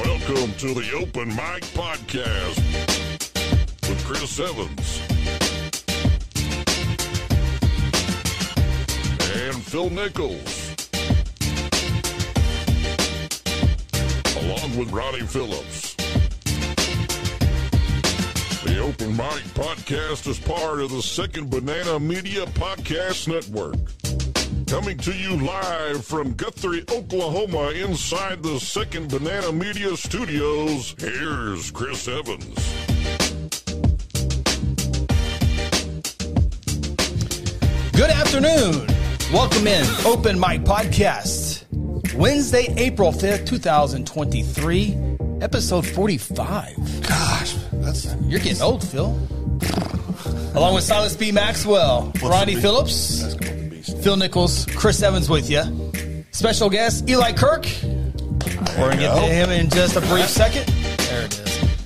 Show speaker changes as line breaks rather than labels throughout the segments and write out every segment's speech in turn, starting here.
Welcome to the Open Mic Podcast with Chris Evans and Phil Nichols, along with Ronnie Phillips. The Open Mic Podcast is part of the Second Banana Media Podcast Network. Coming to you live from Guthrie, Oklahoma, inside the Second Banana Media Studios, here's Chris Evans.
Good afternoon. Welcome in Open Mic Podcast. Wednesday, April 5th, 2023, episode 45.
Gosh, that's
You're getting old, Phil. Along with Silas B. Maxwell, Ronnie
the-
Phillips,
that's going to be.
Phil Nichols, Chris Evans with you. Special guest, Eli Kirk. We're going to get to him in just a brief second. There it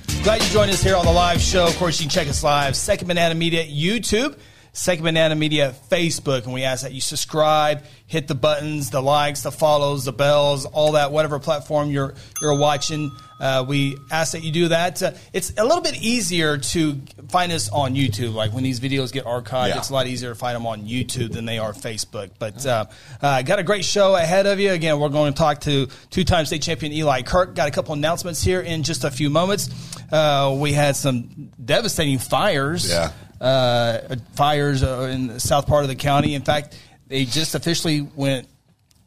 is. Glad you joined us here on the live show. Of course, you can check us live, Second Banana Media YouTube, Second Banana Media Facebook. And we ask that you subscribe, hit the buttons, the likes, the follows, the bells, all that, whatever platform you're, you're watching. Uh, we ask that you do that. Uh, it's a little bit easier to find us on YouTube. Like when these videos get archived,
Yeah.
it's a lot easier to find them on YouTube than they are Facebook. But uh, uh, got a great show ahead of you. Again, we're going to talk to two-time state champion Eli Kirk. Got a couple announcements here in just a few moments. Uh, we had some devastating fires.
Yeah.
Uh, fires uh, in the south part of the county. In fact, they just officially went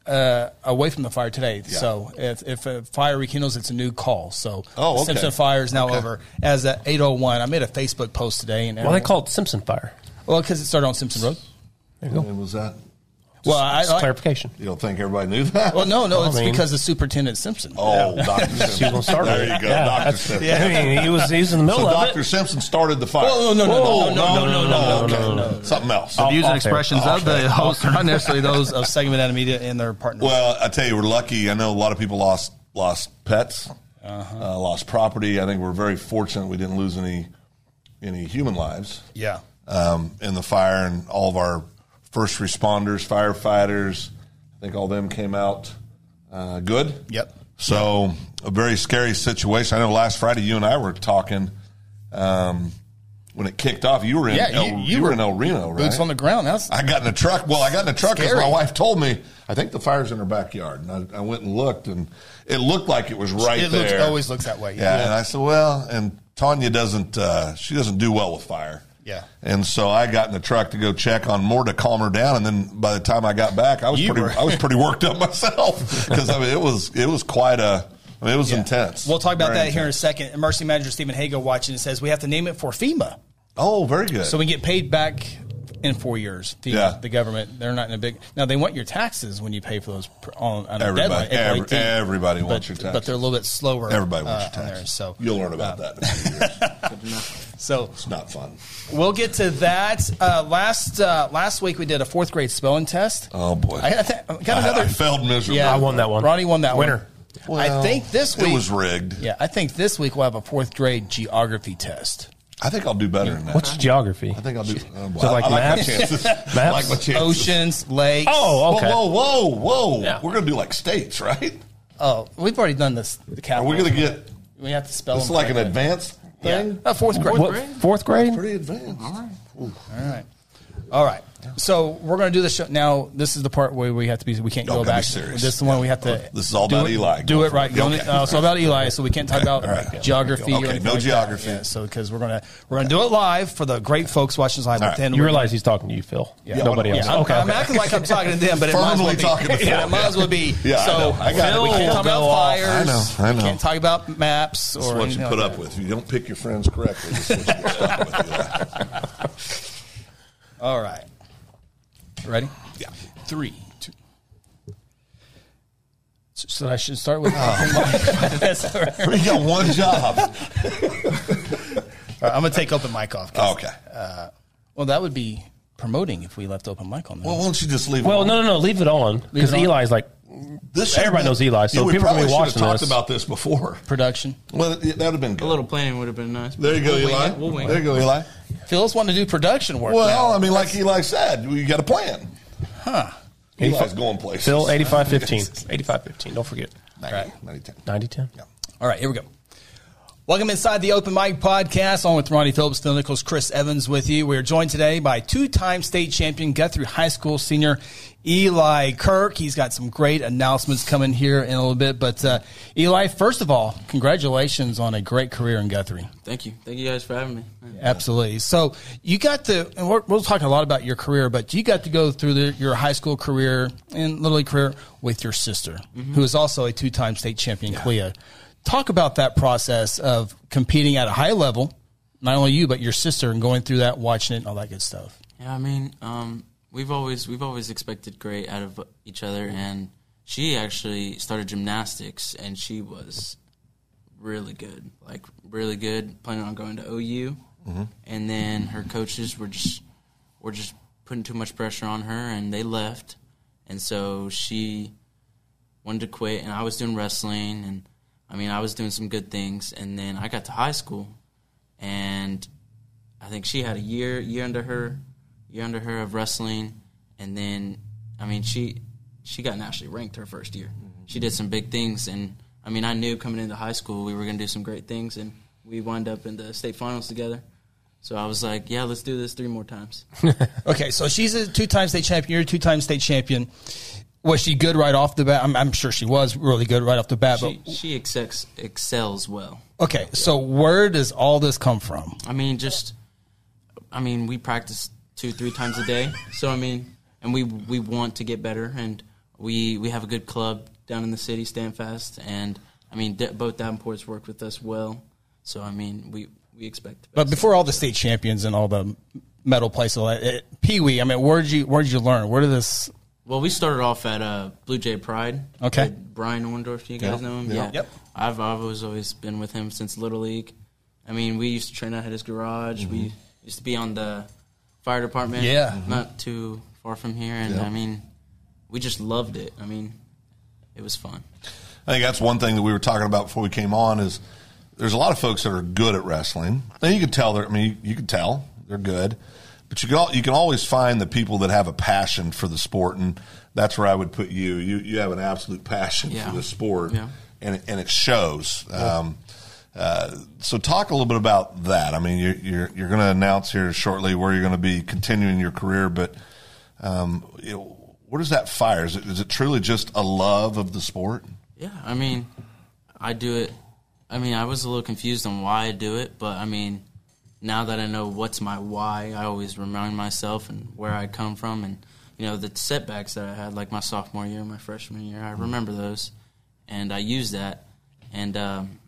uh, away from the fire today.
Yeah.
So if, if a fire rekindles, it's a new call. So
Oh, okay.
Simpson Fire is now over as a 801. I made a Facebook post today. and
Why they call it Simpson fire?
Well, because it started on Simpson Road.
And was that?
Well, I,
Just
I
clarification.
You don't think everybody knew that?
well, no, no,
I
it's
mean-
because of Superintendent Simpson.
Oh, Doctor
She was
Simpson.
gonna start
there
with
you
it.
go,
Yeah,
Doctor
that's-
Simpson.
Yeah, I mean, he was he was in the middle
So
of
Doctor
it.
Simpson started the fire.
Oh, no, no, no,
Whoa, Oh,
no, no, no, no, no, no, no, no.
Something else.
Oh.
Views and
off air.
expressions
Off
of the
air.
host are not necessarily those of Segment Anna Media and their partners.
Well, I tell you, we're lucky. I know a lot of people lost lost pets,
Uh-huh.
uh, lost property. I think we're very fortunate we didn't lose any any human lives.
yeah.
um, in the fire, and all of our first responders, firefighters, I think all them came out uh, good.
Yep.
So a very scary situation. I know last Friday you and I were talking um, when it kicked off. You were in
Yeah,
El,
you-
you,
you
were
were
in El Reno, right?
Boots on the ground. That's
I got in a truck. Well, I got in a truck because
Scary.
my wife told me. I think the fire's in her backyard, and I, I went and looked, and it looked like it was right
it
there.
looks, always looks that way.
Yeah, and I said, well, and Tanya doesn't, uh, she doesn't do well with fire.
Yeah.
And so I got in the truck to go check on more to calm her down, and then by the time I got back, I was
You
pretty,
were-
I was pretty worked up myself because I mean it was it was quite a, I mean, it was
Yeah.
intense.
We'll talk about
Very
that here in a
intense.
second. Emergency manager Stephen Hago watching and says we have to name it for FEMA.
Oh, very good.
So we get paid back in four years. FEMA,
Yeah.
The government, they're not in a big. Now they want your taxes when you pay for those pr- on, on a
Everybody-
deadline. April
every-
18th.
everybody
but,
wants your taxes.
but they're a little bit slower.
Everybody wants
uh,
your
on
tax.
there, so uh,
you'll learn about that. In a few years.
so
it's not fun.
we'll get to that. Uh, last uh, last week we did a fourth grade spelling test.
Oh boy,
I, I th- got
I,
another.
I failed miserably.
yeah,
I won that one.
Ronnie won that
Winner.
one. I think this
it
week
was rigged.
Yeah, I think this week we'll have a fourth grade geography test.
I think I'll do better than that.
What's geography?
I think I'll do. Oh, boy.
So like
I, I like my
maps?
chances. I
Maps?
like my chances.
Oh, Oceans, lakes.
Oh, okay.
Whoa, whoa, whoa, whoa.
Yeah.
We're going to do like states, right?
oh, we've already done this. The
Are
capital.
we going to get,
We have to spell.
this is
them
like an
correctly.
advanced thing?
Yeah. Uh, fourth grade.
What, fourth grade?
Pretty advanced. All right.
All right. All right. So we're going to do the show now. This is the part where we have to be. We can't
Y'all
go
gotta be
back.
serious.
This is the one we have to.
This is all
do
about
it-
Eli.
Do
Go
it
for
right.
it.
You only-
Okay.
uh, so about Eli. So we can't talk about
right.
geography.
Okay,
or anything
no
like that.
geography.
Yeah, so because we're gonna we're gonna do it live for the great folks watching us live.
All
But
right.
then
You
we're-
realize he's talking to you, Phil.
Yeah.
Nobody
Yeah,
else.
I'm,
okay.
I'm
okay.
acting like I'm talking to them, but it might as well
Firmly
be.
talking to
yeah,
Phil.
it might as well be.
Yeah, I
so
know. I got it.
Phil,
We
can't
can't
talk
go
about
off.
fires.
I know, I know.
Can't talk about maps
This is
or
what
anything
you
like
put
that.
up with. If you don't pick your friends correctly, this is what you get stuck with. Eli.
All right. Ready?
Yeah.
Three, two. So so I should start with. That's all right.
You got one job.
All right, I'm gonna take open mic off. 'cause-
Oh, Okay.
Well, that would be promoting if we left open mic on. There.
Well, why don't you just leave it
well,
alone?
no, no, no. Leave it on
Leave
because
it on.
Eli's like
This should've
everybody knows Eli, so
we
people are gonna
probably
be
should've
watching
talked
this.
about this before.
Production.
Well, that would have been good.
A little planning would have been nice.
There you go,
We'll wing
Eli.
it. We'll wing
there
it.
you go, Eli.
Phil's wanting to do production work.
Well, I mean, like Eli said, we got a plan. Huh. Eli's going places.
Phil 85-15. 85-15. Don't forget.
90, 90, 10.
90-10.
Yeah.
All right, here we go. Welcome inside the Open Mic Podcast. On with Ronnie Phillips, Phil Nichols, Chris Evans with you. We are joined today by two-time state champion Guthrie High School senior Eli Kirk. He's got some great announcements coming here in a little bit. But uh, Eli, first of all, congratulations on a great career in Guthrie.
Thank you. Thank you guys for having me.
Absolutely. So you got to, and we're, we'll talk a lot about your career, but you got to go through the, your high school career and little league career with your sister, who is also a two-time state champion, Clea. Talk about that process of competing at a high level, not only you but your sister, and going through that, watching it, and all that good stuff.
Yeah, I mean, um, we've always we've always expected great out of each other, and she actually started gymnastics, and she was really good, like really good. Planning on going to OU, and then her coaches were just were just putting too much pressure on her, and they left, and so she wanted to quit, and I was doing wrestling, and I mean, I was doing some good things, and then I got to high school, and I think she had a year year under her year under her of wrestling, and then I mean she she got nationally ranked her first year. She did some big things, and I mean I knew coming into high school we were going to do some great things, and we wound up in the state finals together. So I was like, yeah, let's do this three more times.
Okay, so she's a two-time state champion. You're a two-time state champion. Was she good right off the bat? I'm, I'm sure she was really good right off the bat.
she
but
she excels excels well.
okay, so where does all this come from?
I mean, just, I mean, we practice two, three times a day. So I mean, and we we want to get better, and we we have a good club down in the city, Standfast, and I mean, de- both Davenports worked with us well. So I mean, we we expect. the
But
best.
before all the state champions and all the medal places, all that, eh, Pee Wee. I mean, where did you where did you learn? Where did this?
Well, we started off at uh, Blue Jay Pride.
Okay.
With Brian Orndorff, you guys
Yeah.
know him?
Yeah.
Yep.
I've, I've always, always been with him since Little League. I mean, we used to train out at his garage. We
Mm-hmm.
used to be on the fire department.
Yeah. Mhm.
Not too far from here. And
Yeah.
I mean, we just loved it. I mean, it was fun.
I think that's one thing that we were talking about before we came on is there's a lot of folks that are good at wrestling. And you can tell they're I mean you, you can tell they're good. But you can al- you can always find the people that have a passion for the sport and that's where I would put you. You you have an absolute passion
Yeah.
for the sport
Yeah.
and it, and it shows. Um, uh, so talk a little bit about that. I mean, you're you're, you're going to announce here shortly where you're going to be continuing your career, but um, you know, where does that fire? Is it, is it truly just a love of the sport?
Yeah, I mean, I do it. I mean, I was a little confused on why I do it, but I mean, now that I know what's my why, I always remind myself and where I come from, and you know the setbacks that I had, like my sophomore year, my freshman year. I remember those, and I use that. And um,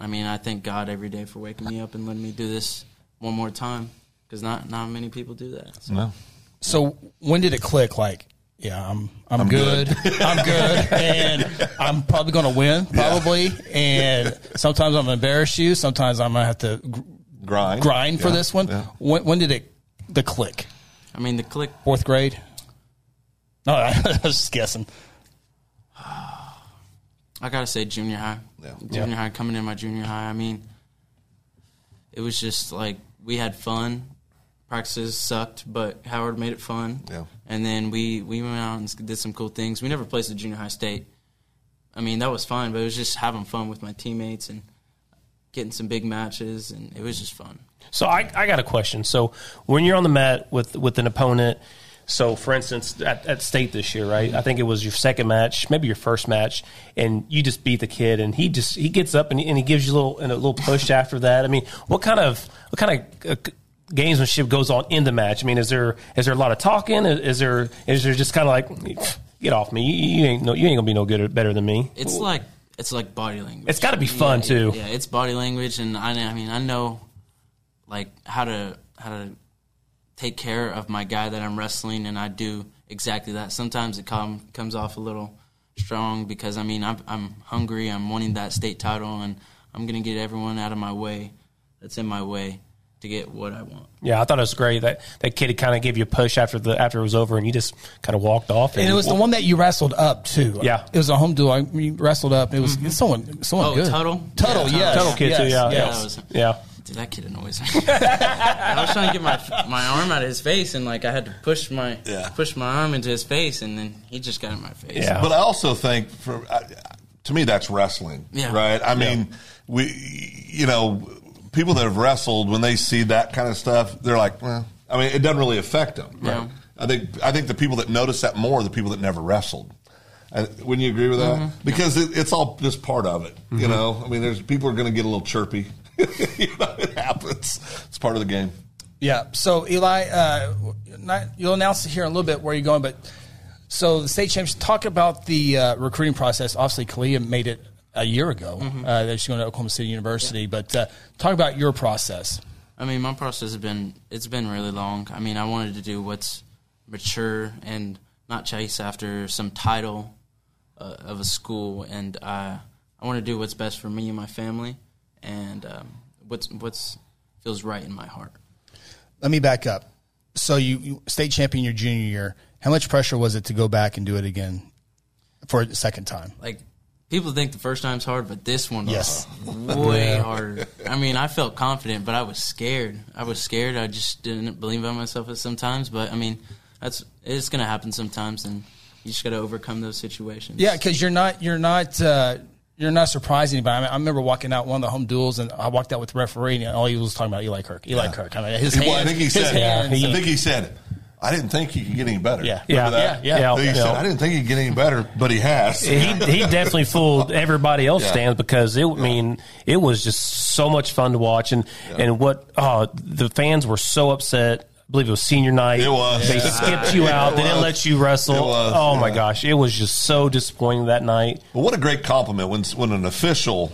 I mean, I thank God every day for waking me up and letting me do this one more time, because not not many people do that. So,
No.
So when did it click? Like, yeah, I'm I'm, good. I'm good, and I'm probably going to win probably. And sometimes I'm gonna embarrass you. Sometimes I'm gonna have to gr-
Grind.
grind for
Yeah,
this one.
yeah.
When, when did it the click?
I mean, the click
Fourth grade. No, I was just guessing.
I gotta say, junior high.
Yeah.
Junior high, coming in my junior high. I mean, it was just like we had fun. Practices sucked, but Howard made it fun.
Yeah.
And then we we went out and did some cool things. We never placed at junior high state. I mean, that was fun, but it was just having fun with my teammates and getting some big matches, and it was just fun.
So I, I got a question. So when you're on the mat with with an opponent, so for instance at, at state this year, right? I think it was your second match, maybe your first match, and you just beat the kid, and he just he gets up and, he- and he gives you a little and a little push after that. I mean, what kind of what kind of uh, gamesmanship goes on in the match? I mean, is there is there a lot of talking? Is, is there is there just kind of like get off me? You, you ain't no you ain't gonna be no good or better than me.
It's like it's like body language.
It's gotta be fun,
Yeah,
too.
Yeah, it's body language, and I, I mean, I know like how to how to take care of my guy that I'm wrestling, and I do exactly that. Sometimes it come, comes off a little strong because I mean I'm I'm hungry, I'm wanting that state title, and I'm gonna get everyone out of my way that's in my way to get what I want.
Yeah, I thought it was great that that kid kind of gave you a push after the after it was over, and you just kind of walked off.
And it was the one that you wrestled up too.
Yeah. Mm-hmm.
it was a home duel. I you wrestled up. It was it's someone, someone
Oh,
good.
Tuttle?
Tuttle,
Yeah,
yes,
Tuttle kid
yes,
too. Yeah,
yes.
that was-
yeah.
Dude, that kid annoys me. I was trying to get my my arm out of his face, and like I had to push my
Yeah.
push my arm into his face, and then he just got in my face.
Yeah.
But I also think for I, to me that's wrestling
Yeah.
right i mean we you know people that have wrestled when they see that kind of stuff they're like well i mean it doesn't really affect them
Yeah.
i think i think the people that notice that more are the people that never wrestled I, wouldn't you agree with that?
Mm-hmm.
Because it, it's all just part of it, you know. I mean, there's people are going to get a little chirpy. you know, it happens. It's part of the game.
Yeah. So Eli, uh, not, you'll announce here in a little bit where you're going, but so the state champs talk about the uh, recruiting process. Obviously, Kalia made it a year ago.
Mm-hmm.
Uh, that she's going to Oklahoma City University, but uh, talk about your process.
I mean, my process has been it's been really long. I mean, I wanted to do what's mature and not chase after some title uh, of a school, and uh, I want to do what's best for me and my family, and um, what's what's feels right in my heart.
Let me back up. So you, you state champion your junior year. How much pressure was it to go back and do it again for a second time?
Like people think the first time's hard, but this one was
Yes.
way harder. I mean, I felt confident, but I was scared. I was scared. I just didn't believe in myself at sometimes. But I mean, that's it's gonna happen sometimes, and you just gotta overcome those situations.
Yeah, because you're not you're not uh, you're not surprising anybody. I, mean, I remember walking out one of the home duels, and I walked out with the referee, and all he was talking about Eli Kirk, Eli Kirk. I mean, his hands,
Well, I think he
his
said.
hands.
I think he said. I didn't think he could get any better.
Yeah.
Remember
Yeah.
that?
Yeah, yeah.
I think he
Yeah.
said, I didn't think he'd get any better, but he has.
he, he definitely fooled everybody else
Yeah.
stands because it I mean it was just so much fun to watch and and what oh the fans were so upset. I believe it was senior night.
It was.
They
Yeah.
skipped you
It
out. They didn't
was.
let you wrestle.
It was,
oh my
yeah.
gosh, it was just so disappointing that night.
But what a great compliment when when an official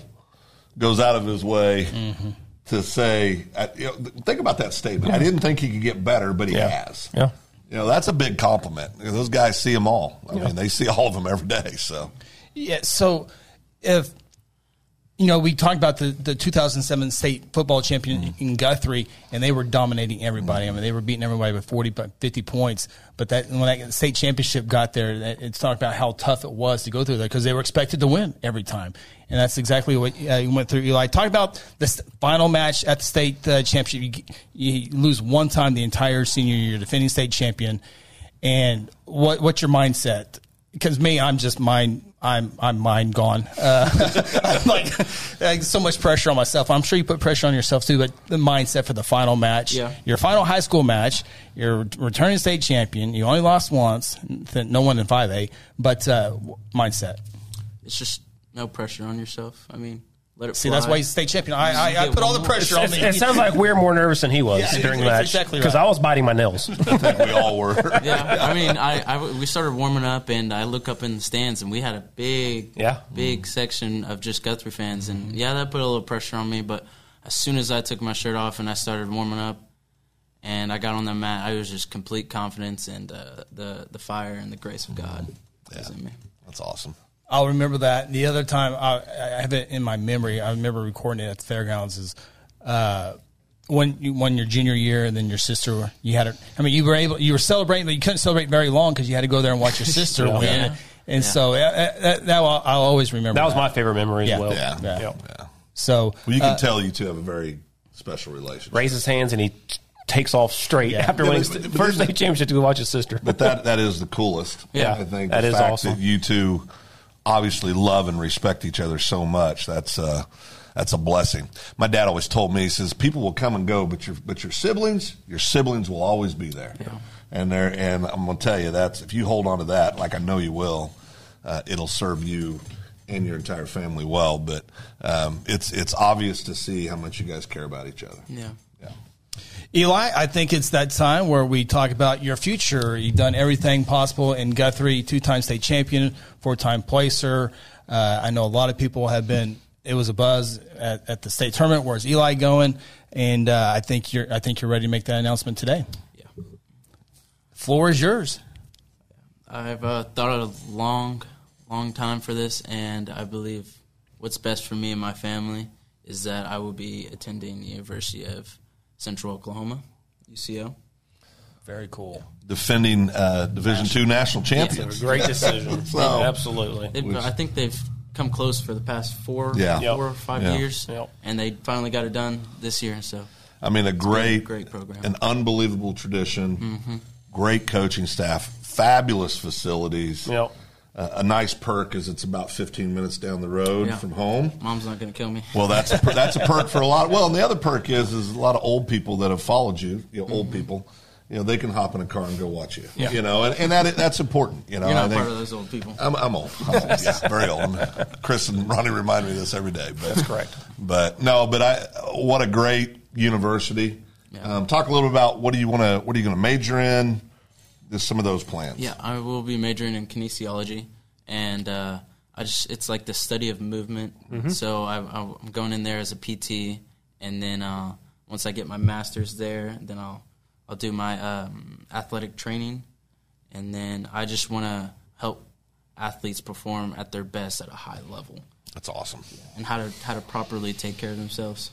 goes out of his way
Mm-hmm.
to say, I, you know, think about that statement. I didn't think he could get better, but he has.
Yeah.
You know, that's a big compliment. You know, Those guys see them all. I mean, they see all of them every day. So,
Yeah. So if you know, we talked about the, the 2007 state football champion in Guthrie, and they were dominating everybody. I mean, they were beating everybody by 40, by 50 points. But that when that state championship got there, that- it's talked about how tough it was to go through there because they were expected to win every time, and that's exactly what uh, you went through. Eli, talk about this final match at the state uh, championship. You, g- you lose one time the entire senior year, defending state champion, and what what's your mindset? Because me, I'm just mine. I'm I'm mind gone. Uh, I'm like, like so much pressure on myself. I'm sure you put pressure on yourself too. But the mindset for the final match,
Yeah.
your final high school match, you're returning state champion. You only lost once, th- no one in five A. But uh, w- mindset.
it's just no pressure on yourself. I mean, let it.
See, that's
fly.
why you state champion. I, I, I put all the pressure on
It,
me.
it sounds like we're more nervous than he was
Yeah,
during the
that's
match
exactly
because
right.
I was biting my nails.
I think we all were.
Yeah, I mean, I, I w- we started warming up, and I look up in the stands, and we had a big,
Yeah.
big section of just Guthrie fans, and yeah, that put a little pressure on me. But as soon as I took my shirt off and I started warming up, and I got on the mat, I was just complete confidence and uh, the the fire and the grace of God was in me.
That's awesome.
I'll remember that. The other time, I, I have it in my memory. I remember recording it at the fairgrounds. Is uh, when you won your junior year, and then your sister. You had it. I mean, you were able. You were celebrating, but you couldn't celebrate very long because you had to go there and watch your sister win.
Yeah.
And so uh, uh, that, that I'll, I'll always remember.
that was my favorite memory
Yeah.
as well.
Yeah.
Yeah. Uh,
Yeah.
so.
Well, you can tell you two have a very special relationship.
Raise his hands and he t- takes off straight after
Yeah,
winning
but-
st-
but
first
isn't-
state championship to go watch his sister.
But that that is the coolest.
Yeah.
I think
That
the
is
fact
awesome.
that you two obviously love and respect each other so much. That's uh that's a blessing. My dad always told me, he says, people will come and go, but your but your siblings, your siblings will always be there. And there and I'm gonna tell you that's if you hold on to that, like I know you will, uh, it'll serve you and your entire family well. But um, it's it's obvious to see how much you guys care about each other.
Yeah.
Yeah.
Eli, I think it's that time where we talk about your future. You've done everything possible in Guthrie, two time state champion, four time placer. Uh, I know a lot of people have been. It was a buzz at, at the state tournament. Where's Eli going? And uh, I think you're. I think you're ready to make that announcement today.
Yeah.
Floor is yours.
I've uh, thought a long, long time for this, and I believe what's best for me and my family is that I will be attending the University of Central Oklahoma, UCO.
Very cool.
Defending uh, Division Two national champions.
Great decision.
So-
Absolutely.
They've, I think they've come close for the past four,
Yeah. Yep.
four or five
Yeah.
years,
Yep.
and they finally got it done this year. So
I mean, a great,
great program. Mm-hmm.
an unbelievable tradition, great coaching staff, fabulous facilities.
Yep.
Uh, a nice perk is it's about 15 minutes down the road
Yeah.
from home.
Mom's not gonna kill me.
Well, that's a per- that's a perk for a lot. well, and the other perk is is a lot of old people that have followed you. You know, old people. You know, they can hop in a car and go watch you.
Mm-hmm. Yeah.
You know, and, and that that's important. You know,
You're
Oh, I
not
think-
part of those old people.
I'm, I'm old. I'm old. Yeah, very old. Chris and Ronnie remind me of this every day. But, That's
correct.
But no, but I. What a great university.
Yeah.
Um, talk a little about what do you want to what are you going to major in? Just some of those plans.
Yeah, I will be majoring in kinesiology, and uh, I just it's like the study of movement. So I, I'm going in there as a PT, and then uh, once I get my master's there, then I'll I'll do my um, athletic training, and then I just want to help athletes perform at their best at a high level,
that's awesome.
and how to how to properly take care of themselves.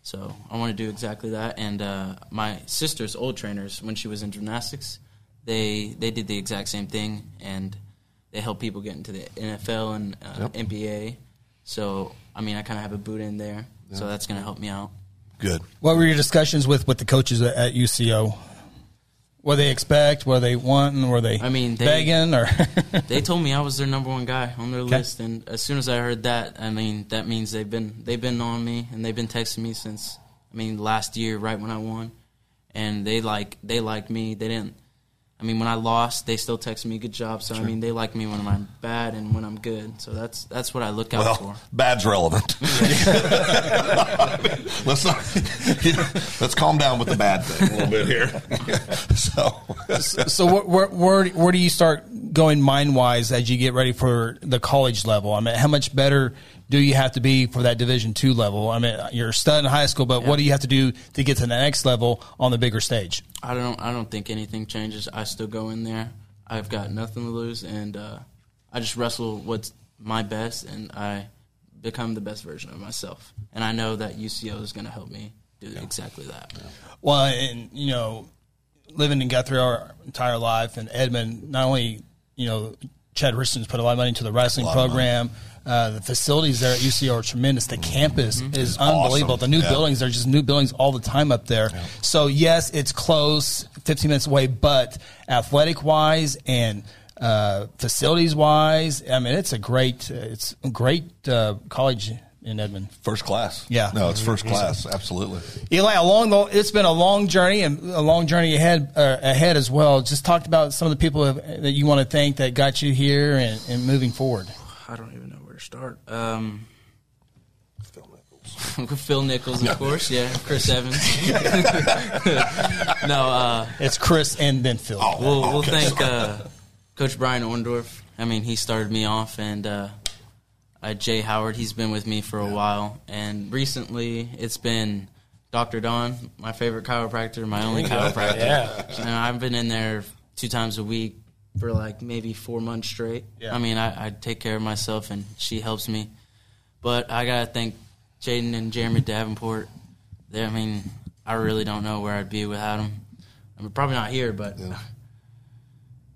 So I want to do exactly that. And uh, my sister's old trainers, when she was in gymnastics, they they did the exact same thing, and they help people get into the NFL and uh, NBA. So I mean, I kind of have a boot in there, so that's going to help me out.
Good.
What were your discussions with with the coaches at, at UCO? What they expect? What they wanting? Were they?
I mean, they-
begging or
They told me I was their number one guy on their list, and as soon as I heard that, I mean, that means they've been they've been on me and they've been texting me since I mean last year, right when I won, and they like they liked me. They didn't. I mean, when I lost, they still texted me good job. So I mean, they like me when I'm bad and when I'm good. So that's that's what I look out for.
Well, bad's relevant. let's not. let's calm down with the bad thing a little bit here. so
so? Where, where where where do you start going mind wise as you get ready for the college level? I mean, how much better do you have to be for that Division two level? I mean, you're a stud in high school, but what do you have to do to get to the next level on the bigger stage?
I don't. I don't think anything changes. I still go in there. I've got nothing to lose, and uh, I just wrestle what's my best, and I become the best version of myself. And I know that UCO is going to help me do exactly that.
Well, and you know, living in Guthrie our entire life, and Edmond, not only you know, Chad Richardson's put a lot of money into the wrestling
of money.
program. Uh, the facilities there at UCO are tremendous. The campus is unbelievable.
Mm-hmm. awesome.
The new
Yeah.
buildings are just new buildings all the time up there. So yes, it's close, 15 minutes away, but athletic wise and uh, facilities wise, I mean, it's a great, uh, it's a great uh, college in Edmond.
first class.
Yeah.
No, it's first class. Absolutely.
Eli, along the, it's been a long journey and a long journey ahead uh, ahead as well. Just talked about some of the people that you want to thank that got you here and, and moving forward.
I don't even know where to start. Um, Phil Nichols, of course, yeah. Chris Evans. no, uh,
It's Chris and then Phil.
we'll, we'll thank uh, Coach Brian Orndorff. I mean, he started me off, and uh, uh, Jay Howard. He's been with me for a while, and recently it's been Dr. Don, my favorite chiropractor, my only chiropractor.
Yeah.
And I've been in there two times a week for like maybe four months straight.
Yeah.
I mean, I, I take care of myself, and she helps me. But I gotta thank Jaden and Jeremy Davenport. They, I mean, I really don't know where I'd be without them. I'm probably not here, but man,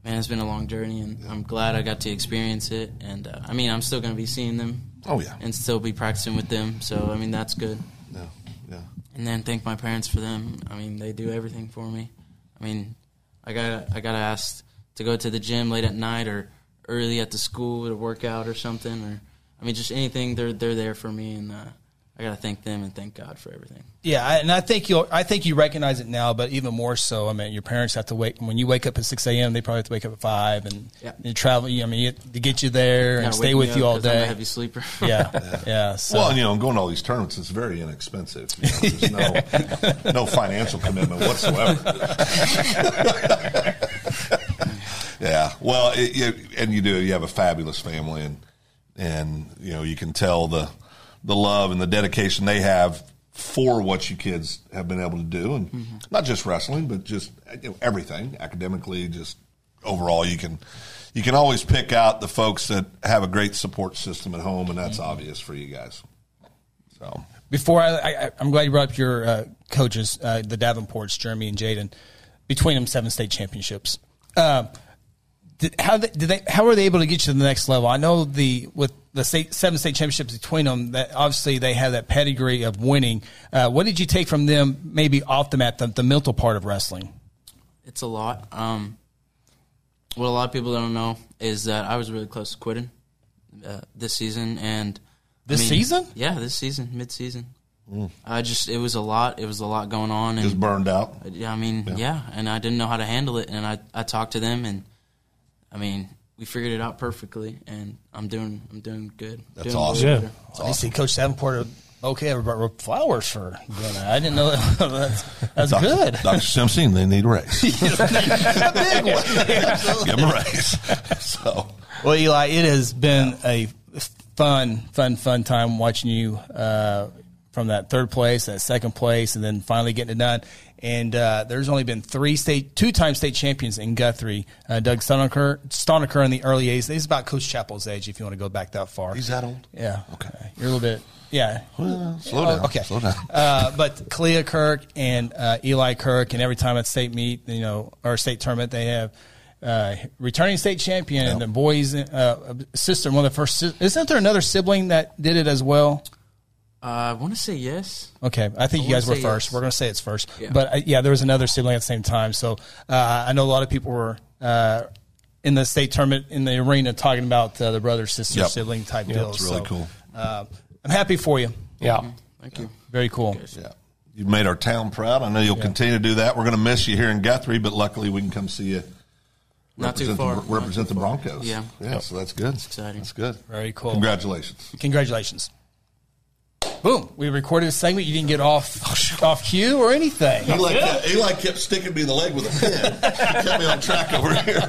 it's been a long journey, and I'm glad I got to experience it. And uh, I mean, I'm still gonna be seeing them
Oh yeah.
and still be practicing with them. So I mean, that's good.
Yeah. Yeah.
And then thank my parents for them. I mean, they do everything for me. I mean, I got I got asked to go to the gym late at night or early at the school to work out or something or I mean, just anything. They're they're there for me, and uh, I gotta thank them and thank God for everything.
Yeah, I, and I think you'll. I think you recognize it now, but even more so. I mean, your parents have to wake when you wake up at six a.m. They probably have to wake up at five and
Yeah.
you travel. I mean, you, to get you there and
Gotta
stay
wake
with
me
you
up
all
'cause I'm a
day.
heavy sleeper.
Yeah, yeah. So.
Well, and, you know, going to all these tournaments is very inexpensive. You know, there's no no financial commitment whatsoever. yeah. Well, it, you, and you do. You have a fabulous family, and and you know you can tell the the love and the dedication they have for what you kids have been able to do, and
Mm-hmm.
not just wrestling, but just you know, everything academically, just overall. You can you can always pick out the folks that have a great support system at home, and
Mm-hmm.
that's obvious for you guys. So
before I, I, I- I'm glad you brought up your uh, coaches, uh, the Davenports, Jeremy and Jaden. Between them, seven state championships. Um did, how they, did they? How were they able to get you to the next level? I know the with the state, seven state championships between them. That obviously they have that pedigree of winning. Uh, what did you take from them? Maybe off the mat, the, the mental part of wrestling.
it's a lot. Um, what a lot of people don't know is that I was really close to quitting uh, this season, and I
This
mean,
season? Mm.
yeah, this season, mid-season. I just it was a lot. It was a lot going on,
Just
and
burned out.
yeah, I mean, yeah. and I didn't know how to handle it, and I I talked to them, and I mean, we figured it out perfectly, and I'm doing I'm doing good.
That's
Doing
awesome.
Yeah.
Oh, I see Coach Davenport. uh, Okay, everybody wrote flowers for doing that. I didn't know that. that's that's
Doc-
good.
Dr. Simpson, they need a raise.
a big one.
Give them a raise. So,
Well, Eli, it has been a fun, fun, fun time watching you uh, from that third place, that second place, and then finally getting it done. And uh, there's only been three state, two-time state champions in Guthrie. Uh, Doug Stoneker, Stoneker in the early '80s. He's about Coach Chapel's age, if you want to go back that far.
he's that old.
yeah.
Okay.
You're a little bit. Yeah.
Well, slow down.
Oh, Okay.
Slow down.
Uh, but Kalia Kirk and uh, Eli Kirk, and every time at state meet, you know, or state tournament, they have uh, returning state champion and the boys' uh, sister, one of the first. si- Isn't there another sibling that did it as well?
Uh, I want to say yes.
Okay, I think you guys were
wouldn't say
first.
yes.
We're going to say it's first,
Yeah.
but uh, yeah, there was another sibling at the same time. So uh, I know a lot of people were uh, in the state tournament in the arena talking about uh, the brother sister
Yep.
sibling type deal.
it's really
So,
cool.
Uh, I'm happy for you.
Yeah.
Thank you.
Very cool.
Yeah. You've made our town proud. I know you'll continue to do that. We're going to miss you here in Guthrie, but luckily we can come see you.
Not too
represent
far.
The,
Not
represent
too
the
far.
Broncos.
Yeah.
Yeah. So that's good. It's
exciting.
That's good.
Very cool.
Congratulations.
Congratulations. Boom. We recorded a segment. You didn't get off off cue or anything.
Eli kept, Eli kept sticking me in the leg with a pin. he kept me on track over here.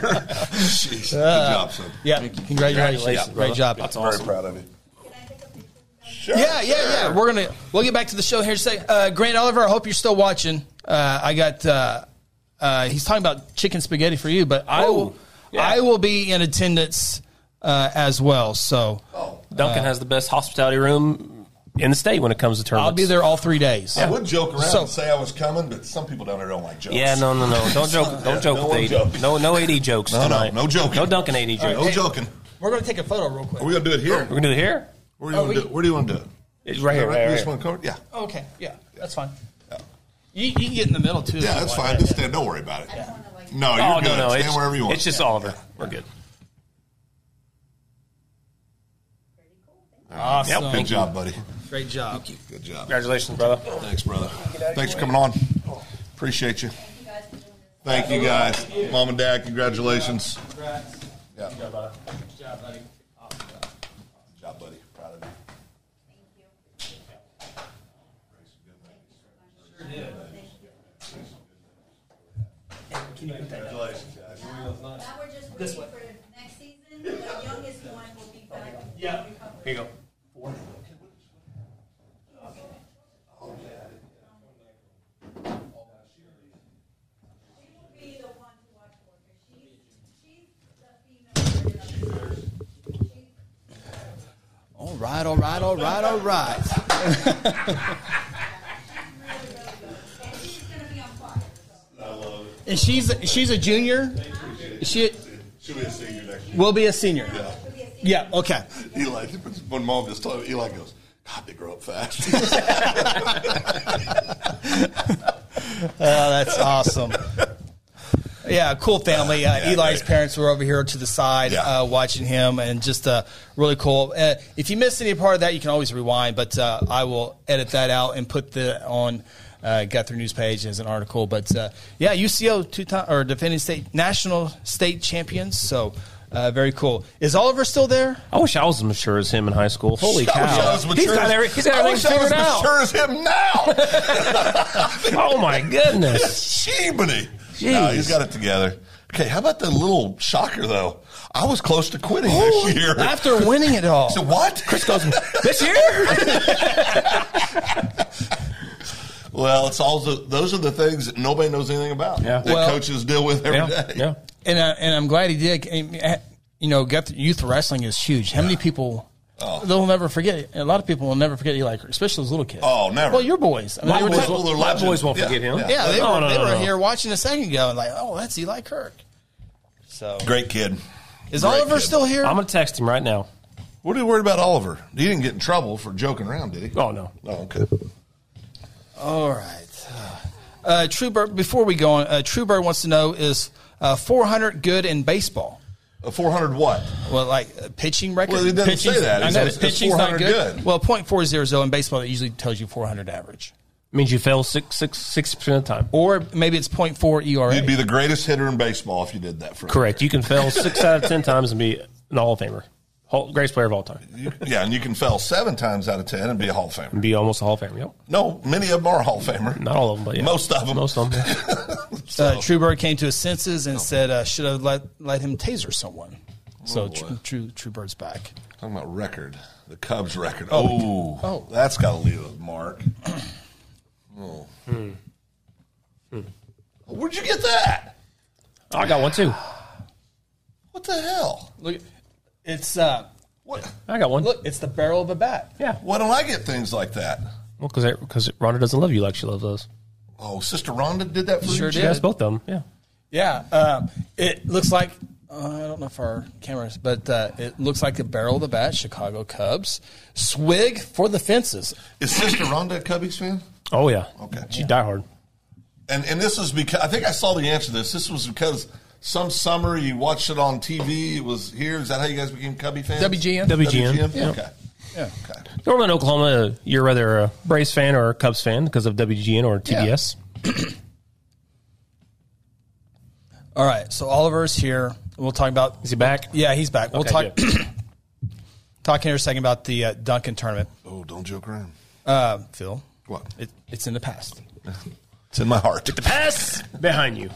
Jeez. Good job, son.
Yeah. Congratulations. Great job.
I'm very proud of you.
Yeah, yeah, yeah. We're gonna we'll get back to the show here in a second. Uh, Grant Oliver, I hope you're still watching. Uh, I got uh, uh, he's talking about chicken spaghetti for you, but
Oh,
I will I will be in attendance uh, as well. So
Oh,
Duncan has the best hospitality room in the state when it comes to tournaments.
I'll be there all three days.
I would joke around
So-
and say I was coming, but some people down there don't like jokes.
Yeah, no, no, no. Don't joke. Don't joke
no
with
one
AD.
joking.
No, no AD jokes
No, no,
tonight.
no joking.
No Duncan AD jokes.
No joking. Oh,
We're gonna take a photo real quick.
Are we going to do it here?
We're gonna do it here.
Where do you want to do it? Where do you want to do it?
It's right here.
Right,
Right,
you
right,
just
here.
want to cover it? Yeah.
okay, yeah, that's fine. You, you can get in the middle too. if
Yeah,
you
that's
want.
fine. Just stand. Don't worry about it. No, you're
Oh
good.
no, no.
stand
It's,
wherever you want.
it's just Oliver. We're good.
Awesome.
Good job, buddy.
Great job.
Good job.
Congratulations, brother.
Thanks, brother. Thanks for coming on. Appreciate you. Thank you, guys. Mom and Dad, congratulations. Yeah. Good
job, buddy.
job, buddy. Proud of you.
Now we're just waiting for next season, the youngest one will be back.
Yeah.
Here you go.
She will be the one to watch for, 'cause she's, she's the female. version of us. She's
All right, all right, all right, all right.
really, really good, and she's gonna be on fire, so.
And she's she's a junior. She
She'll be a senior next year.
will be a senior.
Yeah.
Yeah. Okay.
Eli, when mom just told me, Eli goes, God, they grow up fast.
Oh, that's awesome. Yeah, cool family. Uh, Eli's parents were over here to the side
Yeah.
uh, watching him, and just uh, really cool. Uh, if you missed any part of that, you can always rewind, but uh, I will edit that out and put the on uh, Guthrie News page as an article. But uh, yeah, UCO two time or defending state national state champions, so uh, very cool. Is Oliver still there?
I wish I was as mature as him in high school. Holy
I wish I
cow!
was mature
He's got
as-
every, he's got
I wish
everything
I was
figured out.
mature as him now.
Oh my goodness!
Shemini. No, he's got it together. Okay, how about the little shocker, though? I was close to quitting this year.
After winning it all,
So what? Chris goes,
this year?
Well, it's all the, those are the things that nobody knows anything about.
Yeah.
That
Well-
coaches deal with every day.
yeah, yeah.
and I, and I'm glad he did. And, uh, You know, Guth- youth wrestling is huge. How many people? They'll never forget. it. A lot of people will never forget Eli, Kirk, especially those little kids.
Oh, never.
Well, your boys. I mean,
My
they were
boys
ta-
will-
Well, they're
my
legends.
boys won't
Yeah,
forget him.
yeah.
yeah, they
No,
were,
no,
they
no,
were
no.
here watching a second ago and like, oh, that's Eli Kirk. So
Great kid.
is
great
Oliver
kid.
still here?
I'm gonna text him right now.
What are you worried about, Oliver? He didn't get in trouble for joking around, did he?
Oh no.
Oh, okay.
All right. Uh, Truebird, before we go on, uh, Truebird wants to know is Uh, 400 good in baseball.
A 400 what?
Well, like uh, pitching record.
Well, it doesn't
Pitching's-
say that.
I
It
know
says
but
it's
pitching's not
400
good.
good.
Well, point four zero zero in baseball that usually tells you 400 average,
means you fail six six six percent of the time.
or maybe it's point four E ERA.
You'd be the greatest hitter in baseball if you did that for a
Correct. You can fail six out of ten times and be an Hall of Famer, Hall, greatest player of all time,
year. You- Yeah, and you can fail seven times out of ten and be a Hall of Famer.
and be almost a Hall of Famer. Yep.
No, many of them are Hall of Famer.
Not all of them, but yeah.
Most of them.
Most of them. yeah.
uh, Truebird came to his senses and said, uh, "Should have let let him taser someone."
Oh,
So True True Truebird's back.
Talking about record, the Cubs record. Oh, that's got to leave a mark. Oh. Where'd you get that?
I got one too.
What the hell?
Look, it's uh,
What?
I got one.
look, it's the barrel of a bat.
Yeah.
Why don't I get things like that?
Well, because because Rhonda doesn't love you like she loves us.
Oh, Sister Rhonda did that for
Sure
you.
She
did.
has both of them. Yeah.
Yeah, um, it looks like uh, I don't know if our cameras, but uh, it looks like the barrel of the bat. Chicago Cubs swig for the fences.
Is Sister Rhonda a Cubbies fan?
Oh yeah.
Okay.
She die hard.
And and this is because I think I saw the answer to this. This was because some summer you watched it on TV. It was here. Is that how you guys became Cubby fans?
WGN.
WGN. Yeah.
Okay.
Yeah.
Okay.
Normally in Oklahoma, you're either a Braves fan or a Cubs fan because of WGN or TBS.
All right, so Oliver's here. We'll talk about.
Is he back?
Yeah, he's back. We'll
Okay,
talk.
good.
talk here a second about the uh, Duncan tournament.
Oh, don't joke around.
Uh, Phil,
What?
it, it's in the past.
It's in my heart.
Pass behind you.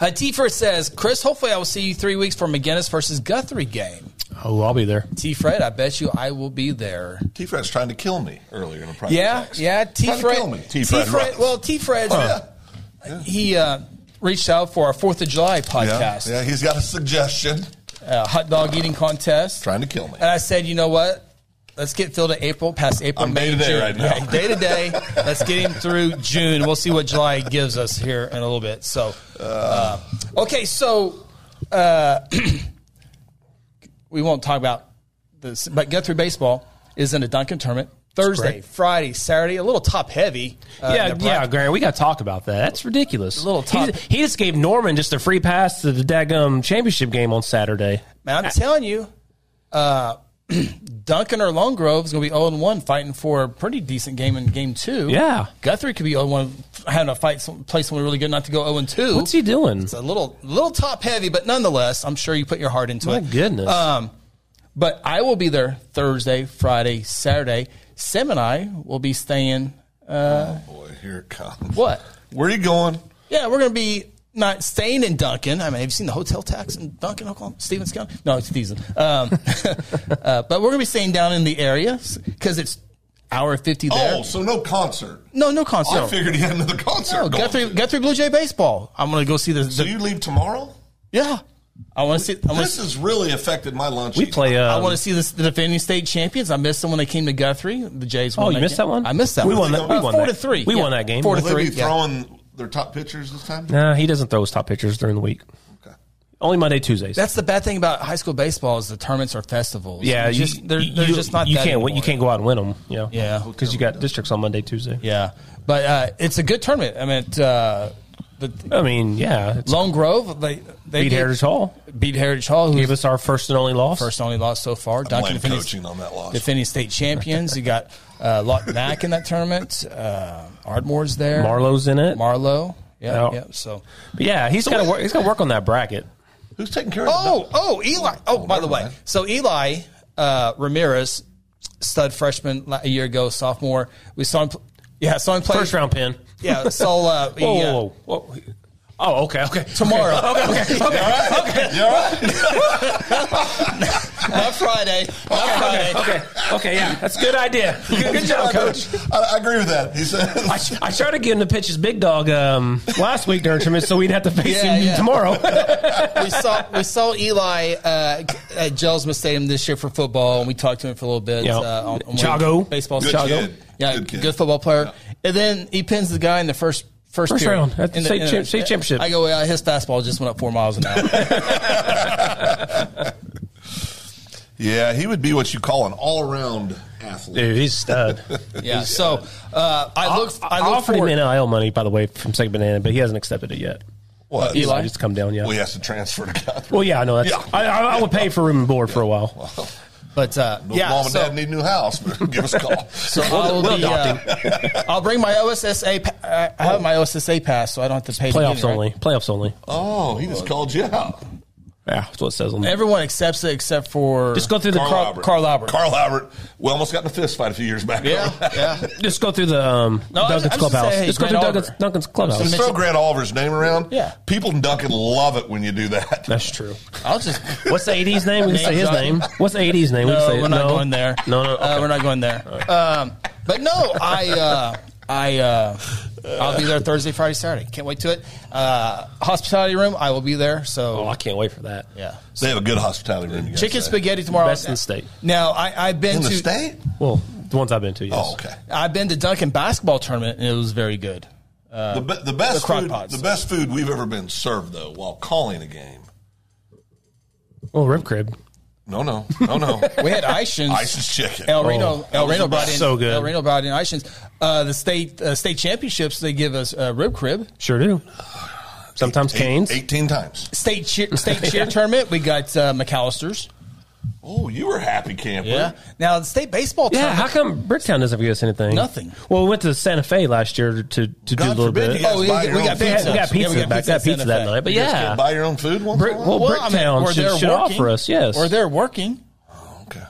Uh, T-Fred says, Chris, hopefully I will see you three weeks for McGinnis versus Guthrie game.
Oh, I'll be there.
T-Fred, I bet you I will be there.
T Fred's trying to kill me earlier in a private
Yeah,
text.
yeah.
Trying to
T-Fred.
kill me.
T-Fred. well, T-Fred, he uh, reached out for our 4th of July
yeah,
podcast,
yeah, he's got a suggestion.
Uh, hot dog eating contest.
Trying to kill me.
And I said, you know what? Let's get Phil to April, past April,
I'm
May,
day to day
June.
right now.
Yeah, day to day. Let's get him through June. We'll see what July gives us here in a little bit. So, uh, okay, so uh, we won't talk about this, but Guthrie baseball is in a Duncan tournament Thursday,
correct.
Friday, Saturday. A little top heavy. uh,
yeah,
in the
yeah,
bracket.
Gary, we got to talk about that. That's ridiculous.
little top-
He's- He just gave Norman just a free pass to the daggum championship game on Saturday.
Man, I'm telling you, uh, Duncan or Lone Grove is going to be 0 1 fighting for a pretty decent game in game two.
Yeah.
Guthrie could be 0 1, having a fight, some, play someone really good not to go 0 2.
What's he doing?
It's a little, little top heavy, but nonetheless, I'm sure you put your heart into
My
it.
goodness.
Um, but I will be there Thursday, Friday, Saturday. Sim and I will be staying.
oh, boy, here it comes.
What?
Where are you going?
Yeah, we're going to be not staying in Duncan. I mean, have you seen the hotel tax in Duncan, Oklahoma? Stevens County? No, it's Stevens. Um, uh, but we're going to be staying down in the area because it's hour 50 there.
Oh, so no concert.
no, no concert.
I figured he had another concert.
no,
going
Guthrie,
to.
Guthrie Blue Jay baseball. I'm going to go see the,
So
the-
you leave tomorrow?
yeah. I want to see. I want
This has really affected my lunch.
we
eating.
play.
I
Uh,
want to see this, the defending state champions. I missed them when they came to Guthrie. The Jays. won
Oh, you missed
game.
that one?
I missed that.
We
one.
won that- we
Uh,
won
four
that.
to three.
We won that game.
Four to
Will they
three.
be
yeah.
throwing their top pitchers this time?
nah, he doesn't throw his top pitchers during the week.
Okay.
Only Monday, Tuesdays.
That's the bad thing about high school baseball is the tournaments or festivals.
yeah,
It's
you,
just, they're,
you-
they're
you-
just not.
You
that
can't. win- You
anymore.
can't go out and win them. You know?
Yeah.
because you got districts on Monday, Tuesday.
Yeah, but uh, it's a good tournament. I mean, it, uh, the
I mean, yeah. It's
Lone Grove they they
beat
did-
Heritage Hall.
beat Heritage Hall, who's
Gave us our first and only loss.
first only loss so far. Duncan
Blame
defending,
coaching on that loss.
defending state champions. you got uh, Lawton Mack in that tournament. Uh, Ardmore's there.
Marlowe's in it.
Marlowe. Yeah,
Yeah.
yeah. So
But yeah, he's got to work. He's got to work on that bracket.
Who's taking care of
Oh,
the
oh, Eli. Oh, by the
never
way,
mind.
so Eli uh, Ramirez, stud freshman la- a year ago, sophomore. We saw him. Pl- yeah, saw him play.
First round pin.
Yeah, saw. Uh, he,
Whoa,
uh,
whoa, whoa, whoa. Oh, okay, okay.
Tomorrow. okay, okay, okay.
You all right?
Not Friday. Not Friday.
Okay, okay, yeah, that's a good idea.
oh,
Good, good job, coach.
I, I agree with that. He said,
I, I tried to get him to pitch his big dog um, last week during tournament, so we'd have to face
Yeah,
him
yeah.
tomorrow.
We saw we saw Eli uh, at Gelsman Stadium this year for football, and we talked to him for a little bit.
Yeah.
Uh, on, on
Chago.
baseball.
Good
Chago.
kid.
yeah,
Good
good,
kid.
football player. And then he pins the guy in the first first,
First
period.
round, at the
In
state
in
champ- state championship.
I go, yeah, his fastball just went up four miles an hour.
yeah, he would be what you call an all-around athlete.
Dude, he's stud.
yeah, so uh, I look I
I
look
offered him
forward.
NIL money, by the way, from Second Banana, but he hasn't accepted it yet.
What?
Eli just come down, yeah.
We has to transfer to Guthrie.
Well, yeah, I know. That's,
Yeah.
I, I, I would pay for room and board for a while.
But uh, yeah,
Mom and
so,
Dad need a new house. but Give us a call.
so I'll, be, uh, I'll bring my OSSA. Pa- I- I have my OSSA pass, so I don't have to pay. to get
Playoffs
in, right?
only. Playoffs only.
oh, he just called you out.
Yeah, that's what it says on there.
Everyone accepts it except for
Just go through the car,
Carl Albert.
Carl Albert. We almost got in a fist fight a few years back.
Yeah, yeah.
Just go through the um,
No, I was- I was
Duncan's
just
clubhouse.
saying, hey,
just go through
Grant
Duncan's,
Oliver.
Duncan's clubhouse.
Just throw Grant Oliver's name around.
Yeah.
People in Duncan love it when you do that.
That's true.
I'll just.
What's the '80s name? We can say his
Name's
name. What's the '80s name? we
No,
can say
we're not
no.
going there.
No, no,
Uh,
okay.
we're not going there. Um, but no, I, uh, I, uh, I'll be there Thursday, Friday, Saturday. Can't wait to it. Uh, hospitality room, I will be there. So
Oh, I can't wait for that.
yeah,
They have a good hospitality room. you gotta
chicken
say.
spaghetti tomorrow.
Best in the state.
Now I, I've been
in
to
the state.
Well, the ones I've been to. Yes.
Oh, okay.
I've been to Duncan basketball tournament and it was very good.
the, be- the best
Uh, the crock
food,
pots.
the best food we've ever been served though while calling a game.
Well, rib crib.
No, no, no, no.
We had Ishins.
Ice's chicken.
El Reno,
that
El
was
Reno
the
brought
best.
in
So good.
El Reno brought in Ishins. Uh, the state uh, state championships they give us uh, rib crib.
Sure do. Sometimes
Eight-
canes.
Eighteen times.
State cheer, state cheer tournament we got uh, McAllister's.
Oh, you were happy camper.
Yeah. Now the state baseball
Yeah,
tournament.
how come Bricktown doesn't give us anything?
Nothing.
Well, we went to Santa Fe last year to, to do a
God
little
forbid
bit.
you guys
Oh, we-
buy
we
your own
got-
food.
we had, we
Yeah,
got pizza
we got
back.
pizza
That
in
pizza that
Santa Fe.
night, but
You guys
yeah,
can't buy your own food. Once
Brick-
in a
well,
while?
Bricktown should, should offer us. Yes,
Or they're working.
okay.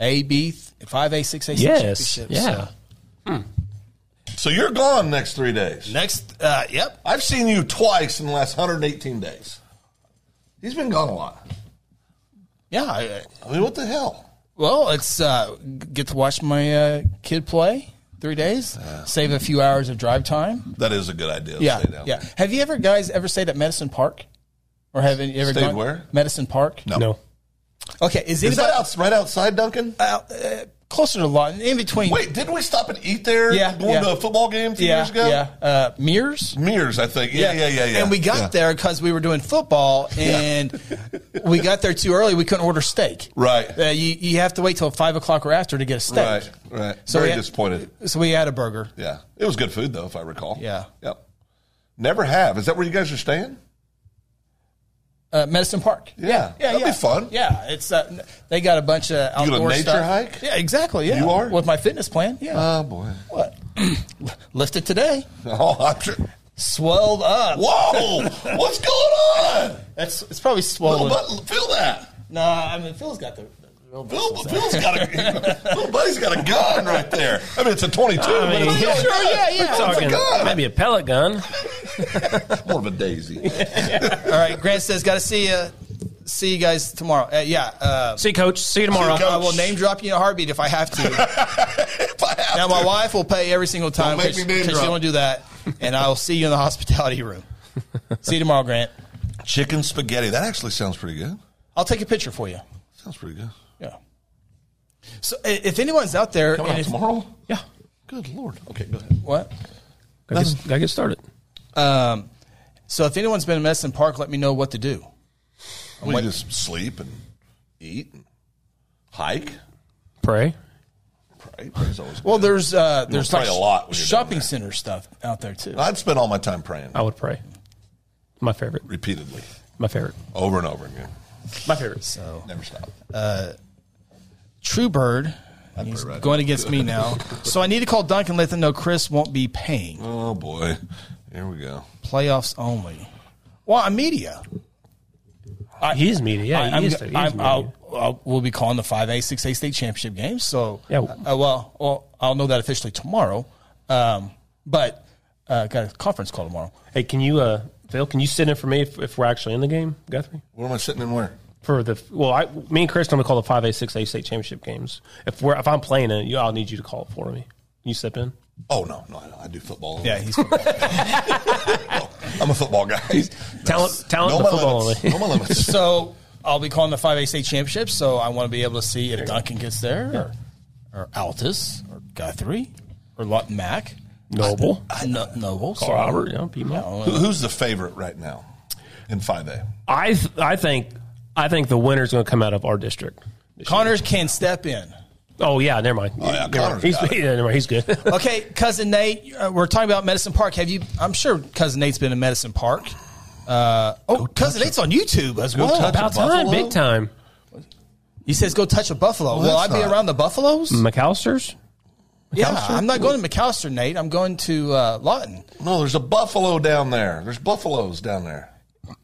A B five A six A six
yes,
championships.
yeah.
So
So you're gone next three days.
next uh, yep.
I've seen you twice in the last 118 days. He's been gone a lot.
Yeah. I-
I mean, what the hell?
Well, it's uh, get to watch my uh, kid play three days, save a few hours of drive time.
That is a good idea. to
Yeah,
stay down
yeah.
there.
Have you ever guys ever stayed at Medicine Park, or have any ever
Stayed
gone-
where?
Medicine Park?
No.
No,
Okay, is it
Is that
about
outs right outside Duncan?
out, uh, closer to Lawton, in between?
Wait, didn't we stop and eat there?
Yeah,
going
yeah.
to a football game a few
yeah,
years ago.
yeah. Uh, Mears.
Mears, I think. Yeah, yeah, yeah, yeah.
And we got
Yeah.
there because we were doing football, and we got there too early. We couldn't order steak.
Right.
Uh, you you have to wait till five o'clock or after to get a steak.
Right, right.
So
Very
we-
disappointed.
So we had a burger.
Yeah, it was good food though, if I recall.
Yeah.
Yep. Never have. Is that where you guys are staying?
Uh, Medicine Park.
Yeah.
Yeah,
That'd
yeah.
be fun.
Yeah, it's uh, they got a bunch of
You
outdoor
go to nature
stuff.
hike?
Yeah, exactly. Yeah,
You are?
with my fitness plan. Yeah,
Oh boy.
what? Lift it today.
Oh, I'm sure.
Swelled up.
Whoa! What's going on?
That's it's probably swollen.
Little but, feel that.
nah, I mean Phil's got the. the real
Phil,
muscles
Phil's got a little buddy's got a gun right there. I mean, it's a twenty-two.
I mean,
but it's still
yeah,
a
sure,
gun.
yeah, yeah.
It's a
talking
gun.
maybe a pellet gun.
more of a daisy.
there. All right, Grant says, "Got to see you. See you guys tomorrow." Uh, yeah, uh,
See, you, coach. See you tomorrow.
See you,
I will name drop you in a heartbeat if I have to.
if I have
now my
to.
wife will pay every single time
make
because
me name
she
drop.
will do that, and I will see you in the hospitality room. see you tomorrow, Grant.
chicken spaghetti. That actually sounds pretty good.
I'll take a picture for you.
Sounds pretty good.
Yeah. So i- if anyone's out there,
Coming
and
out
if-
tomorrow.
Yeah,
Good lord. Okay, go ahead.
what?
gotta get, gotta get started.
Um, so if anyone's been in Medicine Park, let me know what to do.
We just sleep and eat and hike.
Pray.
Pray. Pray's always good.
Well, there's uh, there's
pray
like
a lot when you're down
shopping
there.
center stuff out there too.
I'd spend all my time praying
I would pray. My favorite.
repeatedly,
My favorite.
over and over again.
My favorite.
So
Never stop.
True Bird, he's
right
going against me now. So I need to call Duncan and let them know Chris won't be paying.
Oh boy, here we go.
Playoffs only. Well, I'm media.
he is media. Yeah,
I'm-
he is. too. He is
I'm-
media.
I'll- I'll- we'll be calling the five A, six A state championship games. So
Yeah.
uh, well, well, I'll know that officially tomorrow. Um, but uh, got a conference call tomorrow.
hey, can you, uh, Phil? Can you sit in for me if, if we're actually in the game, Guthrie?
Where am I sitting and where?
For the well, I, me and Chris, I'm gonna call the five A, six A state championship games. If we're if I'm playing it, you, I'll need you to call it for me. Can you step in?
Oh no, no, no I do football.
Yeah, he's
I'm a football guy.
Talent, talent, in the
my
football
limits. No
only.
my limits.
so I'll be calling the five A state championship. So I want to be able to see if Duncan gets there, or, or Altus, or Guthrie, or Lawton Mack,
Noble,
no, Noble,
Carl Robert, yeah, Pima.
Who, who's the favorite right now in five A?
I th- I think I think the winner's gonna come out of our district.
Connors can step in.
Oh yeah, never mind.
Oh, yeah,
Never mind.
Connor's
he's,
got it.
yeah, never mind. he's good.
Okay, cousin Nate, uh, we're talking about Medicine Park. Have you? I'm sure cousin Nate's been in Medicine Park. Oh, cousin eight's on YouTube as well.
touch
About
a
time.
buffalo?
big time.
He says go touch a buffalo. Will I
that's
be
not-
around the buffaloes?
Mm. McAllister's.
Yeah, I'm not going to McAllister, Nate. I'm going to uh, Lawton.
No, there's a buffalo down there. There's buffaloes down there.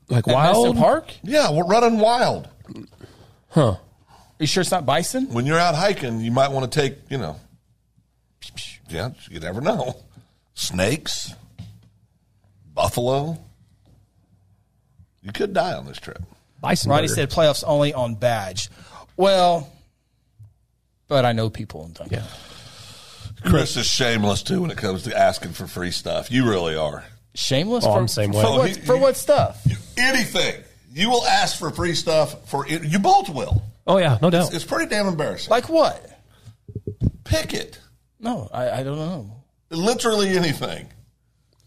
Like
At Madison
wild
Park?
Yeah, we're running wild.
Are you sure it's not bison?
When you're out hiking, you might want to take, you know, yeah, you never know. Snakes, buffalo. You could die on this trip.
bison.
Ronnie
burger.
said playoffs only on badge. Well, but I know people in Duncan.
Yeah.
Chris is shameless too when it comes to asking for free stuff. You really are.
Shameless
Oh,
for,
I'm the same
for
way.
what, for what stuff?
Anything. You will ask for free stuff for it. You both will.
"Oh yeah, no doubt."
It's pretty damn embarrassing.
Like what?
Pick it.
No, I, I don't know.
Literally anything.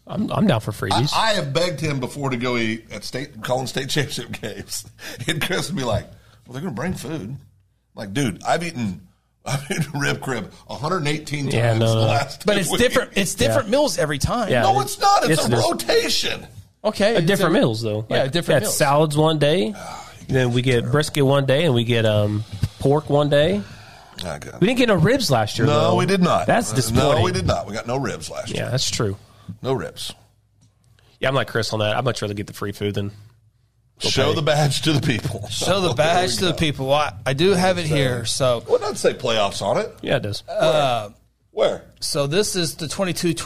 I'm, I'm down for
I,
freebies.
I have begged him before to go eat at state calling state championship games, and Chris would be like, "Well, they're going to bring food." I'm like, dude, I've eaten I've eaten rib crib 118 times.
Yeah, no,
the
no.
last
But
two
it's
weeks.
different. It's different meals every time.
Yeah.
No, it's not. It's
Yes,
a
it is.
rotation.
Okay.
Uh,
it's
different
a-
meals though.
Yeah,
Like,
different
we got
meals. Ah,
salads one day, then we get brisket one day, and we get um, pork one day.
Oh, God.
We didn't get no ribs last year.
no,
though.
we did not.
That's
Uh,
disappointing.
No, we did not. We got no ribs last
Yeah,
year.
that's true.
No ribs.
Yeah, I'm like Chris on that. I'd much rather get the free food than
Show the badge to the people.
Show the badge to the people. I, I do have it here. So
Well, not say playoffs on it.
yeah, it does.
Uh, Where?
So this is the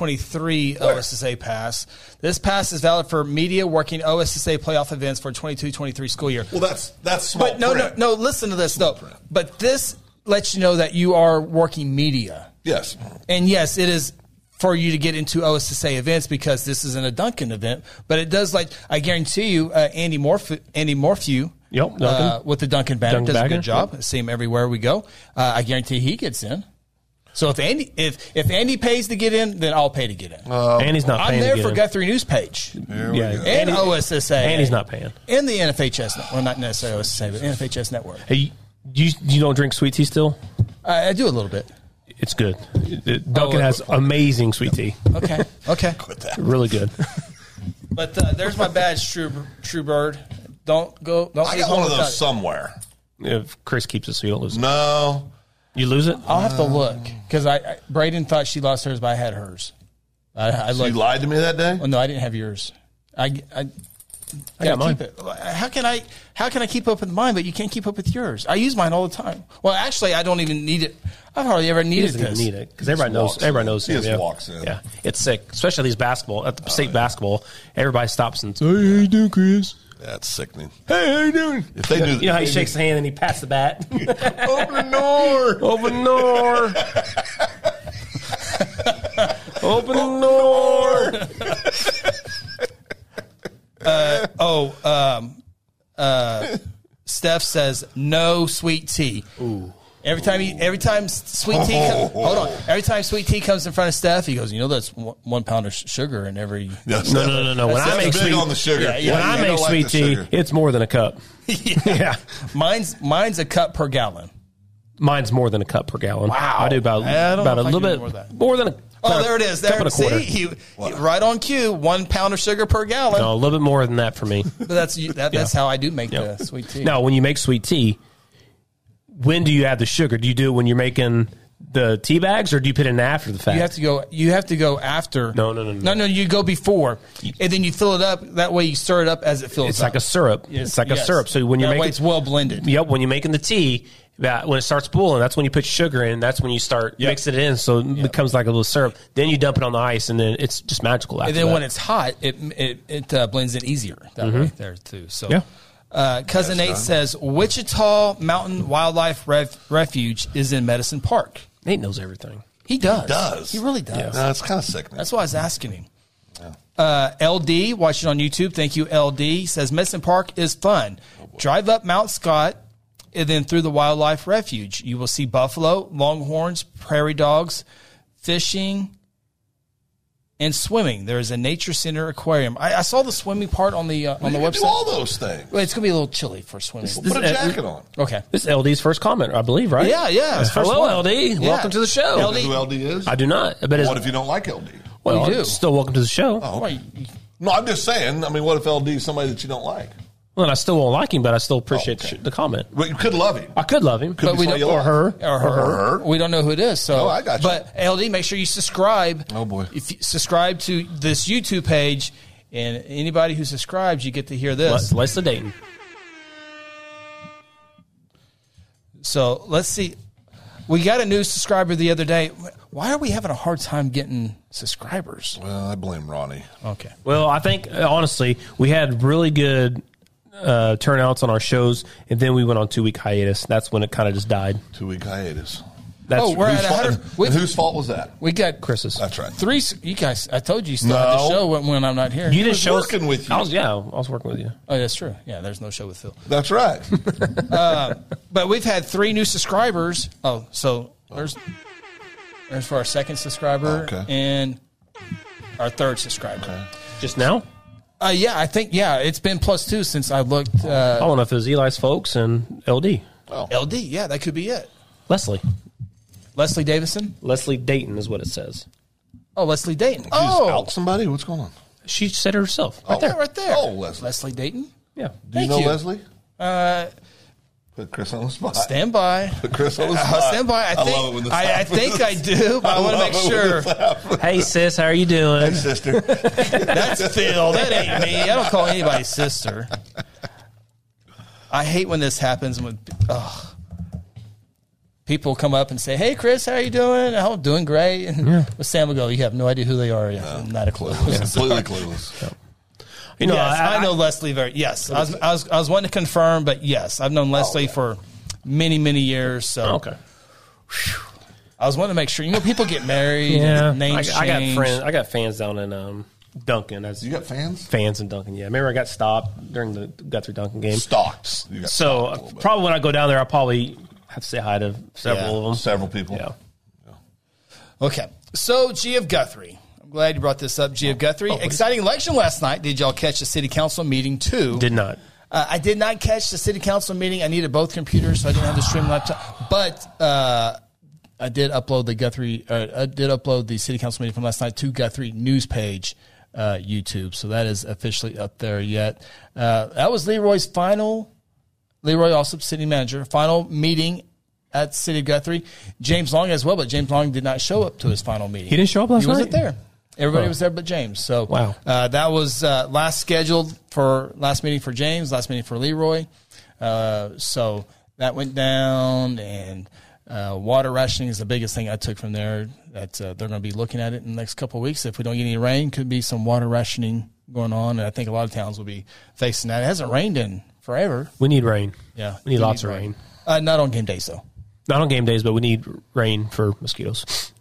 22-23 OSSA pass. This pass is valid for media working OSSA playoff events for 22-23 school year.
Well, that's that's small
But no, no,
print.
no. Listen to this though. But this lets you know that you are working media,
Yes,
and yes, it is for you to get into OSSA events because this isn't a Duncan event. But it does like I guarantee you, uh, Andy Morph Andy Morphew.
Yep, Duncan.
uh, with the Duncan banner
Duncan
does a
Bagger,
good job. See him everywhere we go. Uh, I guarantee he gets in. So if Andy if if Andy pays to get in, then I'll pay to get in.
and he's not paying.
I'm
to
there
get
for
in.
Guthrie News page
Yeah,
and
Andy-
OSSA.
and he's not paying.
in the NFHS. net- Well, not necessarily OSSA, but NFHS network.
Hey, you you don't drink sweet tea still?
I, I do a little bit.
It's good. It- it- Duncan
Oh,
has amazing sweet tea.
Okay, okay.
Really good.
But uh, there's my badge, True True Bird. Don't go. Don't
I
leave
got
home
one of
without
those
it.
somewhere.
if Chris keeps it, so you don't lose it.
No,
You lose it?
I'll have to look because I, I Braden thought she lost hers, but I had hers. I, I
you
looked.
lied to me that day.
Oh, no, I didn't have yours. I, I, I
got mine.
Keep it. How can I? How can I keep up with mine? But you can't keep up with yours. I use mine all the time. Well, actually, I don't even need it. I've hardly ever
He
needed
doesn't even
this.
need it because everybody knows.
walks
Everybody
in.
knows.
He
him,
just
yeah.
walks in.
Yeah, it's sick, especially these basketball at the state basketball. Everybody stops and says, "Hey, how you doing, Chris?
That's sickening.
Hey, how you doing?"
If they knew,
You know how he shakes the hand and he pats the bat.
open the door.
Open door. Open door.
Oh, um, uh, Steph says no sweet tea. Ooh. Every time he, every time sweet tea, come, hold on. Every time sweet tea comes in front of Steph, he goes, "You know that's one, one pound of sh- sugar in every."
No,
No, no, no, no. When I
That's
make
big
sweet
on the sugar.
Yeah, yeah.
Yeah,
when
you
I make
don't like
sweet
the
tea,
sugar.
it's more than a cup. yeah.
Mine's mine's a cup per gallon.
mine's more than a cup per gallon.
Wow.
I do about
I don't know
about a
if I can
little
do more
bit more,
of that.
than a.
Oh,
about a
there it is.
cup
There,
and a quarter.
see, he, he- right on cue. One pound of sugar per gallon.
No, a little bit more than that for me.
But that's that, that's
Yeah.
how I do make
Yeah.
the sweet tea.
Now, when you make sweet tea, when do you add the sugar? Do you do it when you're making the tea bags, or do you put it in after the fact?
you have to go. You have to go after.
No, no, no, no.
no, You go before, and then you fill it up. That way, you stir it up as it fills.
it's like a syrup. It's like a syrup. So when you
that
make
way
it-
it's well blended.
Yep, when you're making the tea, that when it starts boiling, that's when you put sugar in. That's when you start mixing it in, so it becomes like a little syrup. Then you dump it on the ice, and then it's just magical. After
And then
that.
when it's hot, it it, it uh, blends in easier that way there too. So.
Mm-hmm. Yeah.
Uh, Cousin Nate says Wichita Mountain Wildlife Ref- Refuge is in Medicine Park.
Nate knows everything.
He does.
does.
He really does.
No, it's kind of sickening.
That's why I was asking him. Uh, LD watching on YouTube. Thank you, LD. Says Medicine Park is fun.
Oh,
Drive up Mount Scott and then through the wildlife refuge. You will see buffalo, longhorns, prairie dogs, fishing, and swimming. There is a nature center aquarium. I, I saw the swimming part on the uh, on the
you can do
website.
all those things.
Well, it's gonna be a little chilly for swimming.
Well, put a jacket on.
Okay.
This is LD's first comment, I believe, right?
Yeah, yeah. it's first
Hello,
one.
LD.
Yeah.
Welcome to the show.
LD.
Who LD is?
I do not. I bet it's,
What if you don't like LD?
Well,
well,
you do. Oh.
Still welcome to the show.
Well, you-
No, I'm just saying. I mean, what if LD is somebody that you don't like?
Well, I still won't like him, but I still appreciate
Oh,
okay.
the- the comment.
But you could love him.
I could love him,
Could
but
be
we
somebody
don't,
you
or
like.
her.
or her.
Or her.
We don't know who it is. So,
No, I got you.
But LD, make sure you subscribe.
Oh, boy.
if you subscribe to this YouTube page, and anybody who subscribes, you get to hear this.
Let's let's the Dayton.
So let's see. We got a new subscriber the other day. Why are we having a hard time getting subscribers?
Well, I blame Ronnie.
Okay.
Well, I think uh, honestly, we had really good uh, turnouts on our shows, and then we went on two week hiatus. That's when it kind of just died.
Two week hiatus.
That's
Oh, we're at
Whose fault-
100.
and
We,
whose fault was that?
we got
Chris's.
That's right.
three. s- You guys, I told you you still had the
No.
show when, when I'm not here.
you didn't
was
show us-
working with you.
I was, yeah, I was working with you.
oh, that's true. Yeah, there's no show with Phil.
That's right.
But we've had three new subscribers. Oh, so there's there's for our second subscriber
Okay.
and our third subscriber.
Just now,
Uh, yeah, I think yeah, it's been plus two since I looked.
I
Uh,
don't know if it was Eli's folks and LD
LD, yeah, that could be it.
Leslie
Leslie Davison.
Leslie Dayton is what it says.
Oh, Leslie Dayton.
oh.
Oh,
out somebody? What's going on?
She said it herself.
right there, right there.
Oh, Leslie.
Leslie Dayton.
Yeah,
Do you
Thank
know
you.
Leslie?
Uh,
Put Chris on the spot.
stand by.
Put Chris on the
Uh,
spot.
stand by. I think
love it when this
I, I
happens.
think I do, but I, want to
love
make
it when
sure.
this happens.
Hey sis, how are you doing?
Sister.
That's Phil. That ain't me. I don't call anybody sister. I hate when this happens. When ugh. people come up and say, "Hey, Chris, how are you doing?" "Oh, I'm doing great. And Sam will go, "You have no idea who they are. Yeah, not a clue."
Completely clueless.
You know,
yes, I,
I,
know Leslie very. Yes, I was, I was. I was wanting to confirm, but yes, I've known Leslie
Oh,
for many, many years. So
Okay.
I was wanting to make sure. You know, people get married.
Yeah,
and names
I, I got
change.
friends. I got fans down in um, Duncan. That's
You got fans?
fans in Duncan. Yeah, remember I got stopped during the Guthrie Duncan game.
Stocks. You got
So uh,
stalked a little bit.
probably when I go down there, I'll probably have to say hi to several
Yeah.
of them.
several people.
Yeah.
Okay. So, G of Guthrie. I'm glad you brought this up, G of Guthrie. Exciting election last night. Did y'all catch the city council meeting too?
Did not.
Uh, I did not catch the city council meeting. I needed both computers, so I didn't have the stream laptop. But uh, I did upload the Guthrie. Uh, I did upload the city council meeting from last night to Guthrie news page. Uh, YouTube, so that is officially up there yet. Uh, that was Leroy's final, Leroy Alsop, city manager, final meeting at City of Guthrie. James Long as well, but James Long did not show up to his final meeting.
He didn't show up last
He wasn't
night? Oh.
there. Everybody was there but James. So
Wow.
uh, that was uh, last scheduled for last meeting for James, last meeting for Leroy. Uh, so that went down, and uh, water rationing is the biggest thing I took from there. That uh, they're going to be looking at it in the next couple of weeks. If we don't get any rain, could be some water rationing going on, and I think a lot of towns will be facing that. It hasn't rained in forever.
We need rain.
Yeah,
We need
we
lots
need
of
rain.
rain.
Uh, not on game days though.
Not on game days, but we need rain for mosquitoes.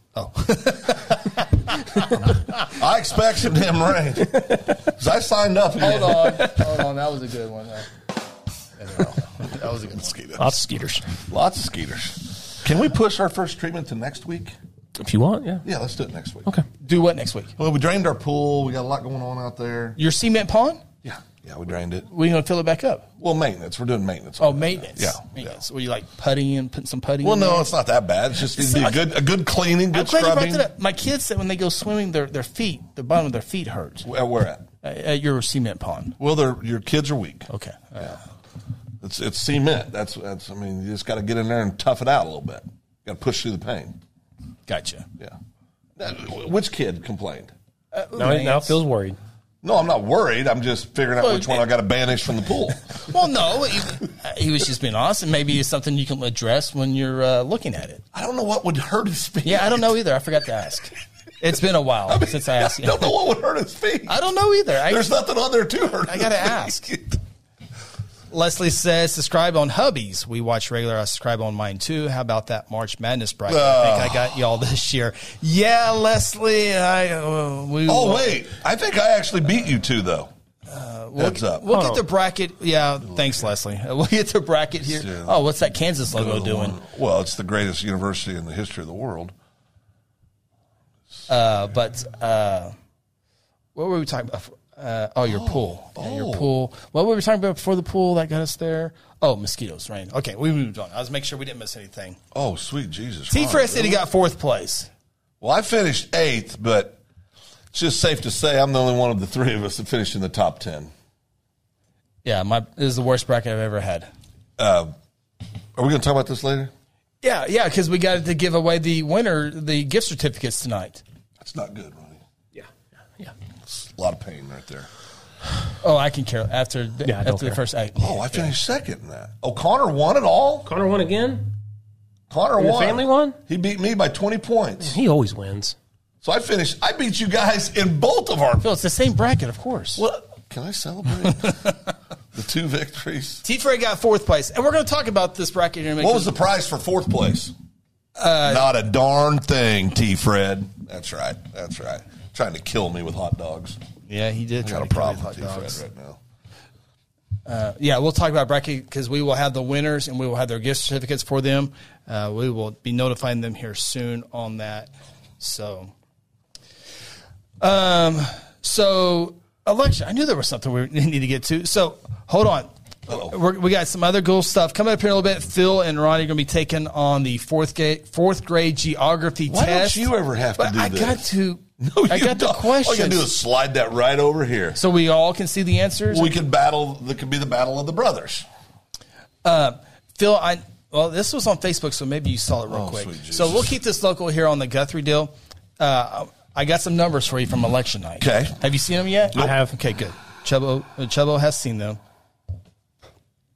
I expect some damn rain. 'Cause I signed up.
Hold on, hold on. That was a good one. That was a good
Mosquitoes.
Lots of skeeters.
Lots of skeeters. Can we push our first treatment to next week?
If you want, yeah.
Yeah, let's do it next week.
Okay.
Do what next week?
Well, we drained our pool. We got a lot going on out there.
Your cement pond?
Yeah. Yeah, we drained it.
We're gonna fill it back up.
Well, maintenance. We're doing maintenance.
Oh, maintenance.
Yeah.
maintenance. Were you like putting in, putting some putty?
Well,
in
no,
there?
it's not that bad. It's just it'd be a good, a good cleaning,
I'm
good
glad you brought
scrubbing.
that up. My kids said when they go swimming, their their feet, the bottom of their feet hurt
Where we're at.
at, at your cement pond.
Well, they're, your kids are weak.
Okay. All right.
It's it's cement. That's that's. I mean, you just got to get in there and tough it out a little bit. Got to push through the pain.
Gotcha.
Yeah. That- Which kid complained?
Now, now Phil's worried.
No, I'm not worried. I'm just figuring out
Well,
which one I got to banish from the pool.
Well, no, he, he was just being honest, and maybe it's something you can address when you're uh, looking at it.
I don't know what would hurt his feet.
Yeah, I don't know either. I forgot to ask. It's been a while since I asked.
I don't know what would hurt his feet.
I don't know either. I,
There's nothing on there to hurt.
I gotta ask. Leslie says, subscribe on Hubbies. We watch regular. I subscribe on mine too. How about that March Madness bracket? I think I got y'all this year. Yeah, Leslie. I, uh, we,
Oh wait, I think I actually beat you two though. Heads up.
We'll
Hold
get
on.
the bracket. Yeah, thanks, Leslie. Uh, We'll get the bracket here. Oh, what's that Kansas logo doing?
Well, it's the greatest university in the history of the world.
Uh, but uh, what were we talking about? Uh, oh, your pool. Yeah, your
oh.
pool. What were we talking about before the pool that got us there? Oh, mosquitoes, right? Okay, we moved on. I was making sure we didn't miss anything.
Oh, sweet Jesus!
T
Ron,
Fresh
really?
City got fourth place.
Well, I finished eighth, but it's just safe to say I'm the only one of the three of us that finished in the top ten.
Yeah, my this is the worst bracket I've ever had.
Are we going to talk about this later?
Yeah, yeah, because we got to give away the winner the gift certificates tonight.
That's not good, Ronnie.
Yeah. Yeah.
It's a lot of pain right there.
Oh, I can care after the,
Yeah, I don't
after the
care.
first eight.
Oh, I finished second in that. Oh, Connor won it all.
Connor won again.
Connor
Your
won.
family won?
He beat me by 20 points.
He always wins.
So I finished. I beat you guys in both of our.
Phil, it's the same bracket, of course.
What? Can I celebrate the two victories?
T Frey got fourth place, and we're going to talk about this bracket here. in a minute.
What was the prize for fourth place? Not a darn thing, T. Fred. That's right. That's right. Trying to kill me with hot dogs.
Yeah, he did.
I
try
got a
to kill me
problem
with
with T.
hot
Fred
dogs.
right now.
Yeah, we'll talk about bracket because we will have the winners and we will have their gift certificates for them. Uh, we will be notifying them here soon on that. So, um, so election. I knew there was something we need to get to. So hold on. We're, we got some other cool stuff coming up here in a little bit. Phil and Ronnie are going to be taking on the fourth grade fourth grade geography
Why don't
test.
you ever have to
But
do
I
this?
got to.
No,
I
you
got the
don't. All you
question.
gotta do is slide that right over here.
so we all can see the answers.
We could battle. That could be the battle of the brothers.
Phil, I well, this was on Facebook, so maybe you saw it real
Oh,
quick.
sweet Jesus.
So we'll keep this local here on the Guthrie deal. Uh, I got some numbers for you from election night.
Okay.
Have you seen them yet?
I have.
Okay, good. Chubbo, uh, Chubbo has seen them.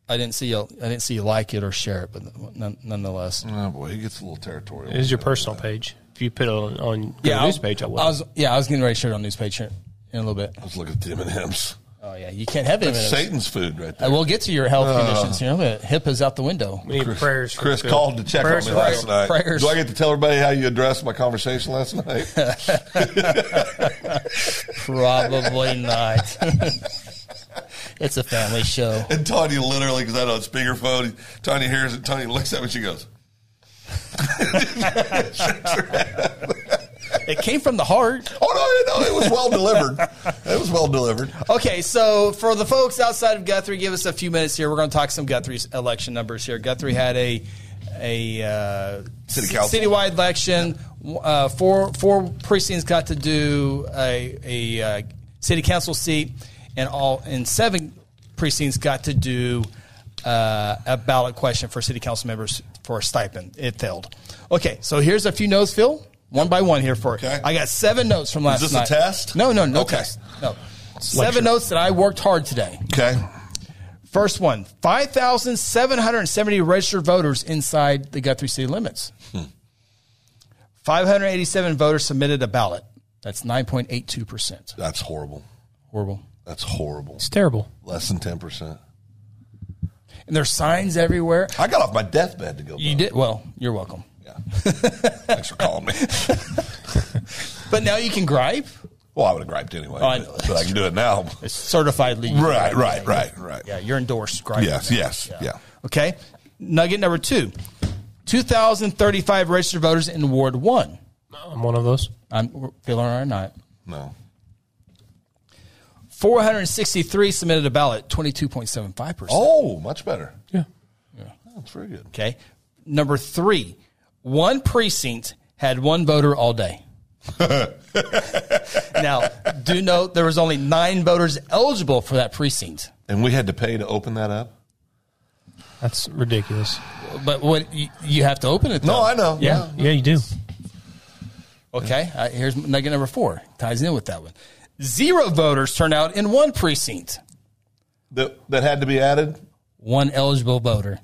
I didn't see you. I didn't see you like it or share it, but none, nonetheless.
Mm.
Oh boy, he gets a little territorial.
It is your personal page. If you put it on, on
I'll-
your news page, I will.
was yeah, I was getting ready to share it on news page here in a little bit.
I was looking at the M and M's.
Oh yeah, you can't have it.
Satan's food right there.
I will get to your health
Uh.
conditions here. in a minute. HIPAA's out the window.
we need prayers. for
Chris
Phil.
called to check
Prayers
on
for
me last
Phil.
night.
Prayers.
Do I get to tell everybody how you addressed my conversation last night?
Probably not. it's a family show.
and Tanya literally, because I don't speakerphone, Tanya hears it. Tanya looks at me. She goes,
It came from the heart.
"Oh no, no, it was well delivered. It was well delivered."
Okay, so for the folks outside of Guthrie, give us a few minutes here. We're going to talk some Guthrie's election numbers here. Guthrie had a a uh,
City
ci-
council.
citywide election. Uh, four four precincts got to do a a uh, city council seat, and all and seven precincts got to do uh, a ballot question for city council members for a stipend. It failed. Okay, so here's a few notes, Phil. One by one here for
Okay.
you. I got seven notes from last
this a
night.
test?
No, no, no
Okay.
test. No. Seven notes that I worked hard today.
Okay,
First one 5,770 registered voters inside the Guthrie city limits.
Hmm.
587 voters submitted a ballot. That's 9.82%.
that's horrible.
Horrible.
That's horrible.
It's terrible.
Less than ten percent.
And there's signs everywhere.
I got off my deathbed to go.
You
vote.
did well. You're welcome.
Yeah. Thanks for calling me.
But now you can gripe.
Well, I would have griped anyway,
Oh, I know.
but, but I can do it now.
It's certified legal.
Right, right, right, right.
Yeah, you're endorsed. Gripe.
Yes, yes, yeah.
Okay. Nugget number two: 2,035 registered voters in Ward One.
I'm one of those.
I'm feeling all right.
No.
463 submitted a ballot, 22.75%.
Oh, much better.
Yeah.
That's very good.
Okay. Number three, one precinct had one voter all day. now, do note there was only nine voters eligible for that precinct.
And we had to pay to open that up?
That's ridiculous.
But what you, you have to open it. Though.
No, I know.
Yeah. Yeah, you do.
Okay. Uh, here's nugget number four. Ties in with that one. Zero voters turned out in one precinct.
That, that had to be added?
one eligible voter.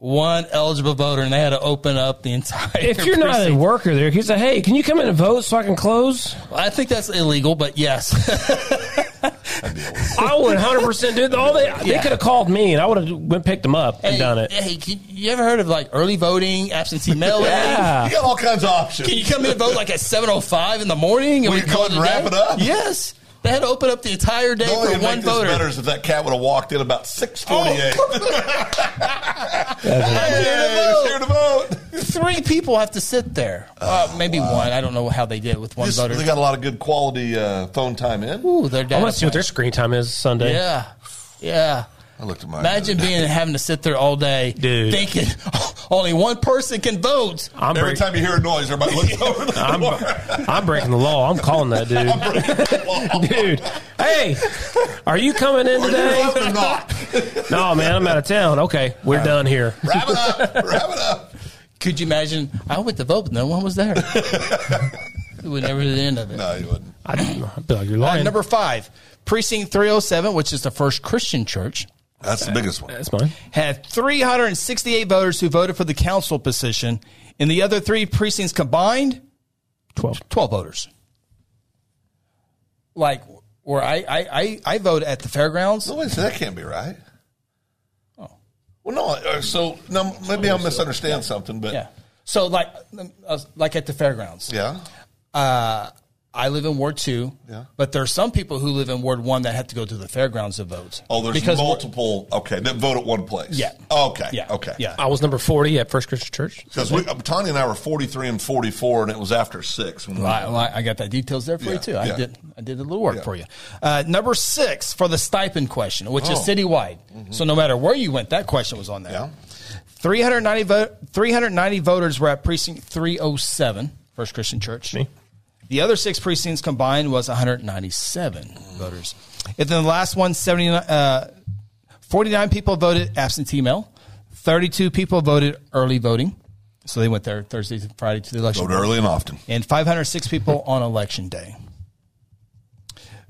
One eligible voter, and they had to open up the entire.
If you're not a
precinct.
worker there, you say, hey, can you come in and vote so I can close?
I think that's illegal, but yes,
I would 100% do it. All they, they
Yeah.
could have called me and I would have went picked them up and done it.
Hey, can- you ever heard of like early voting, absentee mail?
Yeah.
You got all kinds of
Ah.
options.
Can you come in and vote like at seven oh five in the morning? And
We go
call
and
a
wrap
day?
it up?
Yes, they had to open up the entire day
the only way
for
to
one
make this
voter. Oh,
better is if that cat would have walked in about 648.
Hey,
here to vote.
Three people have to sit there.
Oh,
Uh, maybe one. I don't know how they did with one
Just-
voter.
they got a lot of good quality uh, phone time in.
Ooh, they're
I
down.
want to see what their screen time is Sunday.
Yeah, yeah.
I looked at my
Imagine being having to sit there all day,
Dude.
"Oh,
thinking, Only one person can vote.
I'm,
Every
break-
time you hear a noise, everybody looks over the
I'm,
door.
I'm breaking the law. I'm calling that dude. Dude, hey, are you coming in
Are you
today?
voting or not?
No, man, I'm out of town. Okay, we're done here.
Wrap it up. Wrap it up.
Could you imagine? I went to vote, but no one was there. we would never did the end of it.
No, you wouldn't.
I, I'd be like, you're
Uh,
lying.
number five, Precinct 307, which is the first Christian church,
That's the biggest one.
That's mine.
had 368 voters who voted for the council position. In the other three precincts combined,
12.
12 voters. Like, where I, I, I, I vote at the fairgrounds.
So wait, so that can't be right. Oh.
Oh.
Well, no. uh, So no, maybe I'll misunderstand something, but
Yeah. So, like, uh, like at the fairgrounds.
yeah.
Uh, I live in Ward 2,
Yeah.
but there are some people who live in Ward 1 that have to go to the fairgrounds to vote.
Oh, there's
Because we're-
multiple. Okay, that vote at one place.
Yeah.
Okay.
Yeah.
Okay.
Yeah.
I was number 40 at First Christian Church.
Because we, um, Tanya and I were 43 and 44, and it was after six. When we,
I, I- I got that details there for
Yeah,
you too. I
yeah.
did I did a little work
Yeah.
for you. Uh, number six for the stipend question, which is
Oh.
citywide. So no matter where you went, that question was on there.
Yeah.
390, vo- 390 voters were at precinct 307, First Christian Church.
Me.
The other six precincts combined was 197 voters. And then the last one, 79, uh, 49 people voted absentee mail. 32 people voted early voting. So they went there Thursday to Friday to the election
vote early and often.
and 506 people on election day.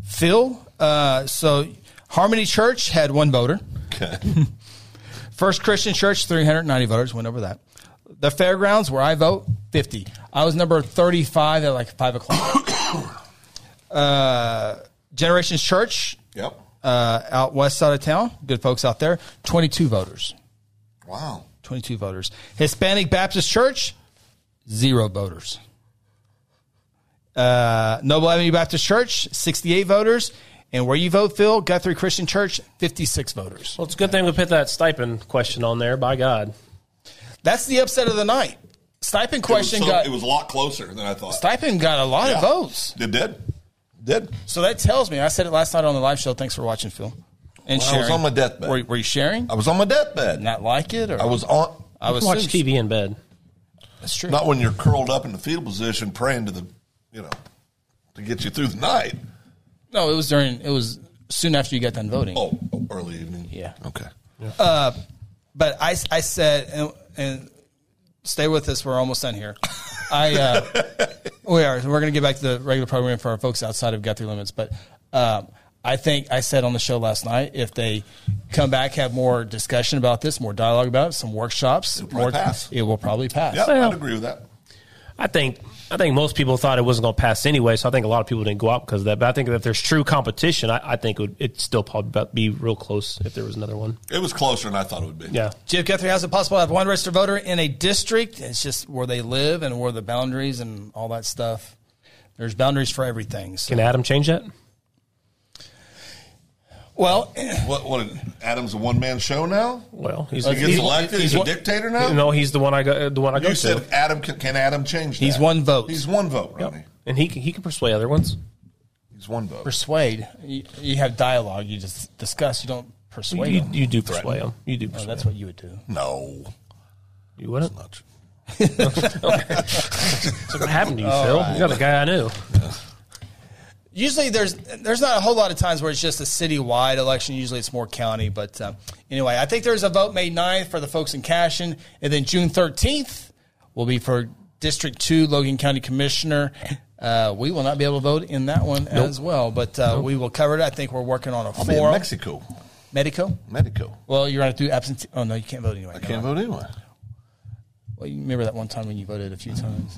Phil, uh, so Harmony Church had one voter.
Okay.
First Christian Church, 390 voters, went over that. The fairgrounds, where I vote, 50. I was number 35 at like 5 o'clock. uh, Generations Church,
yep.
uh, out west side of town, good folks out there, 22 voters.
Wow.
22 voters. Hispanic Baptist Church, zero voters. Uh, Noble Avenue Baptist Church, 68 voters. And where you vote, Phil, Guthrie Christian Church, 56 voters.
Well, it's a good thing we put that stipend question on there. By God.
That's the upset of the night. Stipend question
it, was so-
got
it was a lot closer than I thought.
stipend got a lot
Yeah.
of votes.
It did. Did.
So that tells me. I said it last night on the live show. Thanks for watching, Phil. And
Well, I
sharing.
was on my deathbed.
Were, were you sharing?
I was on my deathbed.
Not like it, or
I was on.
I was
Watch TV in bed.
That's true.
Not when you're curled up in the fetal position praying to the, you know, to get you through the night.
No, it was during. It was soon after you got done voting.
Oh, oh, early evening.
Yeah.
Okay.
but I, I said, and, and stay with us. We're almost done here. I, uh, we are. We're going to get back to the regular program for our folks outside of Guthrie limits. But um, I think I said on the show last night, if they come back, have more discussion about this, more dialogue about it, some workshops,
probably
more,
pass.
it will probably pass.
Yeah,
Well-
I'd agree with that.
I think I think most people thought it wasn't going to pass anyway, so I think a lot of people didn't go out because of that. But I think if there's true competition, I, I think it would it'd still probably be real close if there was another one.
It was closer than I thought it would be.
Yeah,
Jeff Guthrie, how's it possible to have one registered voter in a district? It's just where they live and where the boundaries and all that stuff. There's boundaries for everything. So-
can Adam change that?
well,
What? What? Adam's a one man show now.
Well, he's,
He gets
he's-
elected. He's,
he's
a
one-
dictator now.
No, he's the one I go. The one I go
you
to,
said Adam can, can Adam change?
He's
that?
one vote.
He's one vote, Ronnie.
and he can, he can persuade other ones.
He's one vote.
persuade. You, you have dialogue. You just discuss. You don't persuade.
You,
them.
you do persuade him. You do persuade.
Oh, that's what you would do.
no,
you wouldn't.
not true.
So what happened to you, Phil? You got a guy Oh, I knew.
Usually, there's there's not a whole lot of times where it's just a citywide election. Usually, it's more county. But uh, anyway, I think there's a vote May 9th for the folks in Cashin, and then June 13th will be for District Two, Logan County Commissioner. Uh, we will not be able to vote in that one as well, but uh, we will cover it. I think we're working on a
I'll be in
forum.
Mexico.
Medico.
Mexico.
Well, you're going to do absentee. Oh no, you can't vote anyway.
I can't vote anyway.
Well, you remember that one time when you voted a few times.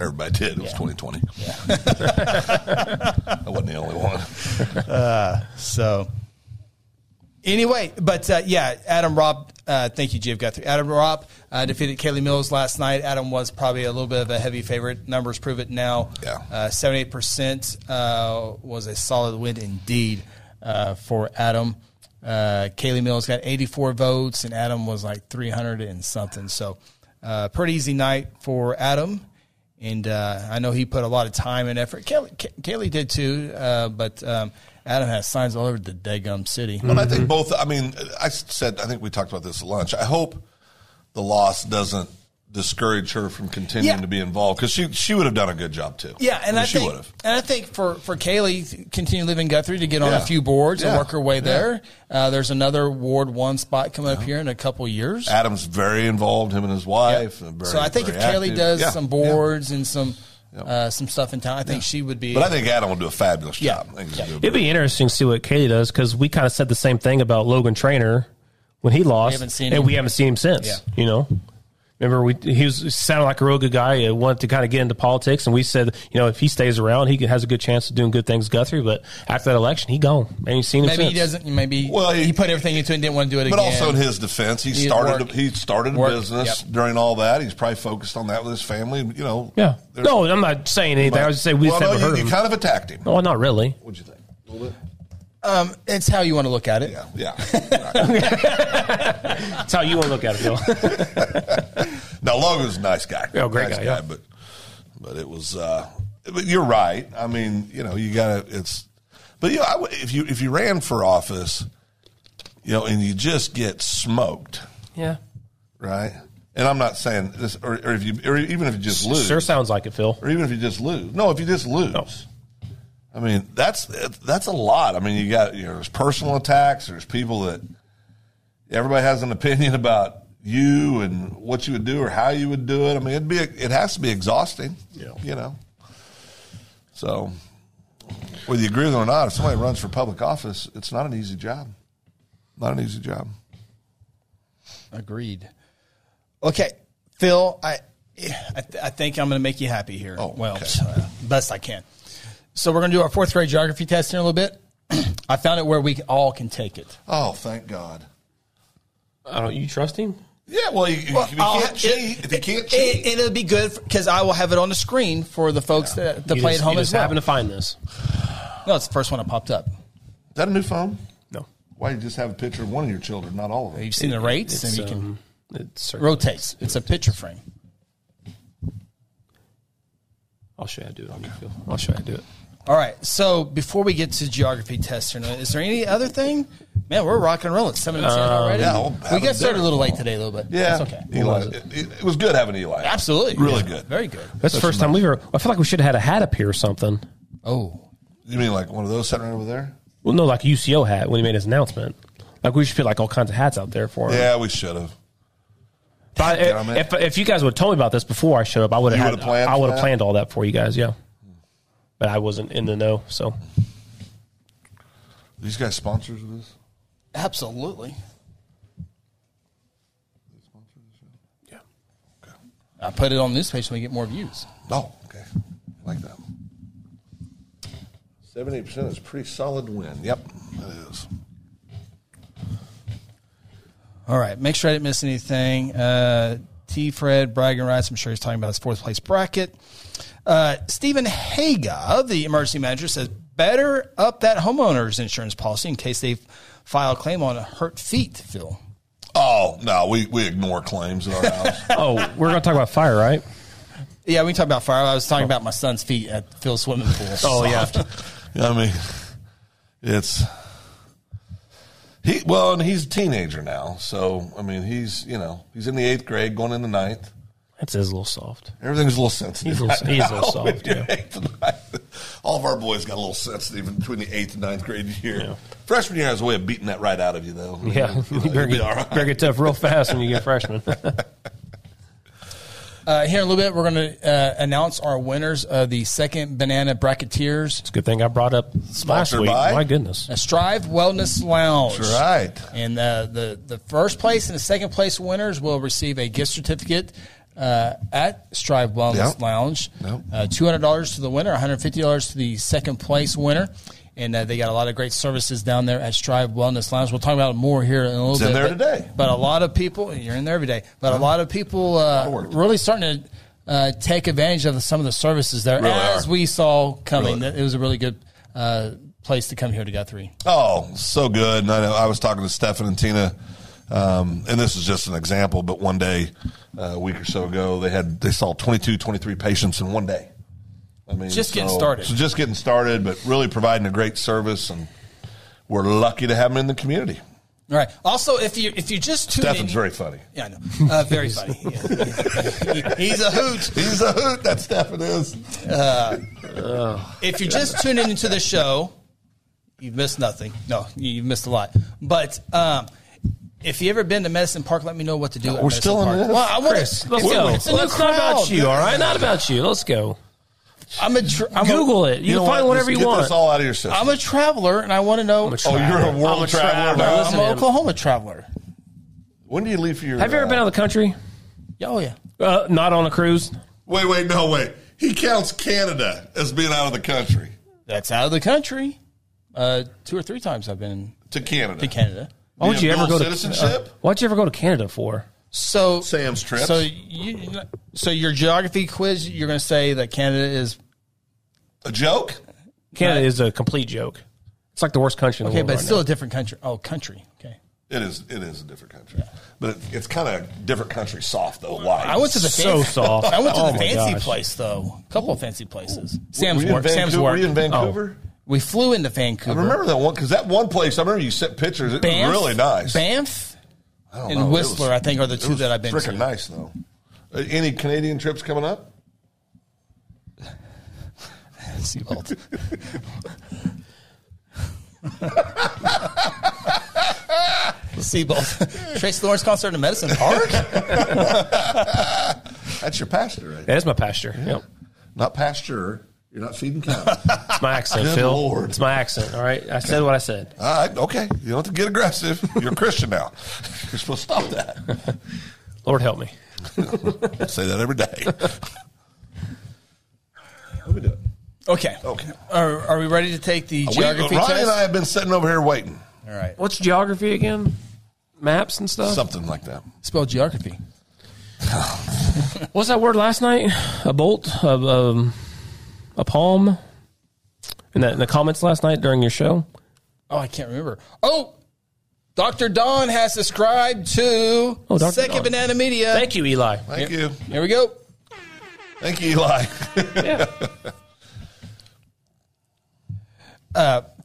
Everybody did. It was 2020. I wasn't the only one.
So anyway, but uh, yeah, Adam Robb. Uh, thank you, Jeff Guthrie. Adam Robb uh, defeated Kaylee Mills last night. Adam was probably a little bit of a heavy favorite. Numbers prove it now.
Yeah.
Uh, 78% uh, was a solid win indeed uh, for Adam. Uh, Kaylee Mills got 84 votes, and Adam was like 300 and something. So, uh, pretty easy night for Adam. And uh, I know he put a lot of time and effort. Kaylee, Kaylee did too, uh, but um, Adam has signs all over the Degum City.
Mm-hmm. But I think both. I mean, I said. I think we talked about this at lunch. I hope the loss doesn't discourage her from continuing
Yeah.
to be involved because she she would have done a good job too.
Yeah, and
mean,
I
she
think
would have.
and I think for for Kaylee, continue living Guthrie to get on
Yeah.
a few boards and
Yeah.
work her way
Yeah.
there. Uh, there's another Ward One spot coming up here in a couple years.
Adam's very involved. Him and his wife. and very-
so I think if
very
Kaylee
active.
does
Yeah.
some
Yeah.
boards and some
Yeah.
uh, some stuff in town, I think she would be.
but I think Adam will do a fabulous
Yeah.
job. I think he's gonna do a
It'd be interesting to see what Kaylee does because we kind of said the same thing about Logan Trainer when he lost,
haven't seen
and
him.
we haven't seen him since.
Yeah.
You know, remember we he was he sounded like a real good guy. He wanted to kind of get into politics, and we said, you know, if he stays around, he has a good chance of doing good things, Guthrie. But after that election, he gone. And you seen him
maybe
since.
he doesn't. Maybe
Well,
he,
he-
put everything into it and didn't want to do it
But
again.
also in his defense, he,
He had
started
work.
he started a
Work,
business
yep.
during all that. He's probably focused on that with his family. You know,
Yeah.
there's-
No, I'm not saying anything. I was just saying we
well,
just haven't
no,
heard
you,
him.
you kind of attacked him.
no, not really.
What'd you think? A little bit.
um, it's how you want to look at it.
Yeah, yeah. Right.
That's how you want to look at it, Bill.
now Logan's a nice guy.
Yeah, great
nice
guy, yeah.
But but it was. Uh, but you're right. I mean, you know, you got to. It's. But you know, I would- if you if you ran for office, you know, and you just get smoked,
yeah.
right? And I'm not saying this, or, or if you, or even if you just lose,
Sure sounds like it, Phil.
or even if you just lose. No, if you just lose. I mean, that's that's a lot. I mean, you got you know, there's personal attacks. There's people that everybody has an opinion about you and what you would do or how you would do it. I mean, it'd be it has to be exhausting.
Yeah.
you know. So, whether you agree with them or not, if somebody runs for public office, it's not an easy job. Not an easy job.
Agreed. Okay, Phil, I I, th- I think I'm going to make you happy here.
Oh,
well, uh,
okay.
best I can. So we're going to do our fourth grade geography test here in a little bit. I found it where we all can take it.
Oh, thank God.
I don't. You trust him?
Yeah, well, uh, you, if you
I'll-
can't cheat, if you can't
it-
cheat,
it, will be good because I will have it on the screen for the folks that, that
You
play
just-
at home
you
as
just
well.
happen to find this.
no, it's the first one that popped up.
is that a new phone?
No.
Why you just have a picture of one of your children, not all of them?
You've seen the rates, and
It's,
you can
um, it's circular.
rotates. It's a picture frame.
I'll show you how to do it. on YouTube. I'll show you how to do it.
All right. So before we get to geography test, or not, is there any other thing? Man, we're rock and roll. It's seven and ten already.
Um, yeah, we'll
we
have
got
a
started
dinner.
a little late today, a little bit.
Yeah,
That's okay.
Eli,
was
it? It, was good having Eli.
Absolutely.
Really
Yeah.
good.
Very good.
That's the first time we've ever. I feel like we should have had a hat up here or something.
Oh,
You mean like one of those sitting right over there?
Well, no, like a UCO hat when he made his announcement. Like we should put like all kinds of hats out there for him.
Yeah, we should have.
But
Damn
I,
it.
if, if you guys would have told me about this before I showed up, I would
You
have
would've
had,
planned
I would have
that?
planned all that for you guys. Yeah, but I wasn't in the know. So
These guys sponsors of this.
absolutely.
Yeah. Okay.
I put it on this page so we get more views.
Oh, okay. Like that. Seventy percent is a pretty solid win. Yep, it is.
All right. Make sure I didn't miss anything. Uh, T. Fred bragging rights. I'm sure he's talking about his fourth place bracket. Uh, Stephen Haga, the emergency manager, says better up that homeowner's insurance policy in case they file a claim on a hurt feet, Phil.
Oh no, we we ignore claims in our house.
oh, we're gonna talk about fire, right?
Yeah, we talked about fire. I was talking about my son's feet at Phil's swimming pool.
Oh yeah,
I mean, it's he. Well, and he's a teenager now, so I mean, he's you know he's in the eighth grade, going in the ninth.
that's his little soft.
Everything's a little sensitive.
He's a little-
right
he's a little
now.
soft, yeah.
Eighth and ninth. All of our boys got a little sensitive between the eighth and ninth grade year.
Yeah.
Freshman year has a way of beating that right out of you, though.
Yeah,
You
you
know,
better,
you'll be
get,
all right.
better get tough real fast when you get freshman.
Uh, here in a little bit, we're going to uh, announce our winners of the second Banana Bracketeers.
It's a good thing I brought up last
Sponsored
week.
by-
My goodness.
Uh, Strive Wellness Lounge.
That's right.
And uh, the, the first place and the second place winners will receive a gift certificate uh, at Strive Wellness
Yep.
Lounge.
Yep.
Uh, $200 to the winner, $150 to the second place winner. And uh, they got a lot of great services down there at Strive Wellness Lounge. We'll talk about it more here in a little
It's in
bit. but,
there today.
But a lot of people, you're in there every day, but a lot of people uh,
of work.
really starting to uh, take advantage of some of the services there
Really
as
are.
we saw coming.
Really.
It was a really good uh, place to come here to Guthrie.
Oh, so good. And I, know, I was talking to Stefan and Tina, um, and this is just an example, but one day, uh, a week or so ago, they had they saw 22, 23 patients in one day. I mean,
Just getting started.
So just getting started, but really providing a great service, and we're lucky to have them in the community.
All right. Also, if you if you just tune
Stefan's
in,
very funny.
yeah, I know, uh, very funny. Yeah. He's a hoot.
He's a hoot. That Stefan is.
if you're just tuning into the show, you've missed nothing. No, you- you've missed a lot. But um, if you ever been to Medicine Park, let me know what to do. at
we're
Medicine
still in
Park.
this?
Well, I want
Chris,
to.
let's
it's,
go.
It's a new
Let's not about
crowd.
you, all right? Not about you. Let's go.
I'm a. Tra- I'm
Google
a,
it. You, can find
what?
whatever
Just
you
get
want.
This all out of your system.
I'm a traveler, and I want to know.
I'm a
oh, you're a
traveler.
world
I'm a
traveler.
traveler.
now.
I'm
Listen
an
to him.
Oklahoma traveler.
When do you leave for your?
Have you ever
uh,
been out of the country?
Oh yeah.
Uh, not on a cruise.
Wait, wait, no, wait. He counts Canada as being out of the country
That's out of the country. Uh, two or three times I've been
to Canada.
to Canada.
Why would you ever go to Uh,
citizenship?
Why'd you ever go to Canada for?
So
Sam's trips.
Uh,
So you, so your geography quiz, you're going to say that Canada is
a joke?
Canada
Right.
is a complete joke. It's like the worst country in the
okay,
world.
but
right
it's still
now.
a different country. Oh, country. Okay.
It is. It is a different country, but it, it's kind of different country soft though. Why?
I went to the
so
fancy,
soft.
I went to
Oh
the
my
fancy
gosh.
place though. A couple of fancy places.
Were
Sam's
you in
work. Sam's
Vancouver?
work. Oh.
Were you in Vancouver?
We flew into Vancouver.
I remember that one because that one place. I remember you sent pictures. It
Banff.
was really nice.
Banff
I don't
and
know, it
Whistler,
was-
I think, are the
it
two
was
that I've been to.
Freaking nice though. Uh, Any Canadian trips coming up?
Seatbelt. Seatbelt. Trace Lawrence concert in Medicine Park.
That's your pastor, right?
That is my pasture. Yep.
Not pasture. You're not feeding cows.
It's my accent,
Good
Phil.
Lord.
It's my accent. All right. I said what I said.
All right, okay. You don't have to get aggressive. You're a Christian now. You're supposed to stop that.
Lord help me.
Say that every day. Let me do it.
Okay.
Okay.
Are, are we ready to take the
We,
geography
Ryan
test?
and I have been sitting over here waiting.
All right.
What's geography again? Maps and stuff.
Something like that.
Spell geography.
What's that word last night? A bolt, a, um, a palm. In, that, in the comments last night during your show,
Oh, I can't remember. Oh, Dr. Don has subscribed to
Oh, Dr.
Second
Don.
Banana Media.
thank you, Eli.
Thank you.
Here we go.
Thank you, Eli.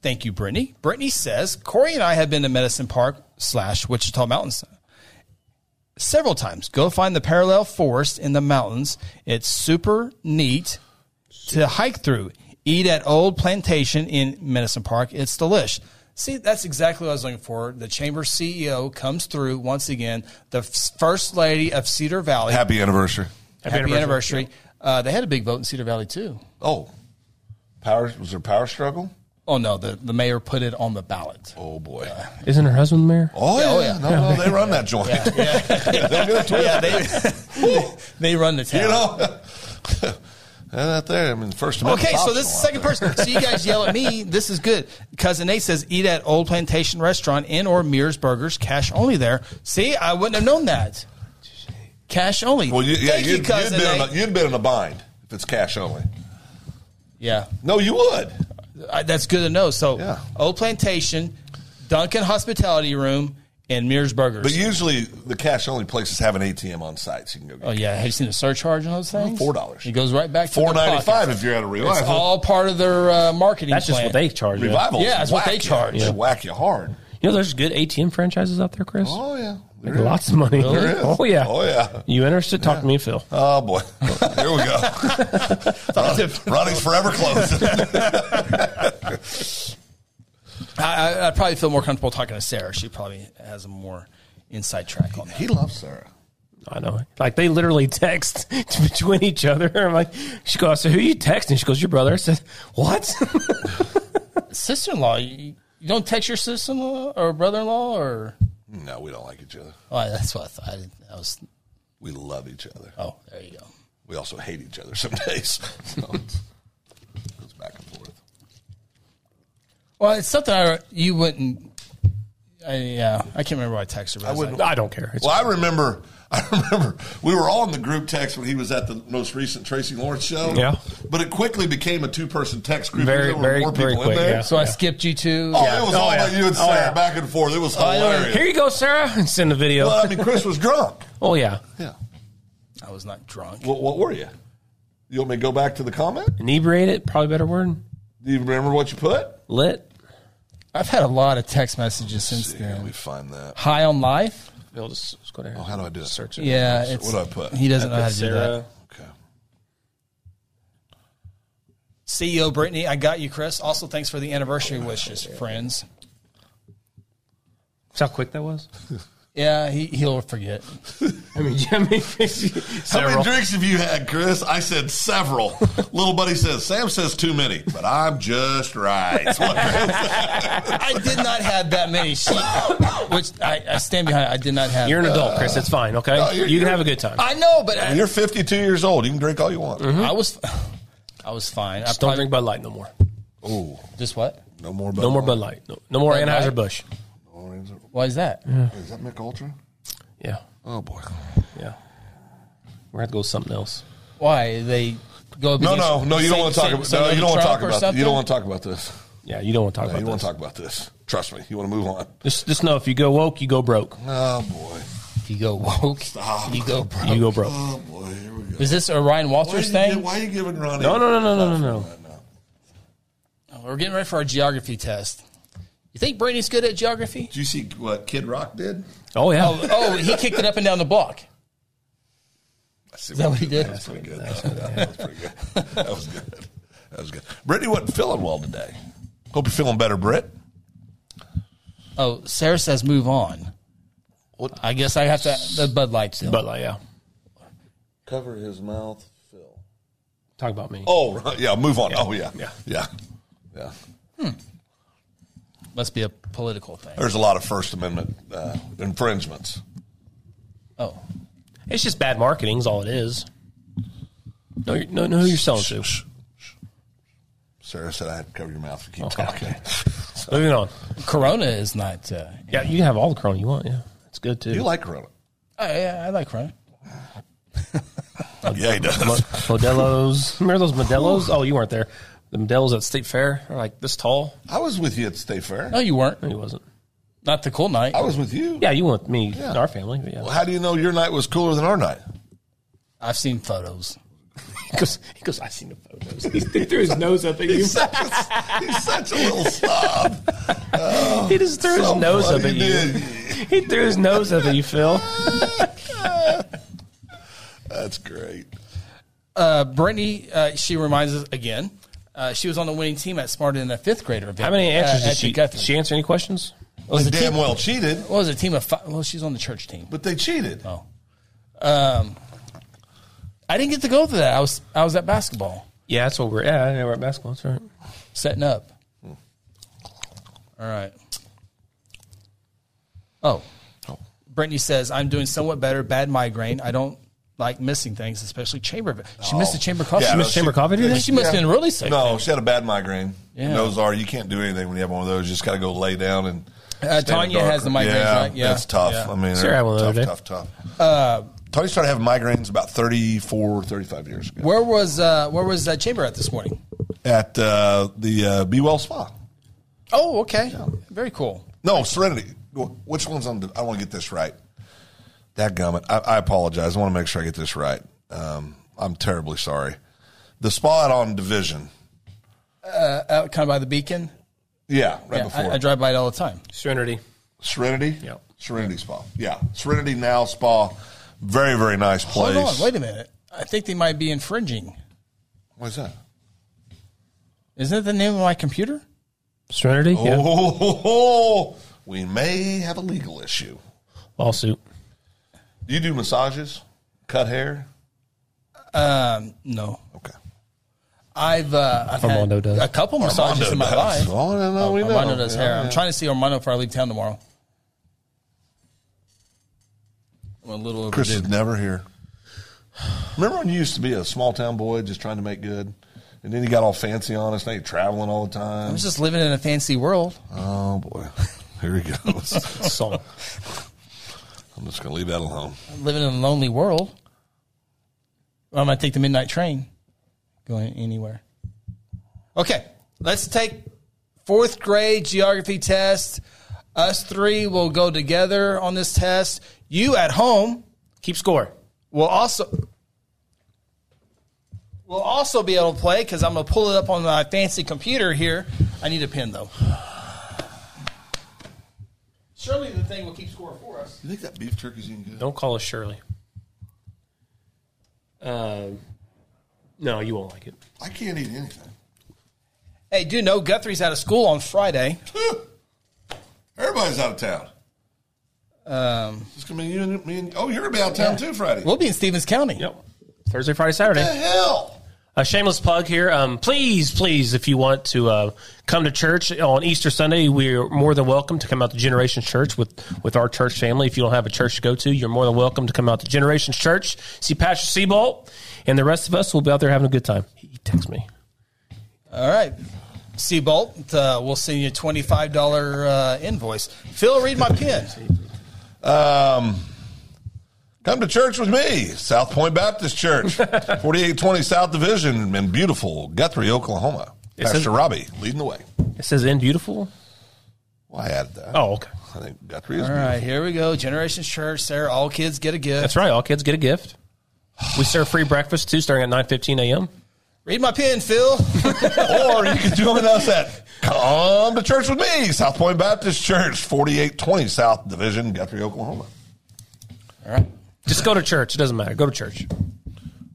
Thank you, Brittany. Brittany says Corey and I have been to Medicine Park slash Wichita Mountains several times. Go find the parallel forest in the mountains. It's super neat to hike through. Eat at Old Plantation in Medicine Park. It's delish. See, that's exactly what I was looking for. The chamber CEO comes through once again. The f- first lady of Cedar Valley.
Happy anniversary.
Happy, anniversary. Uh, they had a big vote in Cedar Valley too.
Oh, power was there power struggle?
Oh no, the, the mayor put it on the ballot.
Oh boy.
Isn't her husband there?
Oh yeah.
oh, yeah.
No, no, they run that joint. Don't get it twisted.
Yeah, they they run the town.
You know. They're not there. I mean, first Amendment.
Okay, so this is second person. So you guys yell at me. This is good. Cousin Nate says, eat at Old Plantation Restaurant and or Mears Burgers, cash only there. See, I wouldn't have known that. Cash only.
Well, you, yeah,
Thank you,
you'd, you'd,
cousin eh?
been in
Nate.
a, you'd been in a bind if it's cash only.
yeah,
No, you would.
I, that's good to know. So
Yeah.
Old Plantation, Duncan Hospitality Room, and Mears Burgers.
But usually the cash only places have an ATM on site, so you can go get
oh yeah, have you seen the surcharge on those things?
$4.
It goes right back to their
four ninety five
pockets.
if you're at a revival.
It's all part of their uh, marketing.
That's just
plan.
what they charge. yeah.
revival.
Yeah, that's what they charge.
You. They whack you hard.
You know, there's good ATM franchises out there, Chris.
Oh yeah,
Make lots of money.
There is.
Oh yeah.
Oh yeah.
You interested? Talk to me, Phil.
Oh boy, here we go. Ron- Ronnie's forever closed.
I, I, I probably feel more comfortable talking to Sarah. She probably has a more inside track on that.
he loves Sarah.
I know. Like they literally text between each other. I'm like, she goes, "So who you texting?" She goes, "Your brother." I said, "What?"
Sister-in-law, you, you don't text your sister-in-law or brother-in-law or?
No, we don't like each other.
Oh, that's what I thought. I, didn't, I was.
We love each other.
Oh, there you go.
We also hate each other some days. So it's- it goes back and forth.
Well, it's something I you wouldn't. I, yeah, I can't remember what I texted her. but I, was
wouldn't-
like-
I don't care. It's
Well, I remember. I remember we were all in the group text when he was at the most recent Tracy Lawrence show.
Yeah.
but it quickly became a two-person text group.
Very,
there were
very,
more people
very
in
quick,
there.
yeah.
so I skipped you too.
Oh, it was
Oh,
all
yeah.
about you and
Oh,
Sarah
yeah.
back and forth. It was hilarious.
Here you go, Sarah, and send a video.
well, I mean, Chris was drunk.
oh yeah,
Yeah.
I was not drunk.
What, what were you? You want me to go back to the comment?
inebriated. Probably a better word.
Do you remember what you put?
Lit.
I've had a lot of text messages since
See, let me
then.
find that.
High on life.
Bill, just, just go there.
Oh, how do I do it?
Search it.
Yeah,
So
it's,
what do I put?
He doesn't know how to do that.
Sarah.
Okay.
CEO E Brittany, I got you, Chris. Also, thanks for the anniversary wishes, friends.
See how quick that was?
Yeah, he, he'll forget.
I mean, I mean
How many
several.
drinks have you had, Chris? I said several. Little buddy says Sam says too many, but I'm just right. That's what Chris
I did not have that many, she, which I, I stand behind. I did not have.
You're an adult, Chris. It's fine, okay?
no, you're-
you
you're-
can
Ah,
have a good time.
I know, but I,
You're 52 years old. You can drink all you want.
I was, I was fine. I
just don't
probably-
drink Bud Light no more.
Oh,
Just what?
no more. Bud
No more Bud
Light.
Light. No, no more
Bud Light?
Anheuser-Busch.
Orange-
Why is that?
Oh, Is that Mick Ultra?
Yeah,
Oh boy.
yeah. We're going to have to go with something else.
Why they go? up
No,
against-
no, no. You
say-
don't want to talk
say-
about.
say
No,
no
you don't want to
Trump
talk
or
about. You
something?
don't want to talk about this.
Yeah, you don't want to talk
No,
about
you
this.
want to talk about this. Trust me. You want to move on.
Just, just know if you go woke, you go broke.
Oh boy.
If you go woke, you go broke.
You go broke.
Oh boy. Here we go.
Is this a Ryan
Why are, you,
Walters
gi-
thing?
why are you giving Ronnie?
No, no, no, no, no, no, no.
Right now?
We're getting ready for our geography test. You think Brady's good at geography?
Did you see what Kid Rock did?
Oh, yeah.
Oh, oh, he kicked it up and down the block.
Is
that what he did?
That's pretty good. That was pretty good. That was good. That was good. Brittany wasn't feeling well today. Hope you're feeling better, Britt.
Oh, Sarah says move on. I guess I have to the Bud Light still.
Bud Light, yeah.
Cover his mouth, Phil.
Talk about me.
Oh, right. yeah. Move on. Oh, yeah.
Yeah.
Yeah. Yeah.
Must be a political thing.
There's a lot of First Amendment uh, infringements.
Oh,
It's just bad marketing is all it is. No, no, no, who you're selling to.
Sarah said I had to cover your mouth to keep talking.
Moving on.
Corona is not. Uh,
Yeah, you can have all the Corona you want. Yeah, it's good too.
You like Corona?
I, oh, yeah, I like Corona.
Yeah, he does.
Modelo's. Remember those Modelo's? Oh, you weren't there. The Modelo's at State Fair are like this tall.
I was with you at State Fair.
No, you weren't.
No, he wasn't.
Not the cool night.
I was with you.
Yeah, you want me and our family. But
Well,
yeah,
how do you know your night was cooler than our night?
I've seen photos.
he goes. He goes. I seen the photos. He threw his nose up at you.
such a, he's such a little snob.
He just threw his
So
nose up
funny,
at you.
dude.
He threw his nose up at you, Phil.
That's great.
Uh, Brittany, uh, she reminds us again. Uh, she was on the winning team at Smarter Than a Fifth Grader event.
How many answers
uh,
did
at the
she? Did
Guthrie.
she answer any questions?
It was a
They damn
team,
well cheated,
what was it, a team of five? Well, she's on the church team.
but they cheated.
Oh, um, I didn't get to go to that. I was I was at basketball
Yeah, that's what we're. Yeah, yeah, we're at basketball. That's right.
setting up. All right. Oh, Brittany says I'm doing somewhat better. Bad migraine. I don't like missing things, especially chamber. She missed a chamber coffee.
Oh. Yeah,
she
no,
missed,
Chamber Coffee today?
she must have been really sick.
No, she had a bad migraine.
Yeah.
Those are you can't do anything when you have one of those. You just got to go lay down and.
Uh,
stay in
Tanya
dark
has the
room.
migraines,
Yeah,
right? Yeah.
that's tough.
Yeah.
I mean,
Sarah had one the
tough,
other day.
tough, tough, Tanya started having migraines about 34, 35 years ago
Where was uh, where was that chamber at this morning?
at uh, the uh, Be Well Spa.
Oh, okay, very cool.
No, Serenity. Wh- Which one's on? The, I want to get this right. That gummit. I, I apologize. I want to make sure I get this right. Um, I'm terribly sorry. The spa out on Division.
Out Uh, kind of by the beacon.
Yeah, right
Yeah,
before
I, I drive by it all the time.
Serenity.
Serenity.
Yep.
Serenity Spa. Yeah, Serenity Now Spa. Very very nice place.
Hold on, wait a minute. I think they might be infringing.
What's that?
Isn't it the name of my computer?
Serenity.
Oh,
Yeah.
we may have a legal issue.
Lawsuit.
Do you do massages? Cut hair?
Um, no.
Okay.
I've uh, I've had
Armando does.
a couple massages
Armando
in my
does.
life.
Oh, no, no, we know.
Armando does
Yeah,
hair.
yeah.
I'm trying to see Armando before I leave town tomorrow. I'm a little
Chris
overdue.
is never here. Remember when you used to be a small town boy just trying to make good? And then you got all fancy on us. Now you're traveling all the
I'm
time.
just living in a fancy world.
Oh, boy. Here he goes.
Song.
I'm just going to leave that alone.
I'm living in a lonely world. I'm gonna take the midnight train, going anywhere. Okay, let's take fourth grade geography test. Us three will go together on this test. You at home
Keep score.
will also will also be able to play because I'm gonna pull it up on my fancy computer here. I need a pen though. thing will keep score for us.
You think that beef turkey's eating good?
Don't call us Shirley. Um, no, you won't like it.
I can't eat anything.
Hey, do you know Guthrie's out of school on Friday?
Everybody's out of town. Um, it's gonna be you and me. And, oh, you're gonna be out of town too Friday.
We'll be in Stevens County.
Yep. Thursday, Friday,
the
Saturday.
hell?
A shameless plug here. Um, please, please, if you want to uh, come to church on Easter Sunday, we're more than welcome to come out to Generations Church with, with our church family. If you don't have a church to go to, you're more than welcome to come out to Generations Church, see Pastor Seabolt, and the rest of us will be out there having a good time. He texts me.
All right. Seabolt, uh, we'll send you a $25 uh, invoice. Phil, read my pen.
Um, come to church with me, South Point Baptist Church, 4820 South Division in beautiful Guthrie, Oklahoma.
It
Pastor
says-
Robbie leading the way.
It says, "In beautiful."
Well, I added that.
Oh, okay.
I think Guthrie is
All right, here we go. Generations Church, Sarah. All kids get a gift.
That's right. All kids get a gift. We serve free breakfast too, starting at nine fifteen a.m.
Read my pen, Phil.
or you can join us at Come to Church with Me, South Point Baptist Church, 4820 South Division, Guthrie, Oklahoma.
Just go to church. It doesn't matter. Go to church.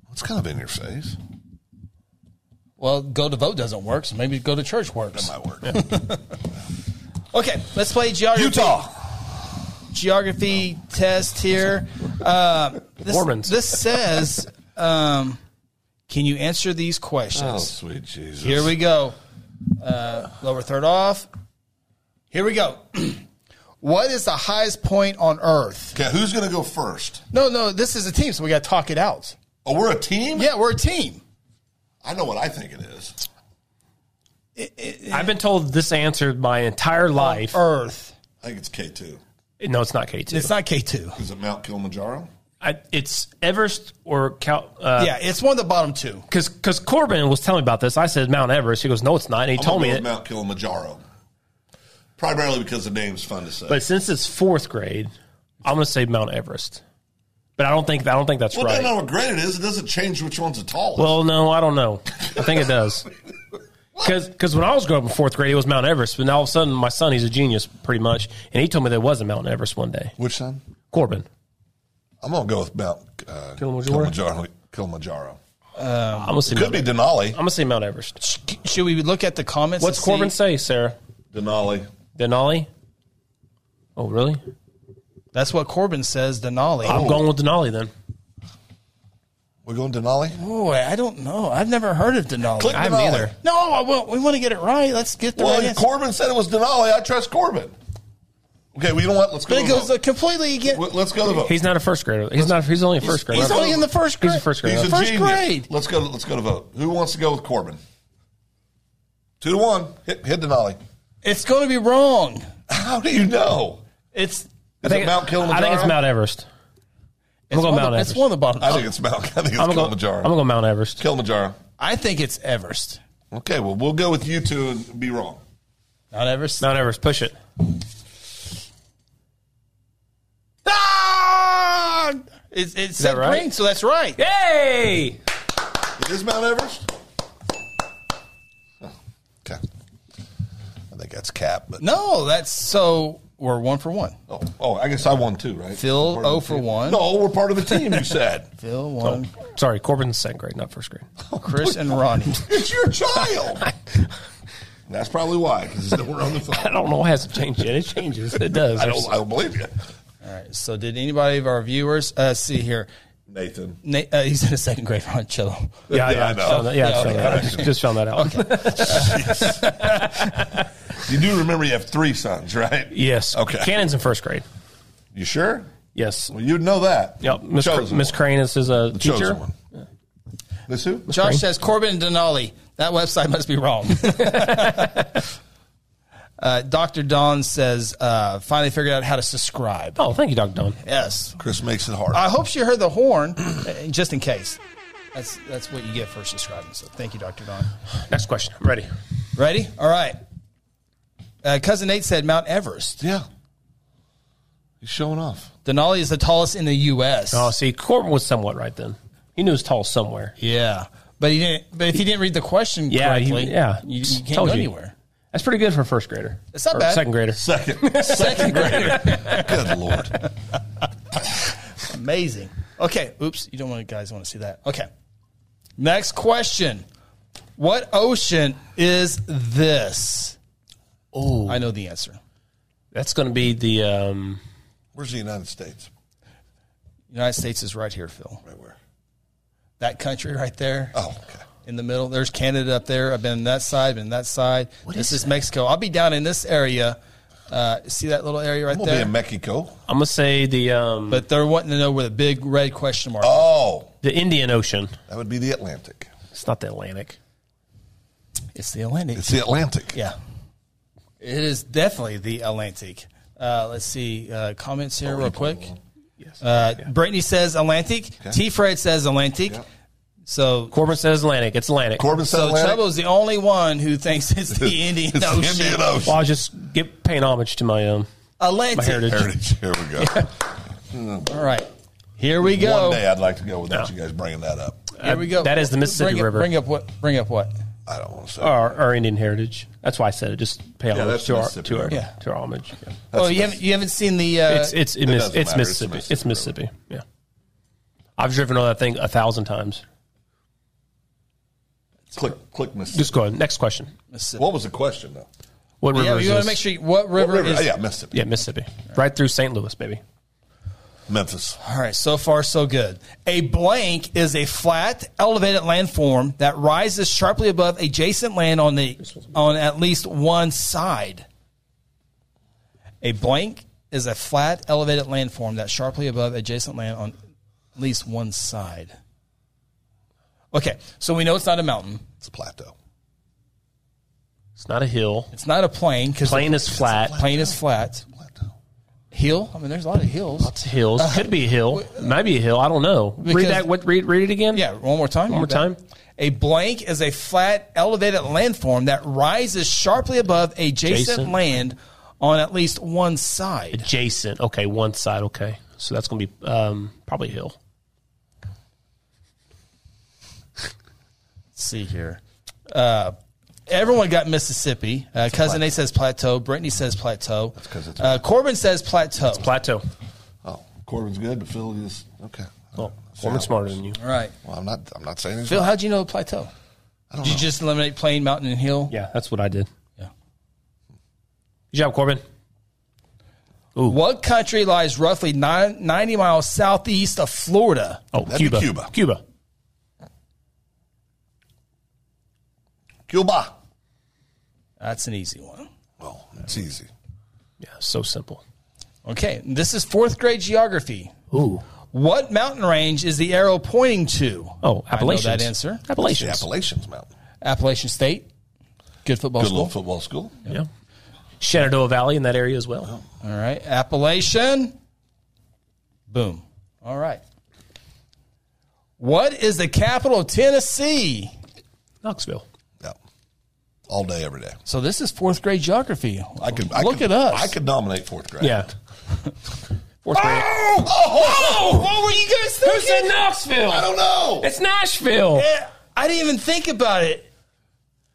What's kind of in your face?
well, go to vote doesn't work, so maybe go to church works.
My word.
Okay, let's play geography.
Utah.
geography test here. Uh, this,
Mormons.
this says, um, can you answer these questions?
sweet Jesus.
Here we go. Uh, lower third off. Here we go. what is the highest point on Earth?
Okay, who's going to go first?
No, no, this is a team, so we got to talk it out.
Oh, we're a team?
Yeah, we're a team.
I know what I think it is.
I've been told this answer my entire life.
Earth.
I think it's K2.
No, it's not K two.
It's not K2.
Is it Mount Kilimanjaro?
I- It's Everest or Cal. Uh,
yeah, it's one of the bottom two.
Because because Corbin was telling me about this. I said Mount Everest. He goes, No, it's not. And he
I'm
told
gonna go
me it.
with Mount Kilimanjaro. Primarily because the name's fun to say.
but since it's fourth grade, I'm going to say Mount Everest. But I don't think I don't think that's
well,
right.
depending on what grade it is, it doesn't change which one's the tallest.
Well, no, I don't know. I think it does. Because when I was growing up in fourth grade, it was Mount Everest. But now all of a sudden, my son, he's a genius pretty much. And he told me there was a Mount Everest one day.
which son?
Corbin.
I'm going to go with Mount uh,
Kilimanjaro?
Kilimanjaro. Kilimanjaro.
I'm going to say
Oh, Could
Mount
be
Everest.
Denali.
I'm going to say Mount Everest.
Should we look at the comments?
What's
and see-
Corbin say, Sarah?
Denali.
Denali? Oh, really?
That's what Corbin says, Denali.
I'm
Oh.
going with Denali then.
We're going Denali?
Boy, I don't know. I've never heard of Denali.
Click
I
Denali.
either. No, I won't. we want to get it right. Let's get the
Well,
right answer.
Corbin said it was Denali. I trust Corbin. Okay, well, you know what? Let's go.
but
to
it
the
goes uh,
vote.
completely again.
W- Let's go to the vote.
He's not a first grader. He's not. He's only a first grader.
He's only in the first grade.
He's a first grader.
He's a
First
genius.
grade.
Let's go. To, let's go to vote. Who wants to go with Corbin? Two to one. Hit, hit Denali.
It's going to be wrong.
How do you know?
It's
Is it Mount Kilimanjaro?
I think it's Mount Everest.
it's,
go
one,
Mount
of, it's
Everest.
one of the bottom.
I think it's Mount. I think it's
I'm going to go,
Kilimanjaro.
I'm gonna go Mount Everest.
Kilimanjaro.
I think it's Everest,
Okay, well, we'll go with you two and be wrong.
not Everest.
Mount Everest. Push it.
Ah! It's it's
that
said
right?
green, so that's right.
Yay!
It is Mount Everest. Oh, okay. I think that's Cap, but
No, that's so we're one for one.
oh, oh, I guess I won too, right?
Phil,
We're part of
oh
the
for
team.
one.
No, we're part of the team. You said
Phil one,
Oh,
Oh,
Sorry, Corbin's second grade, not first grade.
Chris and Ronnie.
it's your child. That's probably why, because we're on the phone.
I don't know. It hasn't changed yet. It changes. It does.
I don't, I don't believe you,
All right. So did anybody of our viewers uh, see here?
Nathan.
Na- uh, he's in a second grade, Ron Chillo.
yeah, yeah,
I
I
know.
found that- yeah, I
Yeah,
found
okay.
that out. Just- Just found that out.
You do remember you have three sons, right?
Yes.
Okay.
Cannon's in first grade.
You sure?
Yes.
Well, you'd know that.
Yep. Miss Cr-
Chosen
Miss
one.
Crane is his uh,
Chosen
teacher.
one. This who?
Josh
Frank?
says Corbin and Denali. That website must be wrong. uh, Dr. Don says, uh, finally figured out how to subscribe.
Oh, thank you, Doc Don.
Yes.
Chris makes it hard.
I hope she heard the horn, uh, just in case. That's, that's what you get for subscribing. So thank you, Dr. Don.
Next question. I'm ready.
Ready? All right. Uh, Cousin Nate said Mount Everest.
yeah. He's showing off.
Denali is the tallest in the U.S.
Oh, see, Corbin was somewhat right then. He knew he was tall somewhere.
Yeah, but he didn't. But if he didn't read the question
Yeah, you-
correctly,
yeah.
you, you can't
Told
go
you.
anywhere.
That's pretty good for a first grader.
It's not
Or
bad.
Second grader.
Second, second grader. Good lord.
Amazing. Okay. Oops. You don't want guys want to see that. Okay. Next question. What ocean is this? Oh, I know the answer.
That's going to be the um,
Where's the United States?
United States is right here, Phil.
Right where?
That country right there.
Oh, okay.
in the middle. There's Canada up there. I've been that side, been that side. this is Mexico. I'll be down in this area. Uh, see that little area right
We'll be
there?
in Mexico.
I'm going to say the um,
but they're wanting to know where the big red question mark.
Oh,
the Indian Ocean.
that would be the Atlantic.
It's not the Atlantic.
It's the Atlantic.
It's the Atlantic.
yeah, it is definitely the Atlantic. Uh, let's see uh, comments here real quick.
Yes.
Uh, Brittany says Atlantic. T. Fred says Atlantic.
Yep.
So.
Corbin says Atlantic. It's Atlantic.
Corbin said
So
Atlantic.
Chubo's the only one who thinks it's the Indian
It's
Ocean.
the Indian Ocean.
Well, I was just give, paying homage to my um,
Atlantic.
my heritage.
Heritage. Here we go.
All right. Here we go.
One day I'd like to go without you guys bringing that up.
Here we go.
That is the Mississippi
bring up,
River.
Bring up what? Bring up what?
I don't want to say.
Our, our Indian heritage. That's why I said it. Just pay homage
that's
to our
Mississippi
to our,
River.
Yeah.
to our homage. Yeah.
That's
oh, you
the-
haven't you haven't seen the uh,
it's it's it miss,
doesn't
it's
matter. It's
Mississippi.
Mississippi
It's Mississippi. Yeah. I've driven on that thing a thousand times.
click, click, Mississippi.
Just go ahead. Next question.
Mississippi.
What was the question though?
What river
yeah,
is
you want
this?
to make sure you, what
What
river,
river?
is?
yeah, Mississippi.
yeah, Mississippi. Right through St. Louis, baby.
Memphis.
All right, so far so good. A blank is a flat, elevated landform that rises sharply above adjacent land on the on at least one side. A blank is a flat, elevated landform that sharply above adjacent land on at least one side. Okay, so we know it's not a mountain.
It's a plateau.
It's not a hill.
It's not a plane because
Plain is flat.
plane is flat.
Plateau.
Hill. I mean, there's a lot of hills.
It's hills. Could be a hill. Might be a hill. I don't know.
Because-
read that. What? Read, read it again.
Yeah, one more time.
One more time.
A blank is a flat, elevated landform that rises sharply above adjacent,
Adjacent.
land on at least one side.
Adjacent. Okay, one side. Okay, so that's gonna be um, probably a hill.
Let's see here. Uh, everyone got Mississippi. Uh, Cousin A says plateau. Brittany says plateau.
'cause it's-
uh, Corbin says plateau.
Plateau.
Oh, Corbin's good, but Phil is okay.
Well,
See how
woman's
it
smarter
works.
than you.
All right.
Well, I'm not. I'm not saying he's
Phil, how'd you know plateau? Did you just eliminate plain, mountain, and hill?
Yeah, that's what I did.
Yeah.
Good job, Corbin.
What country lies roughly nine, 90 miles southeast of Florida?
Oh,
That'd be
Cuba.
Cuba.
Cuba.
Cuba.
That's an easy one.
Well, it's easy.
Yeah, so simple.
Okay, this is fourth grade geography.
Ooh.
What mountain range is the arrow pointing to?
Oh,
I know
Appalachians.
that answer.
The
Appalachians.
Appalachians Mountain.
Appalachian State. Good football
Good
school.
little football school.
Yeah. Shenandoah Valley in that area as well.
All right, Appalachian. Boom. All right. What is the capital of Tennessee?
Knoxville.
Yeah. All day, every day.
So this is fourth grade geography.
I could I
look at
could,
us.
I could nominate fourth grade.
Yeah. Fourth grade.
Oh, oh,
What were you guys thinking?
Knoxville?
I don't know.
It's Nashville.
Eh, I didn't even think about it.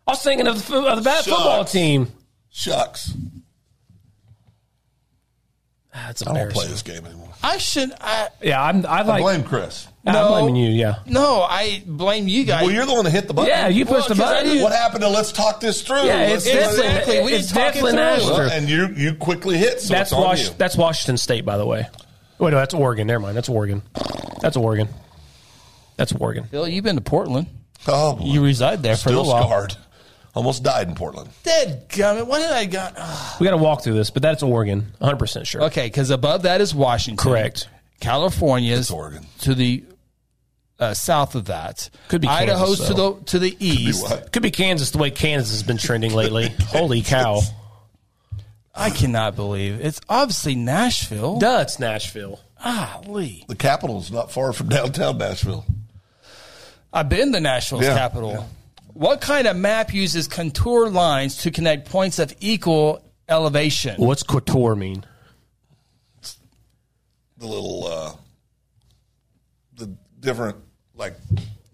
I was thinking of the, fo- of the bad football
Shucks.
team.
Shucks.
That's
I don't play
embarrassing.
this game anymore.
I should. I
Yeah, I'm. I
I
like.
blame Chris.
I'm
No.
blaming you. Yeah.
no. I blame you guys.
Well, you're the one that hit the button.
Yeah, you pushed the
'cause I
button.
didn't-
What happened to let's talk this through?
Yeah,
Let's
it's
talk
definitely.
this-
Exactly, we
it's
didn't talk it
definitely
through.
Nashville.
Well, and you you quickly hit, so
that's
it's on
Wash.
you.
That's Washington State, by the way. Wait, no, that's Oregon. Never mind. That's Oregon. That's Oregon. That's Oregon.
Bill, you've been to Portland.
oh, boy.
You reside there for a
still
little while.
scarred. Almost died in Portland.
Dead gummit. What did I got? Ugh.
We got to walk through this, but that's Oregon. 100 percent sure.
Okay, because above that is Washington.
Correct.
California's
It's Oregon.
to the uh, south of that.
Could be Kansas,
Idaho's to
though.
the to the east.
What?
Could be Kansas. The way Kansas has been trending lately. Holy cow!
I cannot believe it's obviously Nashville.
Duh, it's Nashville.
Golly,
The capital's not far from downtown Nashville.
I've been to Nashville's
Yeah,
capital.
yeah.
What kind of map uses contour lines to connect points of equal elevation?
What's couture mean?
The little uh, the different like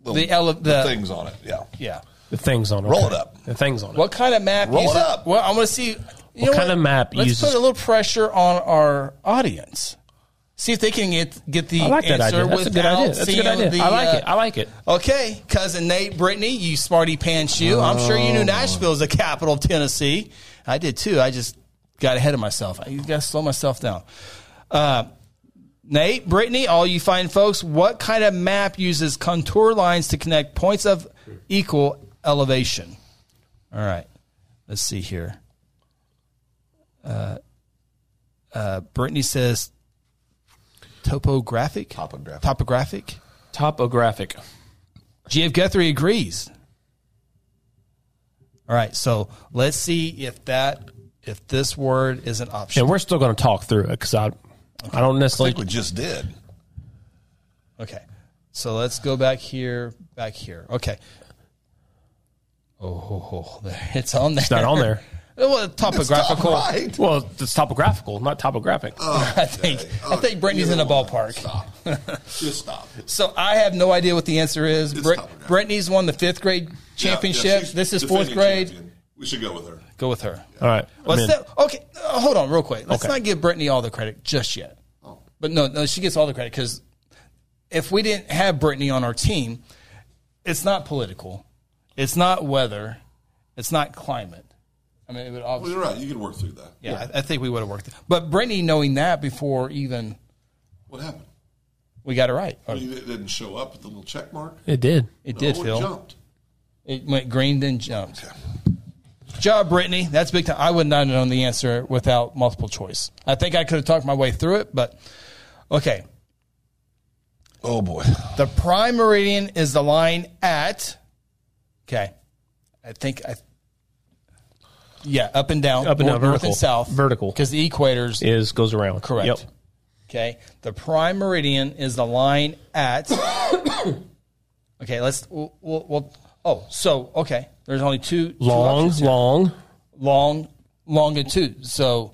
little
The ele- the-
things on it. Yeah,
Yeah.
The thing's on it.
Roll it up.
The thing's on it.
What kind of map?
Roll it
uses-
up.
Well, I want to see. You know what
kind of map
Let's
uses-
put a little pressure on our audience. See if they can get get the
I like that
answer
idea. That's a good
without
idea. That's a good
seeing
idea.
the,
I like
uh,
it. I like it.
Okay, cousin Nate, Brittany, you smarty pants you. I'm sure you knew Nashville is the capital of Tennessee. I did too. I just got ahead of myself. I got to slow myself down. Uh, Nate, Brittany, all you fine folks, what kind of map uses contour lines to connect points of equal elevation? All right, let's see here. Uh, uh, Brittany says topographic.
Topographic.
Topographic.
Topographic.
GF Guthrie agrees. All right, so let's see if that if this word is an option.
And we're still going to talk through it because I, I don't
I
necessarily.
think we just did.
Okay. So let's go back here, back here. Okay. Oh, ho, ho. There. it's on there.
it's not on there.
Well, topographical.
Right.
Well, it's topographical, not topographic.
I think I think Brittany's in the ballpark.
Stop. just stop.
So I have no idea what the answer is.
It's
Brit-
topographical.
Brittany's won the fifth grade championship.
Yeah, yeah, she's
this is
defending
fourth grade.
champion. We should go with her.
Go with her.
All right.
Let's
I'm in.
step- okay, uh, hold on real quick. Let's
Okay.
not give Brittany all the credit just yet. But no, no, she gets all the credit because if we didn't have Brittany on our team, it's not political, it's not weather, it's not climate. I mean, it would
Well,
obviously,
you're right. You can work through that.
yeah, I, I think we would have worked it. But Brittany knowing that before even
What happened?
we got it right,
I
Or-
mean, it didn't show up with the little check mark.
It did.
it did,
No, it
Phil.
Jumped.
It went green then jumped. Good job, Brittany. That's big time. I would not have known the answer without multiple choice. I think I could have talked my way through it, but okay.
Oh boy.
The prime meridian is the line at. Okay, I think I. Yeah, up and down,
Up and
north,
down,
north
vertical.
and south,
Vertical.
because the equator's
Is goes around.
correct.
Yep.
Okay, the prime meridian is the line at. okay, let's. We'll, we'll, we'll. Oh, so okay. There's only two two
Long,
options here.
long.
long longitude. So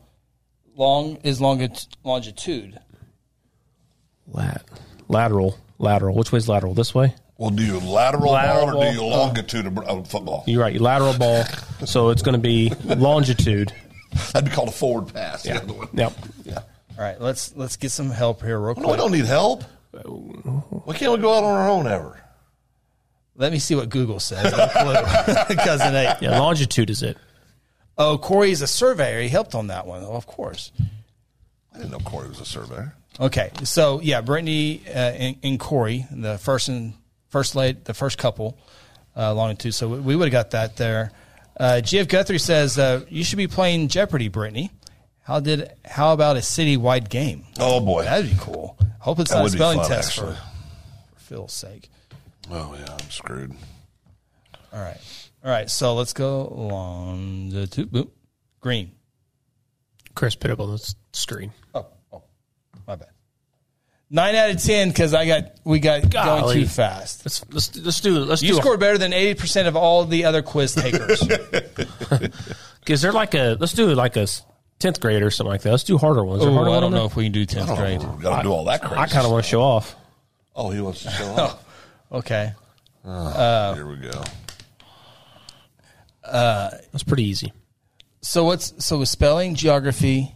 long is longitude. longitude.
Lat. Lateral. Lateral. Which way's lateral? This way?
Well, do you lateral,
Lateral
ball or do you
ball.
longitude of of football?
You're right. Your lateral ball. So it's going to be longitude.
That'd be called a forward pass. The other one.
Yep.
Yeah.
All right, let's let's get some help here real
No, we
quick.
don't need help. Why can't we go out on our own ever?
Let me see what Google says. No clue. Cousin Nate.
Yeah. Longitude is it.
Oh, Corey's a surveyor. He helped on that one. Oh, of course.
I didn't know Corey was a surveyor.
Okay, so yeah, Brittany uh, and, and Corey, the first and first late, the first couple, uh, longitude. So we, we would have got that there. Uh, GF Guthrie says uh, you should be playing Jeopardy, Brittany. How did? How about a city-wide game?
Oh boy.
That'd be cool. Hope it's
That
not a
would be
spelling
fun,
test for,
actually.
for Phil's sake.
oh yeah, I'm screwed.
All right. All right. So let's go along the two. Boop. Green.
Chris, put up on the s- screen.
Oh, oh, my bad. Nine out of 10 because I got, we got going
Golly.
too fast.
Let's let's let's do let's
You
do. a-
scored better than 80% of all the other quiz takers.
is there like a let's do like a tenth grade or something like that? Let's do harder ones. Is there a harder
I
one
don't
on there?
know if we can do 10th
I
grade.
don't know. We got to do all that crazy.
I kind of want to show off.
Oh, he wants to show up.
Okay.
Here we go.
That's pretty easy.
So what's, so with spelling, geography,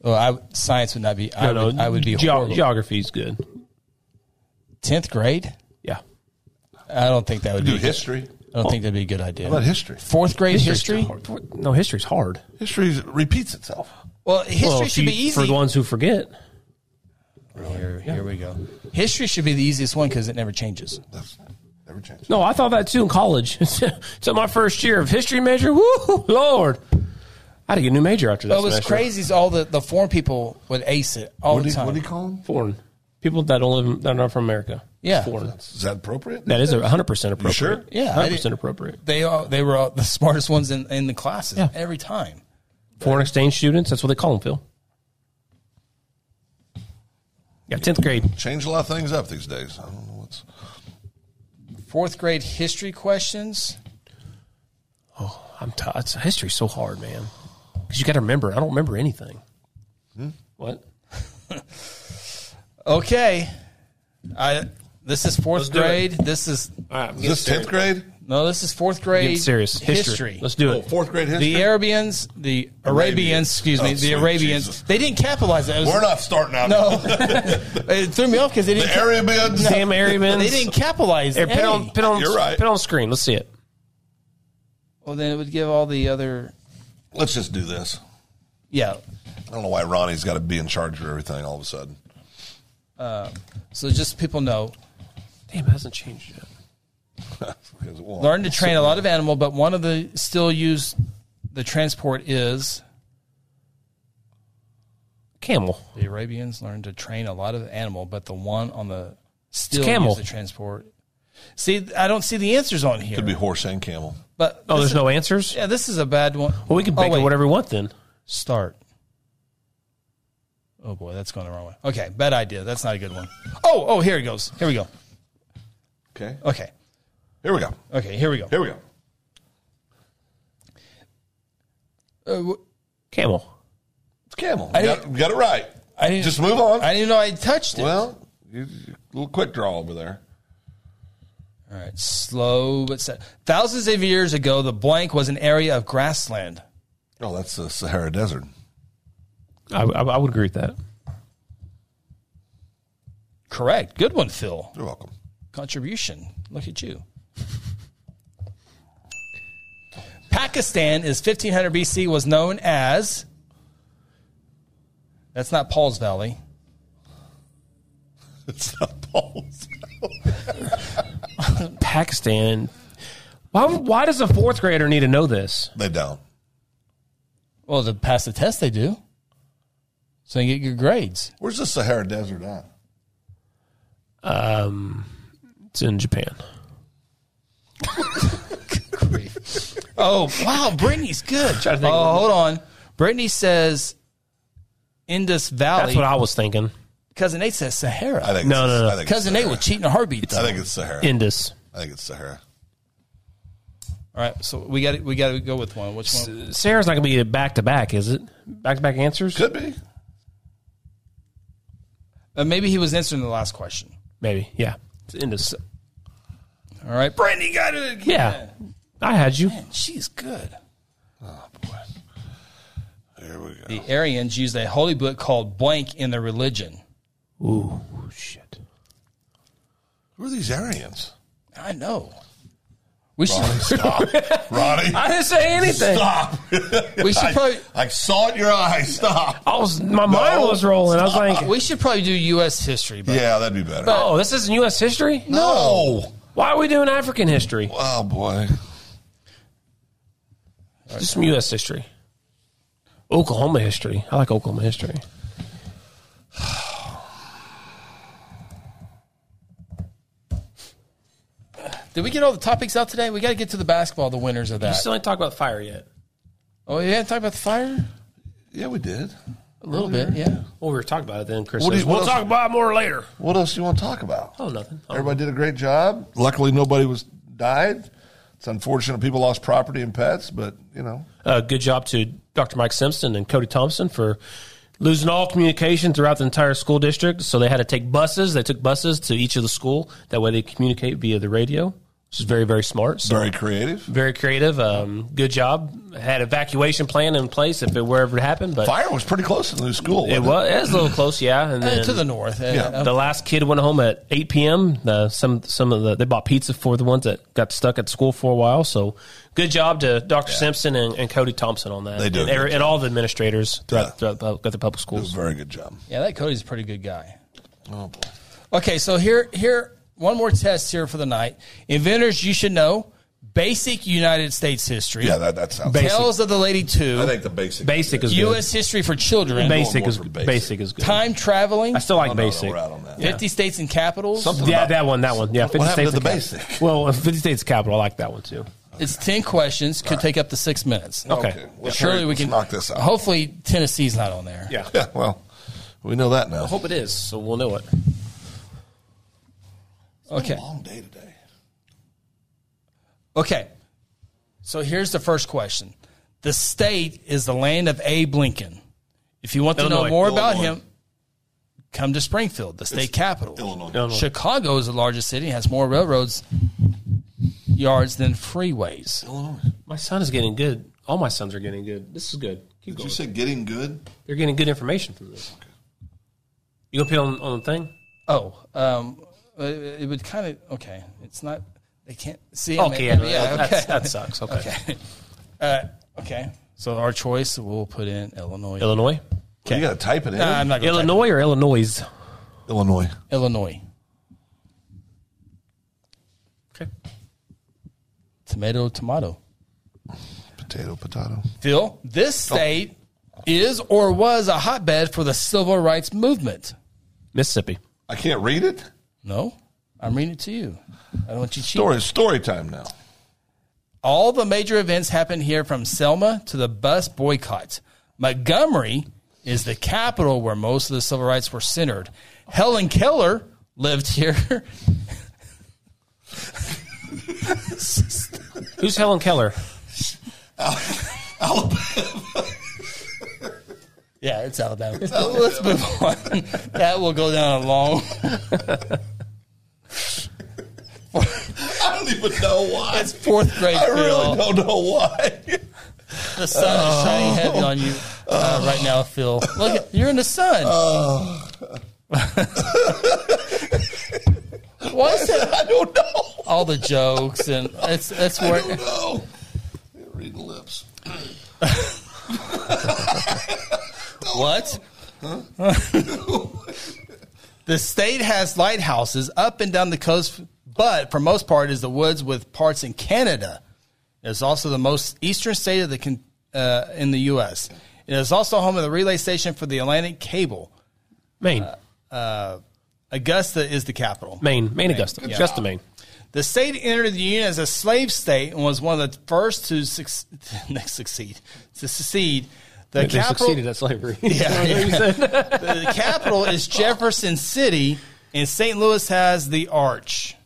well, I, science would not be, I,
No,
would,
no,
I would be
geo-
horrible.
geography is good.
10th grade?
Yeah,
I don't think that would
Do
be,
history.
I don't think that'd be a good idea.
What about history?
Fourth grade history?
No, history's hard.
History repeats itself.
Well, history
Well, if
should
you-
be easy.
for the ones who forget.
Here, here we go. History should be the easiest one because it never changes.
That's never changed.
No, I thought that too in college. so my first year of history major, woo, Lord, I had to get a new major after that.
What was
semester.
crazy is all the, the foreign people would ace it all
What do,
the
you,
time.
what do you call them?
Foreign people that don't live that are not from America.
Yeah.
It's foreign.
Is that appropriate?
That is one hundred percent appropriate.
sure?
Yeah, I
hundred
didn't-
percent appropriate.
they all they were all the smartest ones in, in the classes
Yeah.
every time.
Foreign exchange students. That's what they call them, Phil. Yeah, tenth grade.
Change a lot of things up these days. I don't know what's.
Fourth grade history questions.
I'm t- it's, history's so hard, man. Because you got to remember. I don't remember anything.
Hmm?
What?
Okay, I this is 4th
do it.
grade. This is
All right,
Is this tenth grade?
No, this is fourth grade.
Get serious. History. Let's do
Oh,
it.
fourth grade history.
The Arabians, the Arabians,
Arabians.
excuse
Oh,
me, the
sweet
Arabians.
Jesus.
They didn't capitalize that. It was-
We're not starting out.
No, it threw me off because they
The
didn't. cap-
Arabians.
Damn Aryans.
they didn't capitalize.
Here, put
any.
on, put on,
You're right.
put on screen. Let's see it.
Well, then it would give all the other.
Let's just do this.
Yeah.
I don't know why Ronnie's got to be in charge of everything all of a sudden.
So just people know,
Damn, it hasn't changed yet.
Because it won't.
learn to train a lot of animal, but one of the still used the transport is
Camel.
the Arabians learned to train a lot of animal, but the one on the still
camel.
used the transport. See, I don't see the answers on here.
Could be horse and camel.
But
Oh,
this
there's
is-
no answers.
Yeah, this is a bad one.
Well, we can
Oh,
bake it
wait.
whatever we want then.
Start. Oh boy, that's going the wrong way. Okay, bad idea. That's not a good one. Oh, oh, here it goes. Here we go.
Okay.
Okay,
Here we go.
okay, here we go.
Here we go.
Uh, wh-
Camel.
It's camel. You got,
didn't-
you got it right.
I didn't
Just move on.
I didn't know I touched it.
well, you, you- little quick draw over there.
All right, slow but set. Thousands of years ago, the blank was an area of grassland.
Oh, that's the Sahara Desert.
I, I, I would agree with that.
Correct. Good one, Phil.
You're welcome.
Contribution. Look at you. Pakistan is 1500 BC was known as. That's not Paul's Valley.
It's not Paul's.
Pakistan. Why, why does a fourth grader need to know this?
They don't.
Well, to pass the test, they do. So you get good grades.
Where's the Sahara Desert at?
Um, it's in Japan.
Oh, wow. Brittany's good.
trying to think
oh,
of-
hold on. Brittany says Indus
That's
Valley.
what I was thinking.
Cousin Nate says Sahara.
I think
No,
it's,
no, no.
I think
Cousin
it's
Nate
Sahara.
would cheat in a heartbeat.
I
All
think it's Sahara.
Indus.
I think it's Sahara.
right, so we got we got to go with one. Which one?
Sarah's not going to be back to back, is it? Back to back answers?
Could be.
Uh, maybe he was answering the last question.
Maybe. Yeah. It's Indus.
All right, Brittany got it. Again.
Yeah. I had you.
she's good.
Here we go.
The Aryans used a holy book called blank in their religion.
Ooh, shit.
Who are these Aryans?
I know. We should
Ronnie, stop. Ronnie,
I didn't say anything.
stop.
we should probably
I saw it in your eyes. Stop.
I was, my mind was rolling. I was like,
we should probably do U.S. history. But
Yeah, that'd be better.
oh, this isn't U.S. history?
no.
Why are we doing African history?
Oh boy.
Just some U.S. history. Oklahoma history. I like Oklahoma history.
did we get all the topics out today? We got to get to the basketball, the winners of
You
that.
still ain't talk about fire yet.
oh yeah, talk about the fire
Yeah, we did.
a little bit. Oh, Yeah.
Well, we were talking about it then, Chris.
What do
says,
you- what
we'll
else-
talk about it more later.
What else do you want to talk about?
Oh, nothing. Oh,
Everybody did a great job. Luckily, nobody was died. It's unfortunate people lost property and pets, but you know,
Uh, good job to Dr. Mike Simpson and Cody Thompson for losing all communication throughout the entire school district. So they had to take buses. They took buses to each of the school. That way they communicate via the radio, which is very, very smart. So
very creative.
very creative. Um, good job. Had evacuation plan in place if it were ever to happen, but
Fire was pretty close to the new school.
it
wasn't
was, it was a little close, yeah. And
Uh,
then
to the north. Uh,
Yeah.
uh,
the last kid went home at 8 p.m. The, some some of the they bought pizza for the ones that got stuck at school for a while. So good job to Dr. Simpson and, and Cody Thompson on that.
They do a
and,
good
every- and all the administrators throughout,
Yeah.
throughout, the, throughout the public
It was
schools.
a very good job.
yeah, that Cody's a pretty good guy.
Oh boy.
Okay, so here here one more test here for the night. Inventors you should know basic United States history.
Yeah, that that sounds.
Tales of the Lady
I
Two.
think the basic.
Basic is good.
U.S. history for children.
Basic
Going
is
more for basic.
basic. is good.
Time traveling.
I still like
Oh, no, no,
basic.
we're out on that.
Fifty states and capitals.
Something
yeah,
about-
that one, that one. Yeah, 50
happened
states
to the
of cap-
basic?
Well, 50 states of capital. I like that one too.
It's ten questions. Could take up to six minutes.
Okay.
let's
Surely
hurry.
we
Let's
can
knock this out.
Hopefully Tennessee's not on there.
Yeah.
yeah, well, we know that now.
I hope it is, so we'll know it.
Okay.
Long day today.
Okay. So here's the first question. The state is the land of Abe Lincoln. If you want to know
Illinois.
more about
Illinois.
him, come to Springfield, the state capital.
Illinois.
Illinois.
Chicago is the largest city, has more railroads. yards than freeways.
My son is getting good. All my sons are getting good. This is good.
Did
Keep going.
you say getting good?
They're getting good information from this. You gonna put on on the thing?
Oh, um, uh, it would kind of okay. It's not. They can't see. it,
Okay, yeah,
man.
that's- that sucks. Okay.
okay. Uh, okay. So our choice, we'll put in Illinois.
Illinois,
You got to type it in.
Nah,
Uh,
I'm not gonna type
Illinois or Illinois?
Illinois.
it. Illinois.
Okay.
Tomato, tomato.
Potato, potato.
Phil, this
Oh.
state is or was a hotbed for the civil rights movement.
Mississippi.
I can't read it.
No, I'm reading it to you. I don't want you to cheat.
Story, story time now.
All the major events happened here from Selma to the bus boycott. Montgomery is the capital where most of the civil rights were centered. Helen Keller lived here.
Who's Helen Keller?
yeah, it's Alabama. Let's move on. That will go down a long.
I don't even know why.
That's fourth grade.
I
Phil.
really don't know why.
The sun is shining heavy on you uh, right now, Phil. Look, at, you're in the sun. Why is that?
I don't know.
All the jokes and that's that's
I
where
don't know. Read the lips.
what? the state has lighthouses up and down the coast, but for most part is the woods with parts in Canada. It is also the most eastern state of the con- uh, in the U.S. It is also home of the relay station for the Atlantic Cable.
Maine.
Augusta is the capital.
Maine. Maine. Augusta. Just the Maine.
The state entered the union as a slave state and was one of the first to suc- succeed to secede. The
They
capital,
succeeded at slavery.
Yeah, the, the capital is Jefferson City, and St. Louis has the Arch.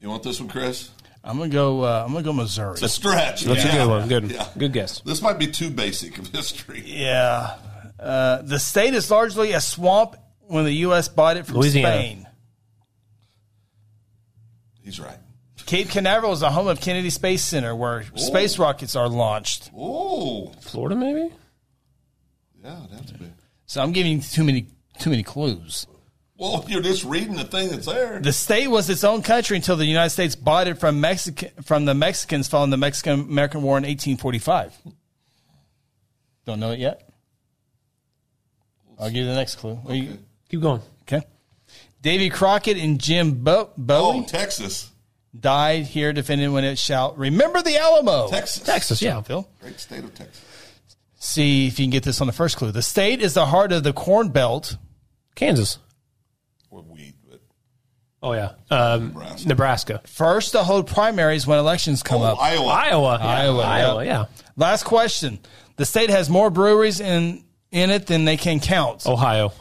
You want this one, Chris?
I'm gonna go. Uh, I'm gonna go Missouri.
It's a stretch.
That's
Yeah.
a good one. Good.
Yeah.
Good guess.
This might be too basic of history.
Yeah, uh, the state is largely a swamp when the U.S. bought it from
Louisiana.
Spain.
He's right.
Cape Canaveral is the home of Kennedy Space Center, where space rockets are launched.
Oh,
Florida, maybe.
yeah, it'd have to be.
So I'm giving you too many too many clues.
Well, you're just reading the thing that's there.
The state was its own country until the United States bought it from Mexican from the Mexicans following the Mexican American War in 1845. Don't know it yet. I'll give you the next clue. Are you-
Keep going.
okay. Davy Crockett and Jim Bo- Bowie
oh, Texas.
died here defending when it shall remember the Alamo.
Texas.
Texas. Yeah.
Phil.
Great state of Texas.
See if you can get this on the first clue. The state is the heart of the Corn Belt.
Kansas.
Or weed, but
Oh yeah. Um,
Nebraska.
Nebraska.
First to hold primaries when elections come
oh,
up.
Iowa.
Iowa. Yeah.
Iowa, yeah.
Iowa. Yeah.
Last question. The state has more breweries in in it than they can count.
Oh.
Ohio.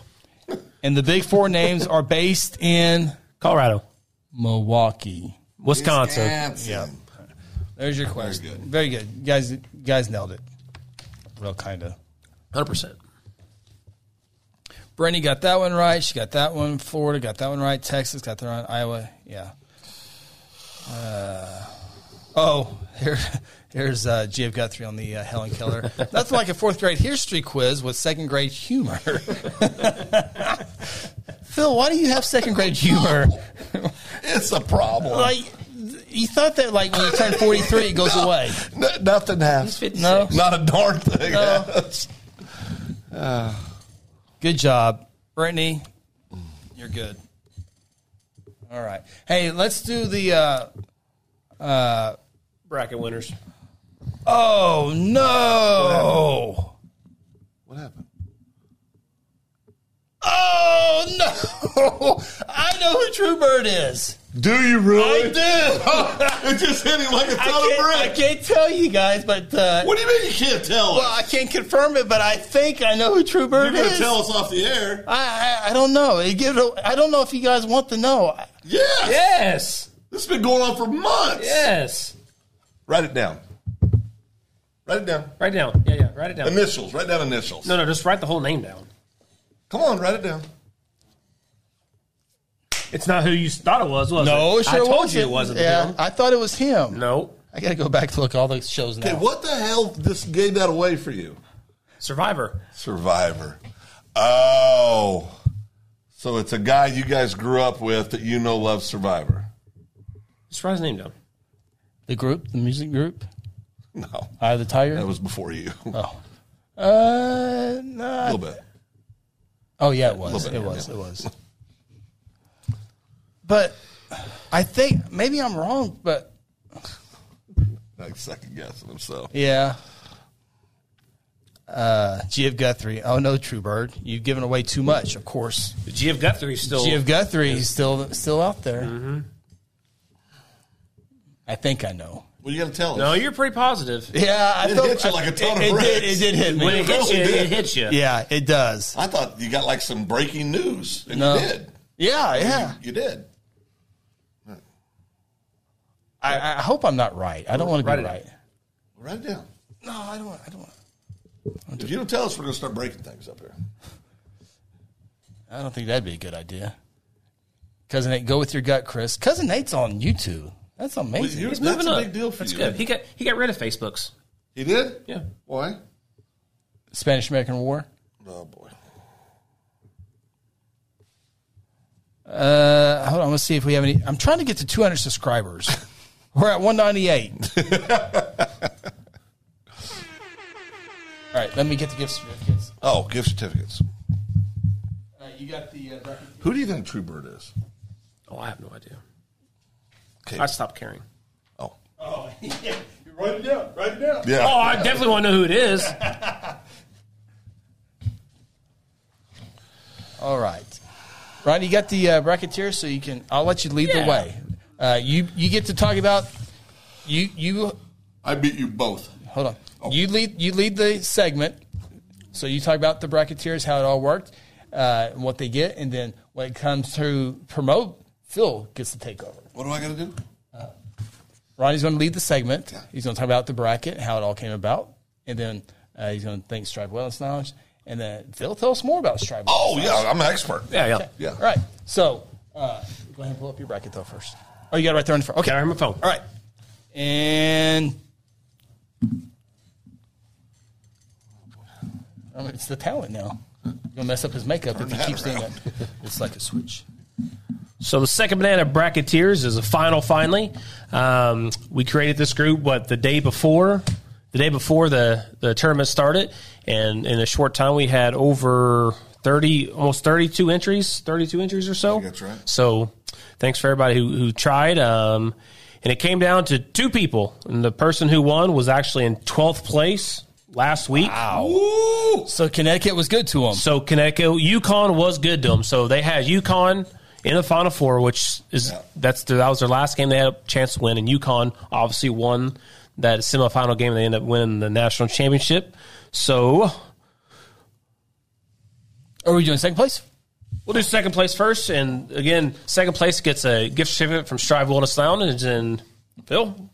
And the big four names are based in
Colorado.
Milwaukee.
Wisconsin.
Yeah.
There's your question.
good.
Very good. You guys you guys nailed it. Real kinda.
Hundred percent.
Brittany got that one right. She got that one. Florida got that one right. Texas got that one. Iowa. Yeah. Uh, oh, here, here's uh, Jib Guthrie on the uh, Helen Keller. Nothing like a fourth grade history quiz with second grade humor. Phil, why do you have second grade humor?
It's a problem.
Like, you thought that like when you turn 43, it goes away.
N- nothing has.
No.
Not a darn thing. has.
Good job, Brittany. You're good. All right. Hey, let's do the. Uh,
Bracket winners.
Oh no!
What happened?
Oh no! I know who True Bird is.
Do you really?
I do.
it just hit him like a ton
I can't, I
of bricks.
can't tell you guys, but uh,
What do you mean you can't tell
well, I
us?
can't confirm it. But I think I know who True
You're
Bird
going to
is.
tell us off the air.
I, I I don't know. It give it. A, I don't know if you guys want to know.
Yes.
Yes.
This has been going on for months.
Yes.
Write it down. Write it down.
Write it down. Yeah. Yeah. Write it down.
Initials. Write down initials.
No. No. Just write the whole name down.
Come on, write it down.
It's not who you thought it was, was
No,
it?
it sure
I told
wasn't.
you it wasn't.
Yeah,
him.
I thought it was him.
No.
I got to go back to look at all the shows now.
Okay, what the hell just gave that away for you?
Survivor.
Survivor. Oh. So it's a guy you guys grew up with that you know loves Survivor.
Just write his name down.
The group, the music group,
No.
Eye of the Tiger.
That was before you.
oh, uh,
a
no.
little bit.
oh yeah, it was.
Little
It
bit,
was.
yeah.
It was. But I think maybe I'm wrong. But
Like second guessing himself.
yeah. Uh, G.F. Guthrie. Oh no, True Bird. You've given away too much. Of course,
G.F. Guthrie's still.
G.F. Guthrie is still still out there. Mm-hmm. I think I know.
Well, you got to tell us.
no, you're pretty positive.
Yeah, I
It
felt
hit you like a ton of
it, it did.
bricks.
It did hit me.
When it hits you,
really
it
did.
hits you.
yeah, it does.
I thought you got like some breaking news, and
No.
you did.
Yeah, yeah.
You did.
I, I hope I'm not right. I don't want to
Write
be
it
right.
Write it down.
No, I don't. want- I don't. want-
If you don't tell us, we're going to start breaking things up here.
I don't think that'd be a good idea. Cousin Nate, go with your gut, Chris. Cousin Nate's on YouTube. That's amazing.
You're-
He's
that's
moving
a
up.
big deal for
That's
you.
good. He got he got rid of Facebooks.
He did?
Yeah.
Why?
Spanish American War.
Oh, boy.
Uh, hold on. Let's see if we have any. I'm trying to get to 200 subscribers. We're at 198. All right, let me get the gift certificates.
Oh, gift certificates.
Uh, you got the. Uh,
Who do you think True Bird is?
Oh, I have no idea.
Okay.
I stopped caring.
oh.
write it down. Write it down.
Yeah.
Oh, I definitely want to know who it is.
All right, Ronnie, you got the uh, bracketeer, so you can. I'll let you lead
Yeah.
the way. Uh, you you get to talk about you you
I beat you both.
hold on. You lead you lead the segment, so you talk about the bracketeers, how it all worked, uh, and what they get, and then when it comes to promote, Phil gets to take over.
What do I got to do?
Ronnie's going to lead the segment. He's going to talk about the bracket, how it all came about, and then uh, he's going to thank Stripe Wellness Knowledge, and then Phil tell us more about Stripe.
Oh, yeah. I'm an expert.
Yeah, yeah.
Yeah.
All right. So uh, go ahead and pull up your bracket though first. Oh, you got it right there on the front. Okay.
Got it on my phone.
All right. And I mean, oh, it's the talent now. You're gonna mess up his makeup if he keeps doing that. It's like a switch.
So the second banana bracketeers is a final. Finally, um, we created this group what the day before, the day before the the tournament started, and in a short time we had over thirty, almost thirty two entries, thirty two entries or so.
that's right.
So thanks for everybody who who tried. Um, and it came down to two people, and the person who won was actually in twelfth place last week.
So Connecticut was good to him.
So Connecticut, UConn was good to them. So they had UConn in the Final Four, which is
Yeah.
that's their, that was their last game they had a chance to win, and UConn obviously won that semifinal game. and They ended up winning the national championship. So
Are we doing second place?
we'll do second place first, and again, second place gets a gift certificate from Strive Wellness Lounge and Phil.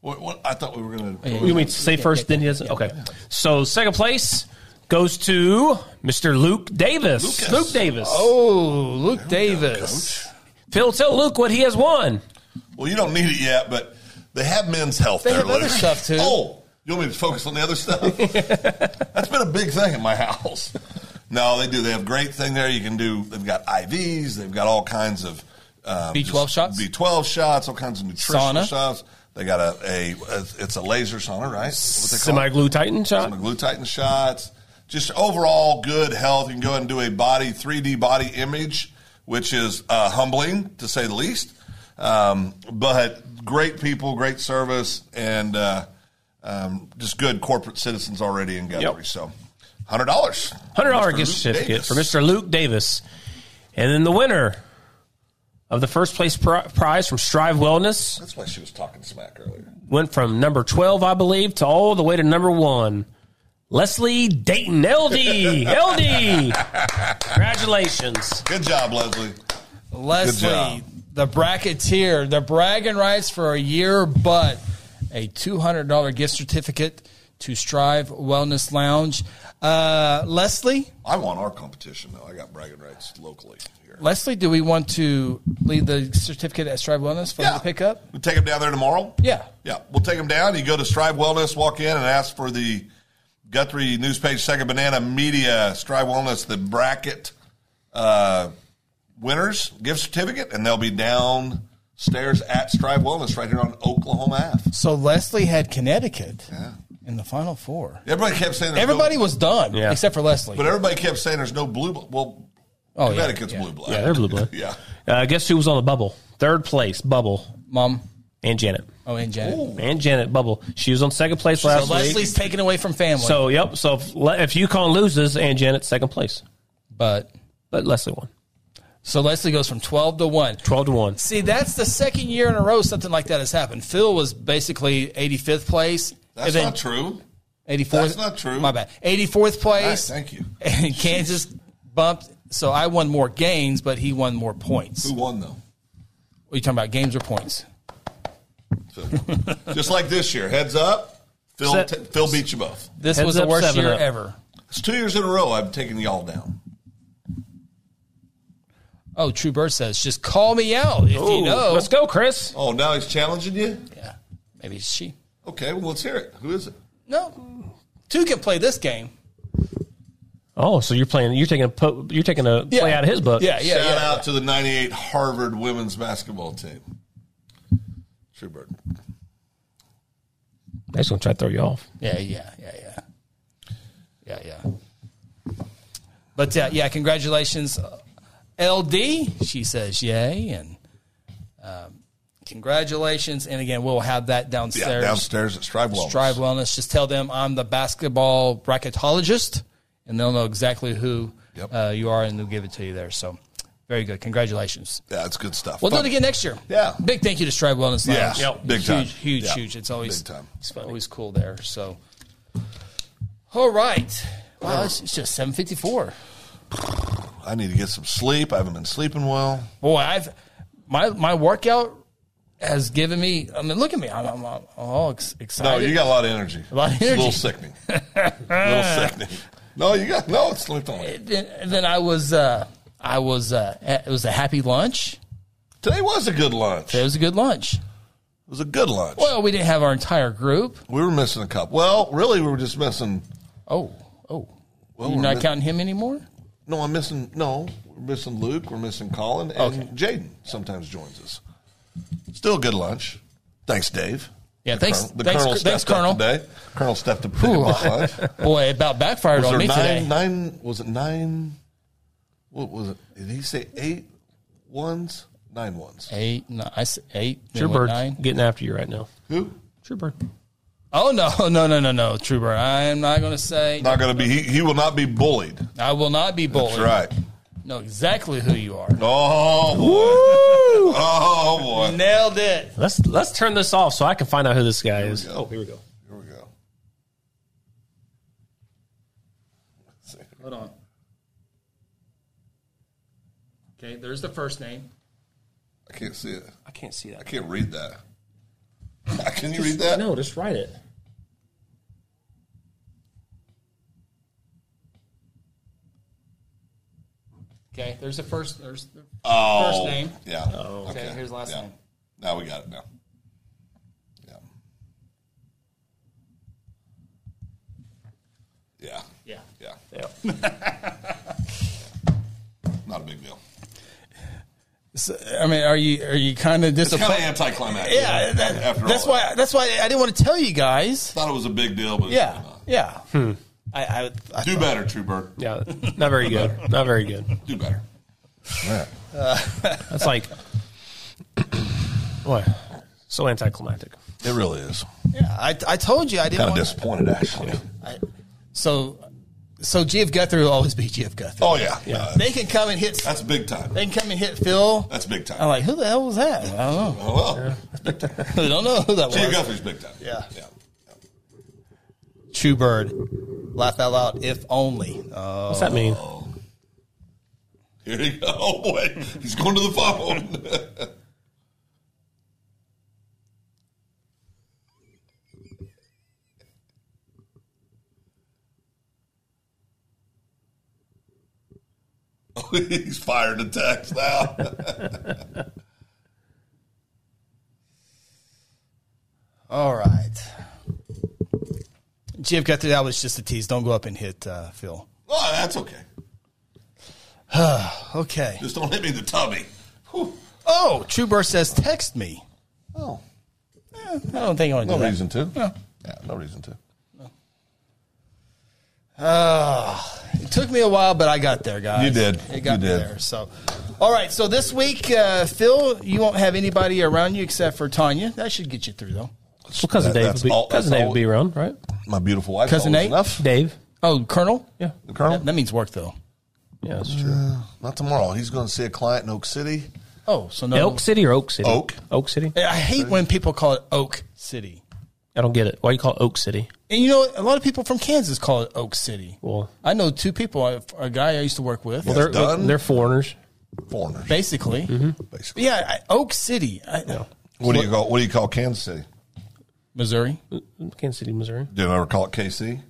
What, what, I thought we were going to.
You mean to say first, then he doesn't? Okay. So second place goes to Mr. Luke Davis. Luke Davis.
Oh, Luke Davis.
Phil, tell Luke what he has won.
Well, you don't need it yet, but they have men's health
They
there.
have other
Luke.
stuff, too.
Oh, you want me to focus on the other stuff? That's been a big thing in my house. No, they do. They have great thing there. You can do. They've got IVs. They've got all kinds of um,
B12
just
shots?
B12 shots. All kinds of nutritional
Sauna?
shots. They got a, a it's a laser sauna, right? What they call it?
Semi glue Titan shot.
some glue titan shots just overall good health you can go ahead and do a body 3d body image which is uh, humbling to say the least um, but great people great service and uh, um, just good corporate citizens already in guthrie
Yep.
so $100
Hundred dollar
Mr.
gift
Luke
certificate
Davis.
for Mr. Luke Davis, and then the winner of the first place pri- prize from Strive Wellness
that's why she was talking smack earlier
went from number twelve, I believe, to all the way to number one. Leslie Dayton, LD, LD. Congratulations.
good job leslie
Leslie,
job.
the bracketeer, the bragging rights for a year, but a two hundred dollar gift certificate to Strive Wellness Lounge. Uh, Leslie,
I want our competition though. I got bragging rights locally here.
Leslie, do we want to leave the certificate at Strive Wellness for them to pick up?
We take them down there tomorrow.
Yeah.
Yeah, we'll take them down. You go to Strive Wellness, walk in, and ask for the Guthrie News Page Second Banana Media Strive Wellness the bracket uh, winners gift certificate, and they'll be downstairs at Strive Wellness right here on Oklahoma Ave.
So Leslie had Connecticut in the Final Four.
Everybody kept saying there's
Everybody
no,
was done
Yeah.
except for Leslie.
but everybody kept saying there's no blue. blo- Well,
Oh, yeah,
Connecticut's
yeah.
blue blood.
Yeah, they're blue blood.
Yeah.
Uh, guess who was on the bubble? Third place, bubble,
Mom.
and Janet.
Oh, and Janet.
And Janet Bubble. She was on second place
So
last week.
Leslie's taken away from family.
So yep. So if, Le- if UConn loses, and Janet's second place,
but
but Leslie won
so Leslie goes from twelve to one.
twelve to one.
See, that's the second year in a row something like that has happened. Phil was basically 85th place.
That's
and then
not true.
84th.
That's not true.
My bad. 84th place.
All right, thank you.
And Kansas bumped. So I won more games, but he won more points.
Who won though?
What are you talking about? Games or points?
Phil. Just like this year, heads up. Phil,
Set-
t- Phil beat you both.
This
Heads
was the
up,
worst
seven
year
up.
ever.
It's two years in a row I've taken y'all down.
Oh, True Bird says, just call me out if you know.
Let's go, Chris.
Oh, now he's challenging you?
Yeah. Maybe it's she.
Okay, well, let's hear it. Who is it?
No. Two can play this game.
Oh, so you're playing. You're taking a po- you're taking a
Yeah.
play out of his book.
Yeah, yeah,
Shout
yeah.
out to the 98 Harvard women's basketball team. Truebird.
I'm just gonna try to throw you off.
Yeah, yeah, yeah, yeah. Yeah, yeah. But uh, yeah, congratulations, LD. She says yay. And um, congratulations. And again, we'll have that
Yeah,
downstairs.
downstairs at Strive Wellness.
Strive Wellness. Just tell them I'm the basketball bracketologist, and they'll know exactly who
Yep.
uh, you are, and they'll give it to you there. So, very good. Congratulations.
Yeah, it's good stuff.
We'll do
Fun.
it again next year.
Yeah.
Big thank you to Strive Wellness.
Yeah,
Lounge.
Yep. big
huge,
time.
Huge,
Yeah.
huge. It's always
Big time.
It's always cool there. So, all right. Wow, it's, it's just seven fifty four.
I need to get some sleep. I haven't been sleeping well.
Boy, I've my my workout has given me. I mean, look at me. I'm, I'm, I'm all ex-
No,
excited.
you got a lot of energy. A
lot of
It's a
energy.
little sickening. a little sickening. No, you got, no, it's sleep only.
then, then I was uh, I was uh, it was a happy lunch.
Today was a good lunch.
It
It
was a good lunch.
was a good lunch.
Well, we didn't have our entire group.
We were missing a couple. Well, really, we were just missing.
Oh, oh,
Well,
you're
we're
not
mi-
counting him anymore.
No, I'm missing. No, we're missing Luke. We're missing Colin and
Okay.
Jaden. Sometimes joins us. Still a good lunch. Thanks, Dave.
Yeah,
The
thanks-
Colonel- the
thanks,
Colonel
Cr- thanks,
stepped up
Colonel.
Today, Colonel stepped up to pick up the lunch.
Boy, it about backfired
Was
on
there
me
nine?
today.
Nine? Was it nine? What was it? Did he say eight ones? Nine ones.
Eight, no, I s- eight, then
True
what,
bird
nine.
getting after you right now.
Who?
True bird.
Oh no, no, no, no, no, True bird. I am not going to say.
Not going to be. He, he will not be bullied.
I will not be bullied.
That's right.
Know exactly who you are.
Oh boy. Oh boy.
Nailed it.
Let's let's turn this off so I can find out who this guy is.
Oh, here we go. Here we go. Let's see.
Hold on. Okay, there's the first name.
I can't see it.
I can't see
I
that.
can't read that. Can you read that?
No, just write it.
Okay, there's the first. There's the
Oh,
first name. Oh,
Yeah.
Okay, here's the last
yeah.
name.
Now we got it now. Yeah. Yeah.
Yeah.
Yeah.
Yeah.
Not a big deal.
So, I mean, are you are you kind of
It's kind of
disappointed?
anticlimactic.
Yeah, that-
after
that's
all that.
why. That's why I didn't want to tell you guys.
thought it was a big deal, but it's
Yeah,
really not.
yeah. I, I, I
Do better, Trooper.
Yeah. Not very good. Not very good.
Do better.
That's like what? So anticlimactic.
It really is.
yeah. I, I told you I didn't.
Kind of
Want,
disappointed, actually.
so, so GF Guthrie will always be GF Guthrie.
Oh yeah. Uh,
They can come and hit.
that's big time.
They can come and hit Phil.
That's big time.
I'm like, who the hell was that? I don't know.
Oh well.
I don't know who that
Gene
was.
Guthrie's big time.
Yeah.
Yeah.
True Bird. Laugh out loud. If only. Uh,
What's that
Oh,
mean?
Here he go. Oh boy, he's going to the phone. He's fired a text now.
All right. Jeff got through. That was just a tease. Don't go up and hit uh, Phil.
oh, that's okay.
Okay.
Just don't hit me in the tummy. Whew.
Oh, True Burst says text me.
Oh,
I don't think I want to do
no
that.
reason to. Yeah. no reason to.
It took me a while, but I got there, guys.
You did.
It got
You did.
there. So, all right. So this week, uh, Phil, you won't have anybody around you except for Tanya. That should get you through, though.
Well, cousin
That-
Dave,
that's
would be,
all-
cousin
that's
Dave
all-
would be around, right?
My beautiful wife.
Cousin
always
Nate?
Enough.
Dave,
Oh, Colonel.
yeah,
The Colonel?
That means work, though.
yeah, that's true.
Not tomorrow. He's going to see a client in Oak City.
Oh, so no.
Elk City or Oak City?
Oak.
Oak City.
I hate when people call it Oak City,
I don't get it. Why you call it Oak City?
and you know a lot of people from Kansas call it Oak City.
Well,
I know two people. I- A guy I used to work with,
Well,
they're
done.
they're foreigners.
Foreigners,
basically.
basically.
Yeah, I, Oak City, I,
What do you call What do you call Kansas City?
Missouri.
Kansas City, Missouri.
Do you ever call it KC?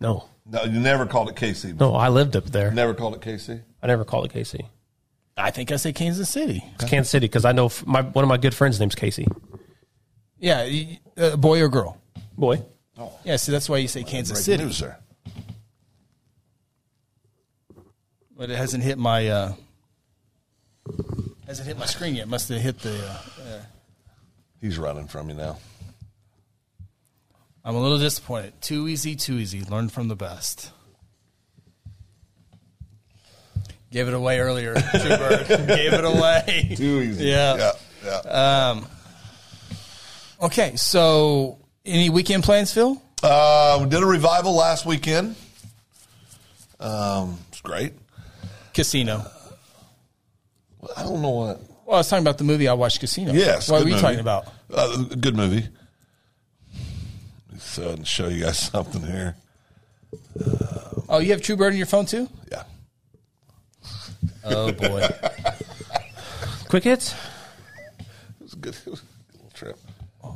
No,
No, you never called it KC.
no, I lived up there.
Never called it KC.
I never called it KC.
I think I say Kansas City.
It's Kansas City because I know f- my one of my good friends' name's Casey.
Yeah, y- uh, boy or girl.
Boy,
Yeah, so that's why you say Kansas
Breaking
City.
news there.
But it hasn't hit my uh, hasn't hit my screen yet. Must have hit the. Uh,
He's running from you now.
I'm a little disappointed. Too easy, too easy. Learn from the best. Gave it away earlier. True Bird. Gave it away.
Too easy.
Yeah.
Yeah. yeah.
Okay, so any weekend plans, Phil?
Uh, we did a revival last weekend. Um, it's great.
Casino.
Well, I don't know what.
Well, I was talking about the movie I watched, Casino.
Yes.
What
good
were you
movie.
talking about?
Uh, good movie. Let me sit and show you guys something here.
Oh, you have True Bird on your phone too?
Yeah.
Oh boy.
quick hits.
It was a good, it was a good trip.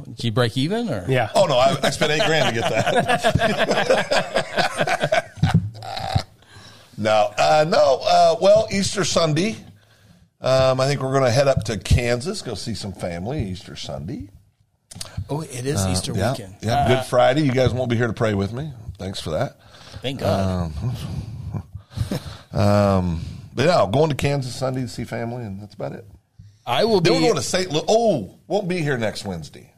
Did you break even or?
Yeah.
Oh, no. I, I spent eight grand to get that. no. Uh, no. Uh, well, Easter Sunday. Um, I think we're going to head up to Kansas, go see some family Easter Sunday.
Oh, it is Easter
yeah,
weekend. Uh,
Yeah, Good Friday. You guys won't be here to pray with me. Thanks for that.
Thank God.
Um, but yeah, going to Kansas Sunday to see family, and that's about it.
I will be.
Then we're going to St. Louis. Oh, won't be here next Wednesday.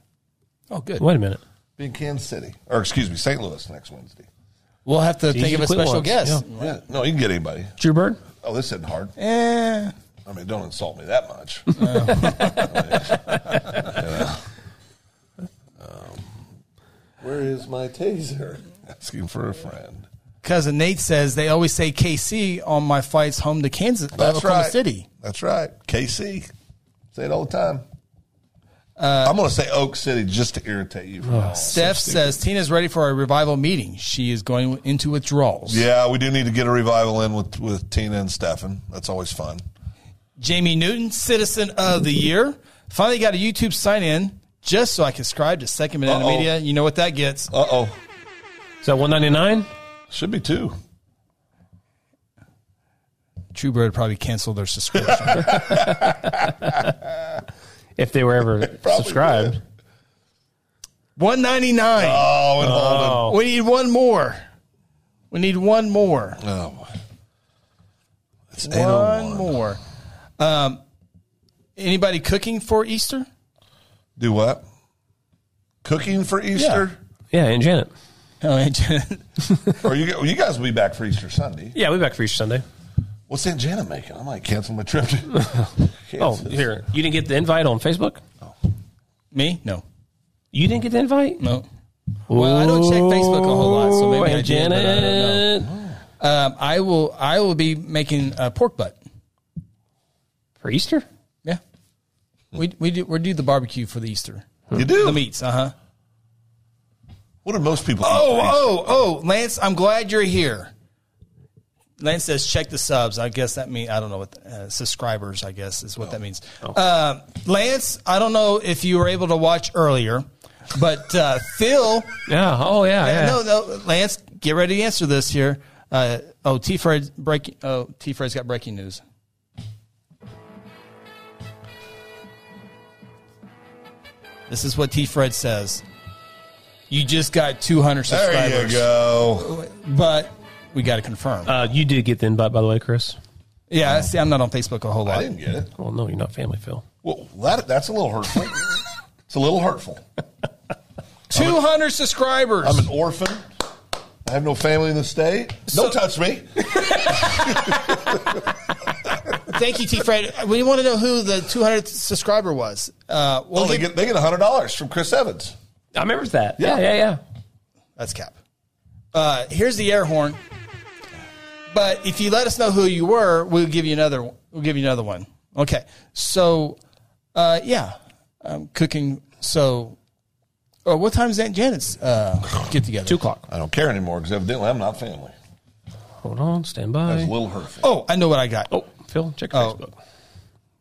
oh, good.
Wait a minute.
Be in Kansas City, or excuse me, St. Louis next Wednesday.
We'll have to think
easy
of
to
a
quit
special
once,
guest.
Yeah, no, you can get anybody.
Drew Bird.
Oh, this isn't hard.
Eh.
I mean, don't insult me that much. Um, where is my taser? Asking for a friend.
Cousin Nate says they always say KC on my flights home to Kansas, uh,
That's
Oklahoma
right.
City.
That's right. KC. Say it all the time.
Uh,
I'm going to say Oak City just to irritate you.
Oh, Steph says Tina's ready for a revival meeting. She is going into withdrawals.
yeah, we do need to get a revival in with, with Tina and Stefan. That's always fun.
Jamie Newton, Citizen of the Year, finally got a YouTube sign in just so I can subscribe to Second Banana
Uh-oh.
Media. You know what that gets?
Uh oh.
Is that one ninety nine?
Should be two.
True Bird probably canceled their subscription.
If they were ever subscribed.
would.
One ninety nine.
Oh, and Holden.
Oh,
We need one more. We need one more.
Oh, boy. It's
One
801.
more. Um, anybody cooking for Easter?
Do what? Cooking for Easter?
yeah, and Janet.
Oh, and Jen-
or you, you guys will be back for Easter Sunday.
Yeah, we back for Easter Sunday.
What's Aunt Janet making? I might cancel my trip. to
Oh,
Kansas.
here you didn't get the invite on Facebook.
me? No,
You didn't get the invite.
no. Well, I don't check Facebook a whole lot, so maybe I did, but I don't know. Um, I will. I will be making uh, pork butt.
for Easter.
Yeah, we we do we do the barbecue for the Easter
You do?
the meats. Uh huh.
What do most people
Oh
eat for Easter?
oh oh, Lance, I'm glad you're here. Lance says, "Check the subs." I guess that means I don't know what uh, subscribers. I guess is what that means. Uh, Lance, I don't know if you were able to watch earlier, but uh, Phil.
Yeah. Oh yeah.
Uh, No, no, Lance, get ready to answer this here. Uh, oh, T Fred break. Oh, T Fred's got breaking news. This is what T Fred says. You just got 200 subscribers,
There you go.
but we got to confirm.
Uh, you did get the invite, by the way, Chris.
yeah, see, I'm not on Facebook a whole
I
lot.
didn't get it.
Well, no, you're not family, Phil.
Well, that, that's a little hurtful. it's a little hurtful.
200 subscribers.
I'm an orphan. I have no family in the state. Don't touch me.
Thank you, T. Fred. We want to know who the 200th subscriber was. Uh, we'll
Well, they
get-
get they get hundred dollars from Chris Evans.
I remember that. Yeah, yeah, yeah.
that's cap.
Uh, here's the air horn. But if you let us know who you were, we'll give you another. We'll give you another one. Okay. So, uh, yeah, I'm cooking. So, oh, what time is Aunt Janet's uh, get together?
Two o'clock.
I don't care anymore because evidently I'm not family.
Hold on, stand
That's a
by.
little hurtful.
Oh, I know what I got.
Oh, Phil, check
Oh.
Facebook.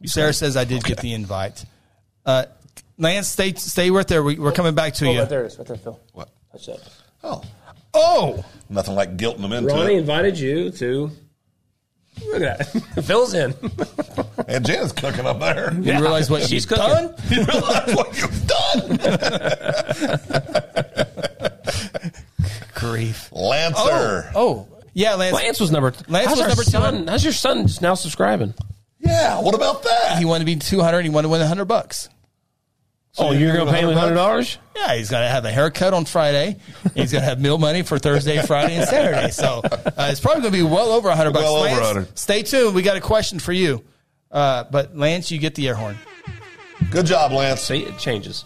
Sarah says I did get the invite. Uh, Lance, stay stay right there. We, we're coming back to you.
there it is, Oh, right there, Phil.
What?
Touch that.
Oh,
Oh,
nothing like guilting them into
Ronnie
it.
invited you to. Look at that. Phil's in.
And Janet's cooking up there.
you realize what
She's
she's
cooking.
done?
you realize what you've done,
Grief.
Lancer?
Oh, yeah, Lance.
Lance was number.
Lance
how's
was
our
number two.
son, How's your son just now subscribing?
Yeah. What about that?
He wanted to be 200. He wanted to win 100 bucks.
oh, you're gonna pay him hundred dollars?
Yeah, he's going to have a haircut on Friday. He's going to have meal money for Thursday, Friday, and Saturday. So uh, it's probably going to be well over 100 bucks.
Well over
Lance,
100.
Stay tuned. We got a question for you. Uh, but Lance, you get the air horn.
Good job, Lance.
See, it changes.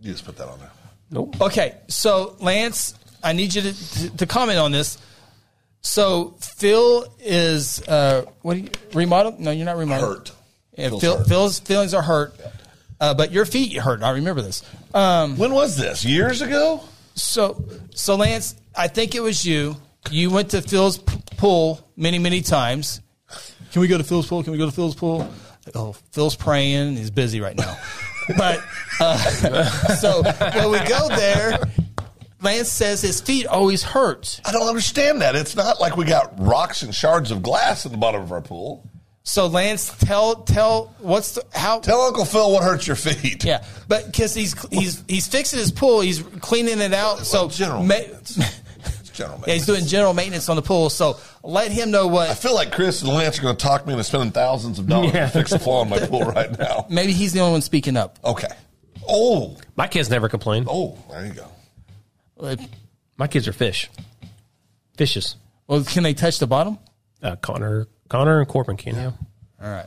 You just put that on there.
Nope.
Okay, so Lance, I need you to, to comment on this. So Phil is uh, what? do you, remodeled? No, you're not remodeled.
Hurt.
And
Phil's
Phil,
hurt.
Phil's feelings are hurt, uh, but your feet hurt. I remember this. Um,
When was this? Years ago?
So, so Lance, I think it was you. You went to Phil's p- pool many, many times. Can we go to Phil's pool? Can we go to Phil's pool? Oh, Phil's praying. He's busy right now. But uh, so when we go there, Lance says his feet always hurt.
I don't understand that. It's not like we got rocks and shards of glass at the bottom of our pool.
So Lance, tell tell what's the, how?
Tell Uncle Phil what hurts your feet.
Yeah, but because he's he's he's fixing his pool, he's cleaning it out. So
general
ma-
maintenance. It's general
yeah, he's doing general maintenance on the pool. So let him know what
I feel like Chris and Lance are going to talk me into spending thousands of dollars
Yeah.
to fix the flaw in my pool right now.
Maybe he's the only one speaking up.
Okay. Oh,
My kids never complain.
oh, there you go.
Well,
My kids are fish. Fishes.
can they touch the bottom?
Uh, Connor, Connor, and Corbin can. Yeah.
All right.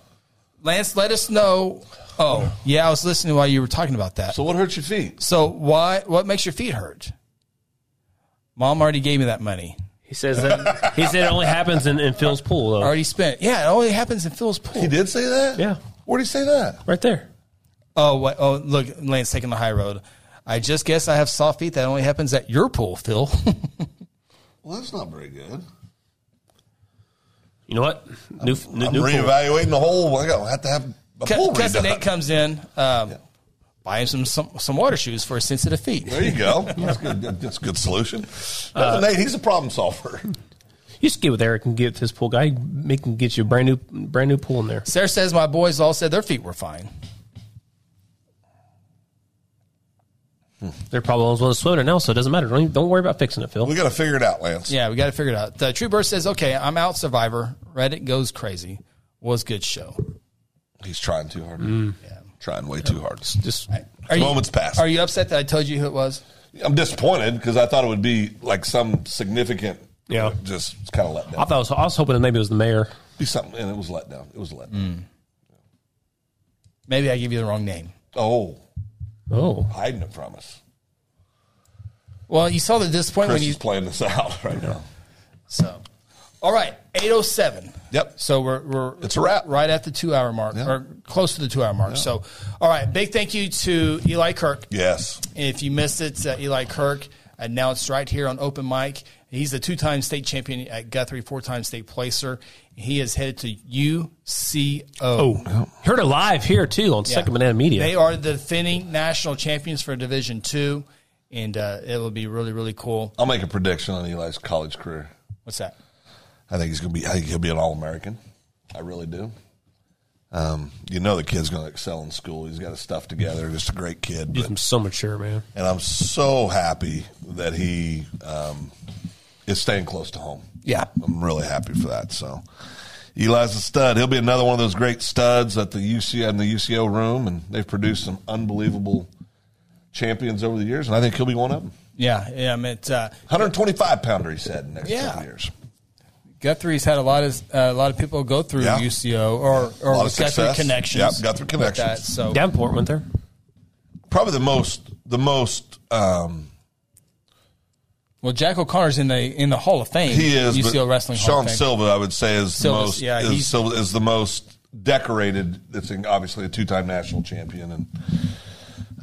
Lance, let us know. Oh, yeah, I was listening while you were talking about that.
So what hurts your feet?
So why what makes your feet hurt? Mom already gave me that money.
He says that. he said it only happens in, in Phil's pool though.
Already spent. Yeah, it only happens in Phil's
He
pool.
did say that.
Yeah.
Where did he say that?
Right there.
Oh, what, oh, look, Lance taking the high road. I just guess I have soft feet. That only happens at your pool, Phil.
Well, that's not very good.
You know what? New new,
I'm
new pool.
reevaluating the whole. I got have to have my
Cou-
pool
Cousin Nate
redone.
comes in, um, buy him some, some some water shoes for his sensitive feet.
There you go. That's good. That's a good solution.
Uh,
Cousin Nate, he's a problem solver.
You just get with Eric and get his pool guy. He can get you a brand new brand new pool in there.
Sarah says my boys all said their feet were fine.
They're probably always want to swim in it now, so it doesn't matter. Don't, even- don't worry about fixing it, Phil.
We got to figure it out, Lance.
Yeah, we got to figure it out. The True Burst says, "Okay, I'm out. Survivor. Reddit goes crazy. Was good show.
He's trying too hard. Trying way too hard.
Just
Mm. Are you,
Moments passed.
Are you upset that I told you who it was?
I'm disappointed because I thought it would be like some significant.
Yeah.
Just kind of let down.
I thought I was, I was hoping that maybe it was the mayor.
be something, and it was let down. It was let
Mm.
down.
Maybe I gave you the wrong name.
Oh,
Oh,
hiding it from us.
Well, you saw the disappointment
Chris
when you.
is playing this out right now.
So, all right, eight oh seven.
Yep.
So we're we're
It's a wrap.
right at the two hour mark
Yeah.
or close to the two hour mark. So, all right, big thank you to Eli Kirk.
Yes.
If you missed it, uh, Eli Kirk announced right here on Open Mic. He's a two time state champion at Guthrie, four time state placer. He is headed to UCO.
Oh,
heard it live here too on Second Banana Media.
They are the defending national champions for Division Two, and uh, it will be really, really cool.
I'll make a prediction on Eli's college career.
What's that?
I think he's gonna be. I think he'll be an All American. I really do. Um, you know the kid's gonna excel in school. He's got his stuff together. Just a great kid. but-
I'm so mature, man.
and I'm so happy that he um, is staying close to home.
Yeah.
I'm really happy for that. So Eli's a stud. He'll be another one of those great studs at the UC in the UCO room, and they've produced some unbelievable champions over the years, and I think he'll be one of them.
Yeah, yeah. I mean, it's, uh,
125 pounder, he said, in the next
Yeah.
couple years.
Guthrie's had a lot of uh, a lot of people go through
Yeah.
UCO or or
lot of
with Guthrie
success.
connections.
Yep, Guthrie
with
connections.
that, so
Davenport went there.
Probably the most, the most. Um,
well, Jack O'Connor's in the in the Hall of Fame.
he is but
UCO wrestling. Hall
Sean
of Fame.
Silva, I would say, is the
Silva's-
most.
yeah,
is,
he's-
Silva is the most decorated. It's in- obviously a two-time national champion and uh,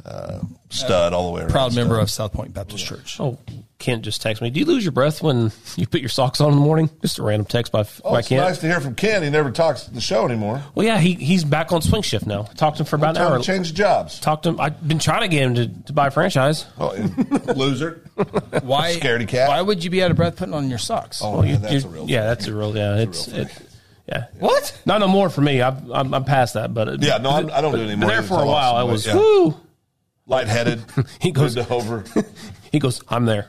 stud all the way around.
proud
stud.
member of South Point Baptist Church.
Oh, Kent just texted me. Do you lose your breath when you put your socks on in the morning? Just a random text by,
Oh,
by
it's
Kent.
nice to hear from Ken. He never talks the show anymore.
Well, yeah, he, he's back on swing shift now. I talked to him for about an
Time
hour.
to change jobs.
Talked to him. I've been trying to get him to, to buy a franchise.
Oh, and loser.
Why
Scaredy cat.
Why would you be out of breath putting on your socks?
Oh,
Well, you-
man, that's
you-
a real.
yeah,
thing.
that's a real. Yeah, it's it, yeah.
What?
Not no more for me. I've, I'm I'm past that. But it-
Yeah, no, I'm- I don't
but-
do it
But
anymore
there
either,
for a
so I lost
while, I
some weight,
was
yeah.
woo.
lightheaded.
He goes-
Moved over.
He goes, I'm there.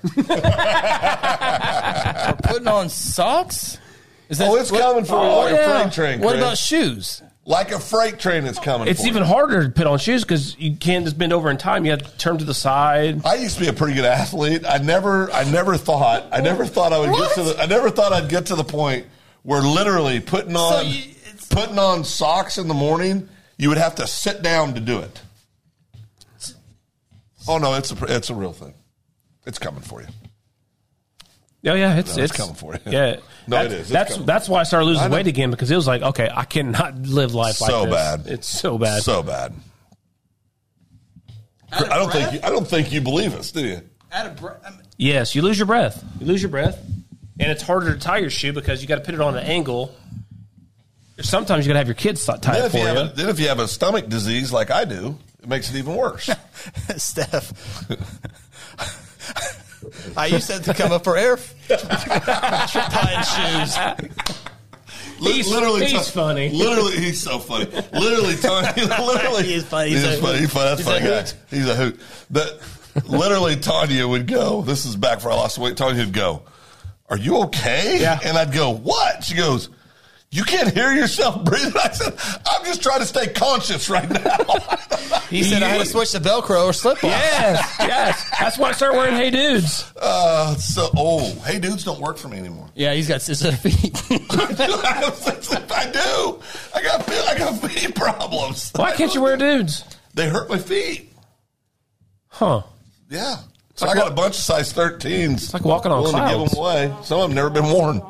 putting on socks? Is
Oh, it's coming for you like a freight train.
What
Chris.
about shoes?
like a freight train? It's coming.
It's
for
even
you.
harder to put on shoes because you can't just bend over in time. You have to turn to the side.
I used to be a pretty good athlete. I never, I never thought, I never thought I would get to the, I never thought I'd get to the point where literally putting on,
you- it's-
putting on socks in the morning, you would have to sit down to do it. Oh no, it's a, it's a real thing. It's coming for you.
Oh yeah, it's
No, it's
it's
coming for you.
Yeah,
No, it
That's-
is. It's
that's
coming.
that's why I started
I
losing
know.
weight again because it was like, okay, I cannot live life like
So
this.
bad.
It's so bad.
So bad. I don't think, you, I don't think you believe us, do you?
Out of breath. um, I'm-
Yes, you lose your breath. You lose your breath, and it's harder to tie your shoe because you got to put it on an angle. Sometimes you got to have your kids tie
Then
it
if
for
you,
you.
have a, then if you have a stomach disease like I do, it makes it even worse.
Steph. I used to have to come up for air. Tying shoes.
Li-
He's- he's
Ti-
funny.
Literally, he's so funny. Literally, Tony. Literally,
He is funny.
He's,
He's a
funny.
hoot.
He's funny. That's
He's
funny
a
guy.
hoot.
He's a hoot. That literally, Tanya would go. This is back for I lost weight. Tanya would go. Are you okay?
Yeah.
And I'd go. What? She goes. You can't hear yourself breathing. I said, I'm just trying to stay conscious right now.
He said I had to switch to Velcro or slip on.
yes, yes. That's why I started wearing Hey Dudes.
uh, so, oh, hey, dudes, don't work for me anymore.
Yeah, he's got scissor feet.
I do. I got I got feet problems.
Why can't you wear dudes?
They hurt my feet.
Huh?
Yeah. So I got a bunch of size 13s. It's
like walking on
willing to give
clouds.
them away. Some of them never been worn.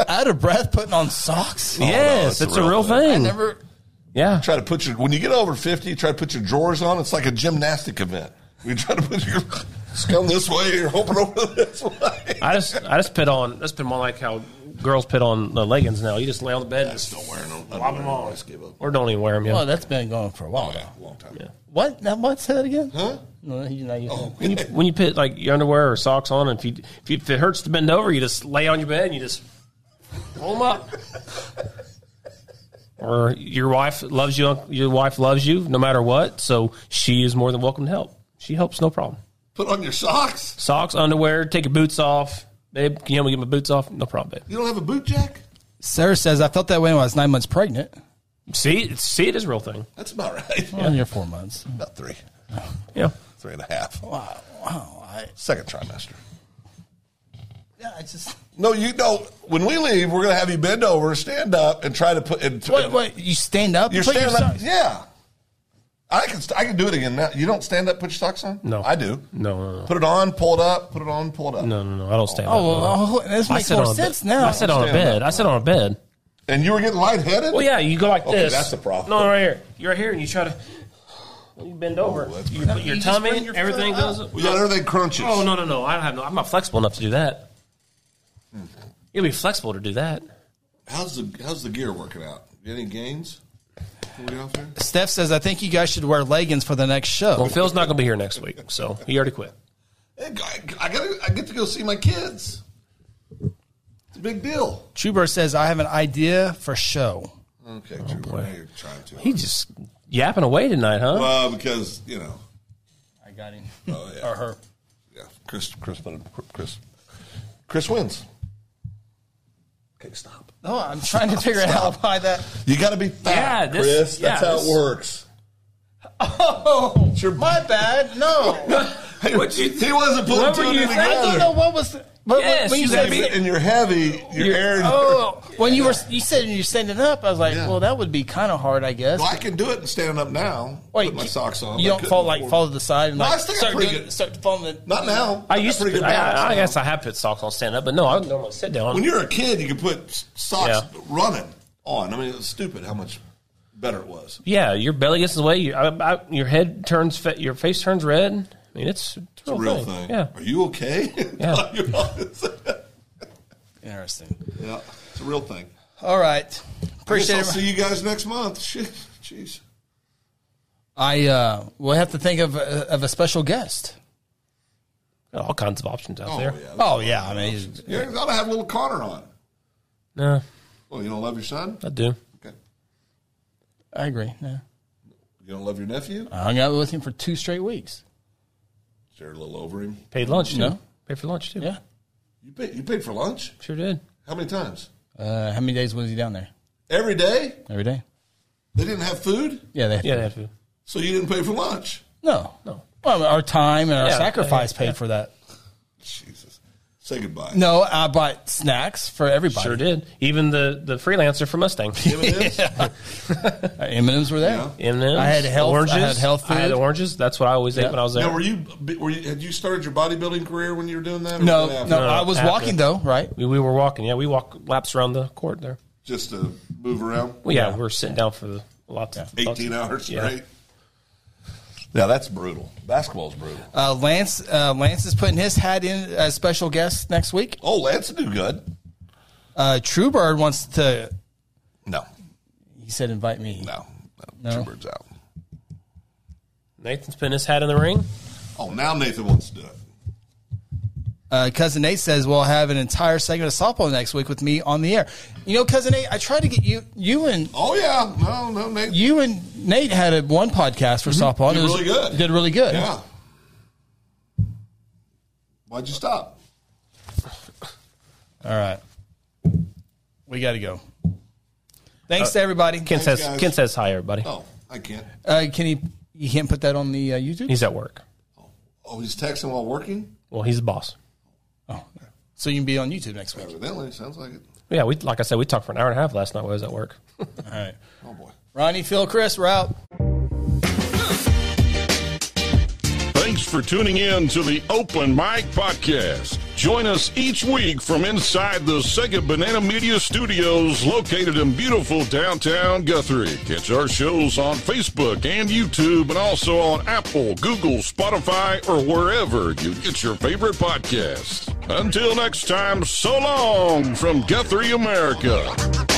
Out of breath putting on socks.
it's
yes,
a
it's a
real
real
thing.
thing.
Never
yeah.
Try to put your when you get over 50, try to put your drawers on. It's like a gymnastic event. We try to put your scum this way, you're hoping over this way.
I just I just put on let's put them on like how girls put on the leggings now. You just lay on the bed
I'm still wearing them. I
Lob 'em on.
just give up.
or don't even wear them. Yeah.
Well, that's been going for a while.
Oh, yeah, a long time.
What? Now what? Say that again?
Huh?
No, he's not using
Oh,
when, you, when you put like your underwear or socks on, if you, if you if it hurts to bend over, you just lay on your bed and you just roll them up. or your wife loves you. Your wife loves you no matter what, so she is more than welcome to help. She helps, no problem.
Put on your socks.
Socks, underwear, take your boots off, babe. Can you help me get my boots off? No problem,
You don't have a boot jack?
Sarah says I felt that way when I was nine months pregnant.
babe. See, it's- see, it is a real thing.
That's about right.
Well, you're four months.
About three.
Yeah,
Three and a half.
Wow. Wow. I,
Second trimester.
yeah, I just.
No, you know, when we leave, we're going to have you bend over, stand up, and try to put. And,
Wait, wait. You stand up?
You're
put your
standing up.
socks-
Yeah. I can st- I can do it again now. You don't stand up, put your socks on.
no,
I do.
No, no, no,
Put it on, pull it up, put it on, pull it up.
no, no, no. I don't stand.
Oh,
up. No.
well, oh, this
I
makes
sit
more
on a bed.
sense now.
I sit on a bed. I sit on a bed.
And you were getting lightheaded.
Well, yeah, you go like
Okay,
this.
that's the problem.
No, right here. You're right here, and you try to you bend over.
Oh, that's
you
pretty-
put your
You just
tummy,
bring your foot
everything
up.
goes. Up.
We got everything crunches.
Oh no, no, no! I don't have no. I'm not flexible enough to do that. You gotta be flexible to do that.
How's the How's the gear working out? You got any gains? Before we get off there?
Steph says I think you guys should wear leggings for the next show.
Well, Phil's not gonna be here next week, so he already quit.
I, I gotta, I get to go see my kids. It's a big deal.
Truebird says, I have an idea for show.
Okay, Drew, now you're trying to.
Oh, He just yapping away tonight, huh?
Well, because you know,
I got him.
oh, yeah.
Or her.
yeah, Chris, Chris, Chris, Chris wins. Okay, stop.
No, I'm trying to figure out how to buy that.
You got to be fat,
Yeah, this-
Chris.
yeah,
That's how
this-
it works.
Oh, my bad. No.
What'd you-
he wasn't putting
What
two
were
and
you
two
thinking?
together.
I don't know what was. The, but
Yes,
when you
you
said,
said-
and you're heavy. You're, airing.
oh, when you were you said you're standing up, I was like,
Yeah.
well, that would be kind of hard, I guess.
Well, I can do it and standing up now. Put my socks on.
You
I
don't
couldn't
fall like
before.
fall to the side and
No, I
like
still got
start
pretty
doing,
good-
start falling. The,
Not now.
I
got
used to.
pretty
Put,
good balance
I, I
now.
guess I have put socks on stand up, but no, I don't normally sit down.
When you're a kid, you can put s- socks
Yeah.
running on. I mean, it's stupid how much better it was.
yeah, your belly gets in the way. Your, I, I, your head turns. Fa- your face turns red. I mean, it's, it's,
Oh,
It's a real thing.
Yeah.
Are you okay?
Yeah.
You're honest.
Interesting.
yeah. It's a real thing.
All right.
Appreciate
Appreciate
I'll
it.
see you guys next month. Shit. Jeez.
I uh, we'll have to think of uh, of a special guest.
Got all kinds of options out
Oh,
there.
yeah.
Oh yeah, I mean,
Yeah, you ought to have little Connor on.
No,
Oh, you don't love your son?
I do.
Okay.
I agree. Yeah.
You don't love your nephew?
I hung out with him for two straight weeks.
Is there a little over him?
Paid lunch too.
No.
Paid for lunch too.
Yeah.
You paid, you paid for lunch?
Sure did.
How many times?
Uh, how many days was he down there?
Every day?
Every day.
They didn't have food?
Yeah. They,
Yeah, they had food.
So you didn't pay for lunch?
No. No. Well, our time and our
Yeah,
sacrifice
yeah,
paid
yeah.
for that.
Jesus. Say goodbye.
No, I bought snacks for everybody.
Sure did. Even the the freelancer from Mustang.
M&Ms?
Uh, M&Ms were there.
Yeah.
M&Ms,
I had health- I
oranges.
had health
I had
food.
oranges. That's what I always ate
Yeah.
when I was there.
Now, were you, were you, had you started your bodybuilding career when you were doing that? or
No,
was that
no,
after?
I was
after.
walking though, right?
we, we were walking. Yeah, we walked laps around the court there.
Just to move around?
Well, yeah, we were sitting down for the lots. of
18 hours
Yeah.
straight? Yeah, that's brutal. Basketball's brutal.
Uh, Lance uh, Lance is putting his hat in as special guest next week.
Oh, Lance will do good.
Uh, Truebird wants to.
No,
He said, "Invite me."
no, no.
No.
Two birds out.
Nathan's putting his hat in the ring.
Oh, now Nathan wants to do it.
Uh, cousin Nate says we'll have an entire segment of softball next week with me on the air. You know, cousin Nate, I tried to get you, you and
Oh yeah, no, no, Nathan.
you and Nate had a, one podcast for softball. and
Mm-hmm. Did
it was-
really good.
Did really good.
yeah. Why'd you stop?
All right, we got to go. Uh, Thanks to everybody.
Ken says,
guys.
Ken says hi, everybody.
Oh, I can't.
Uh, can he? You can't put that on the uh, YouTube.
He's at work.
Oh, he's texting while working.
Well, he's the boss.
oh, so you can be on YouTube next week.
Evidently, sounds like it.
Yeah, we like I said, we talked for an hour and a half last night while I was at work.
All right,
Oh boy.
Ronnie, Phil, Chris, we're out.
Thanks for tuning in to the Open Mic Podcast. Join us each week from inside the Sega Banana Media Studios located in beautiful downtown Guthrie. Catch our shows on Facebook and YouTube and also on Apple, Google, Spotify, or wherever you get your favorite podcasts. Until next time, so long from Guthrie, America.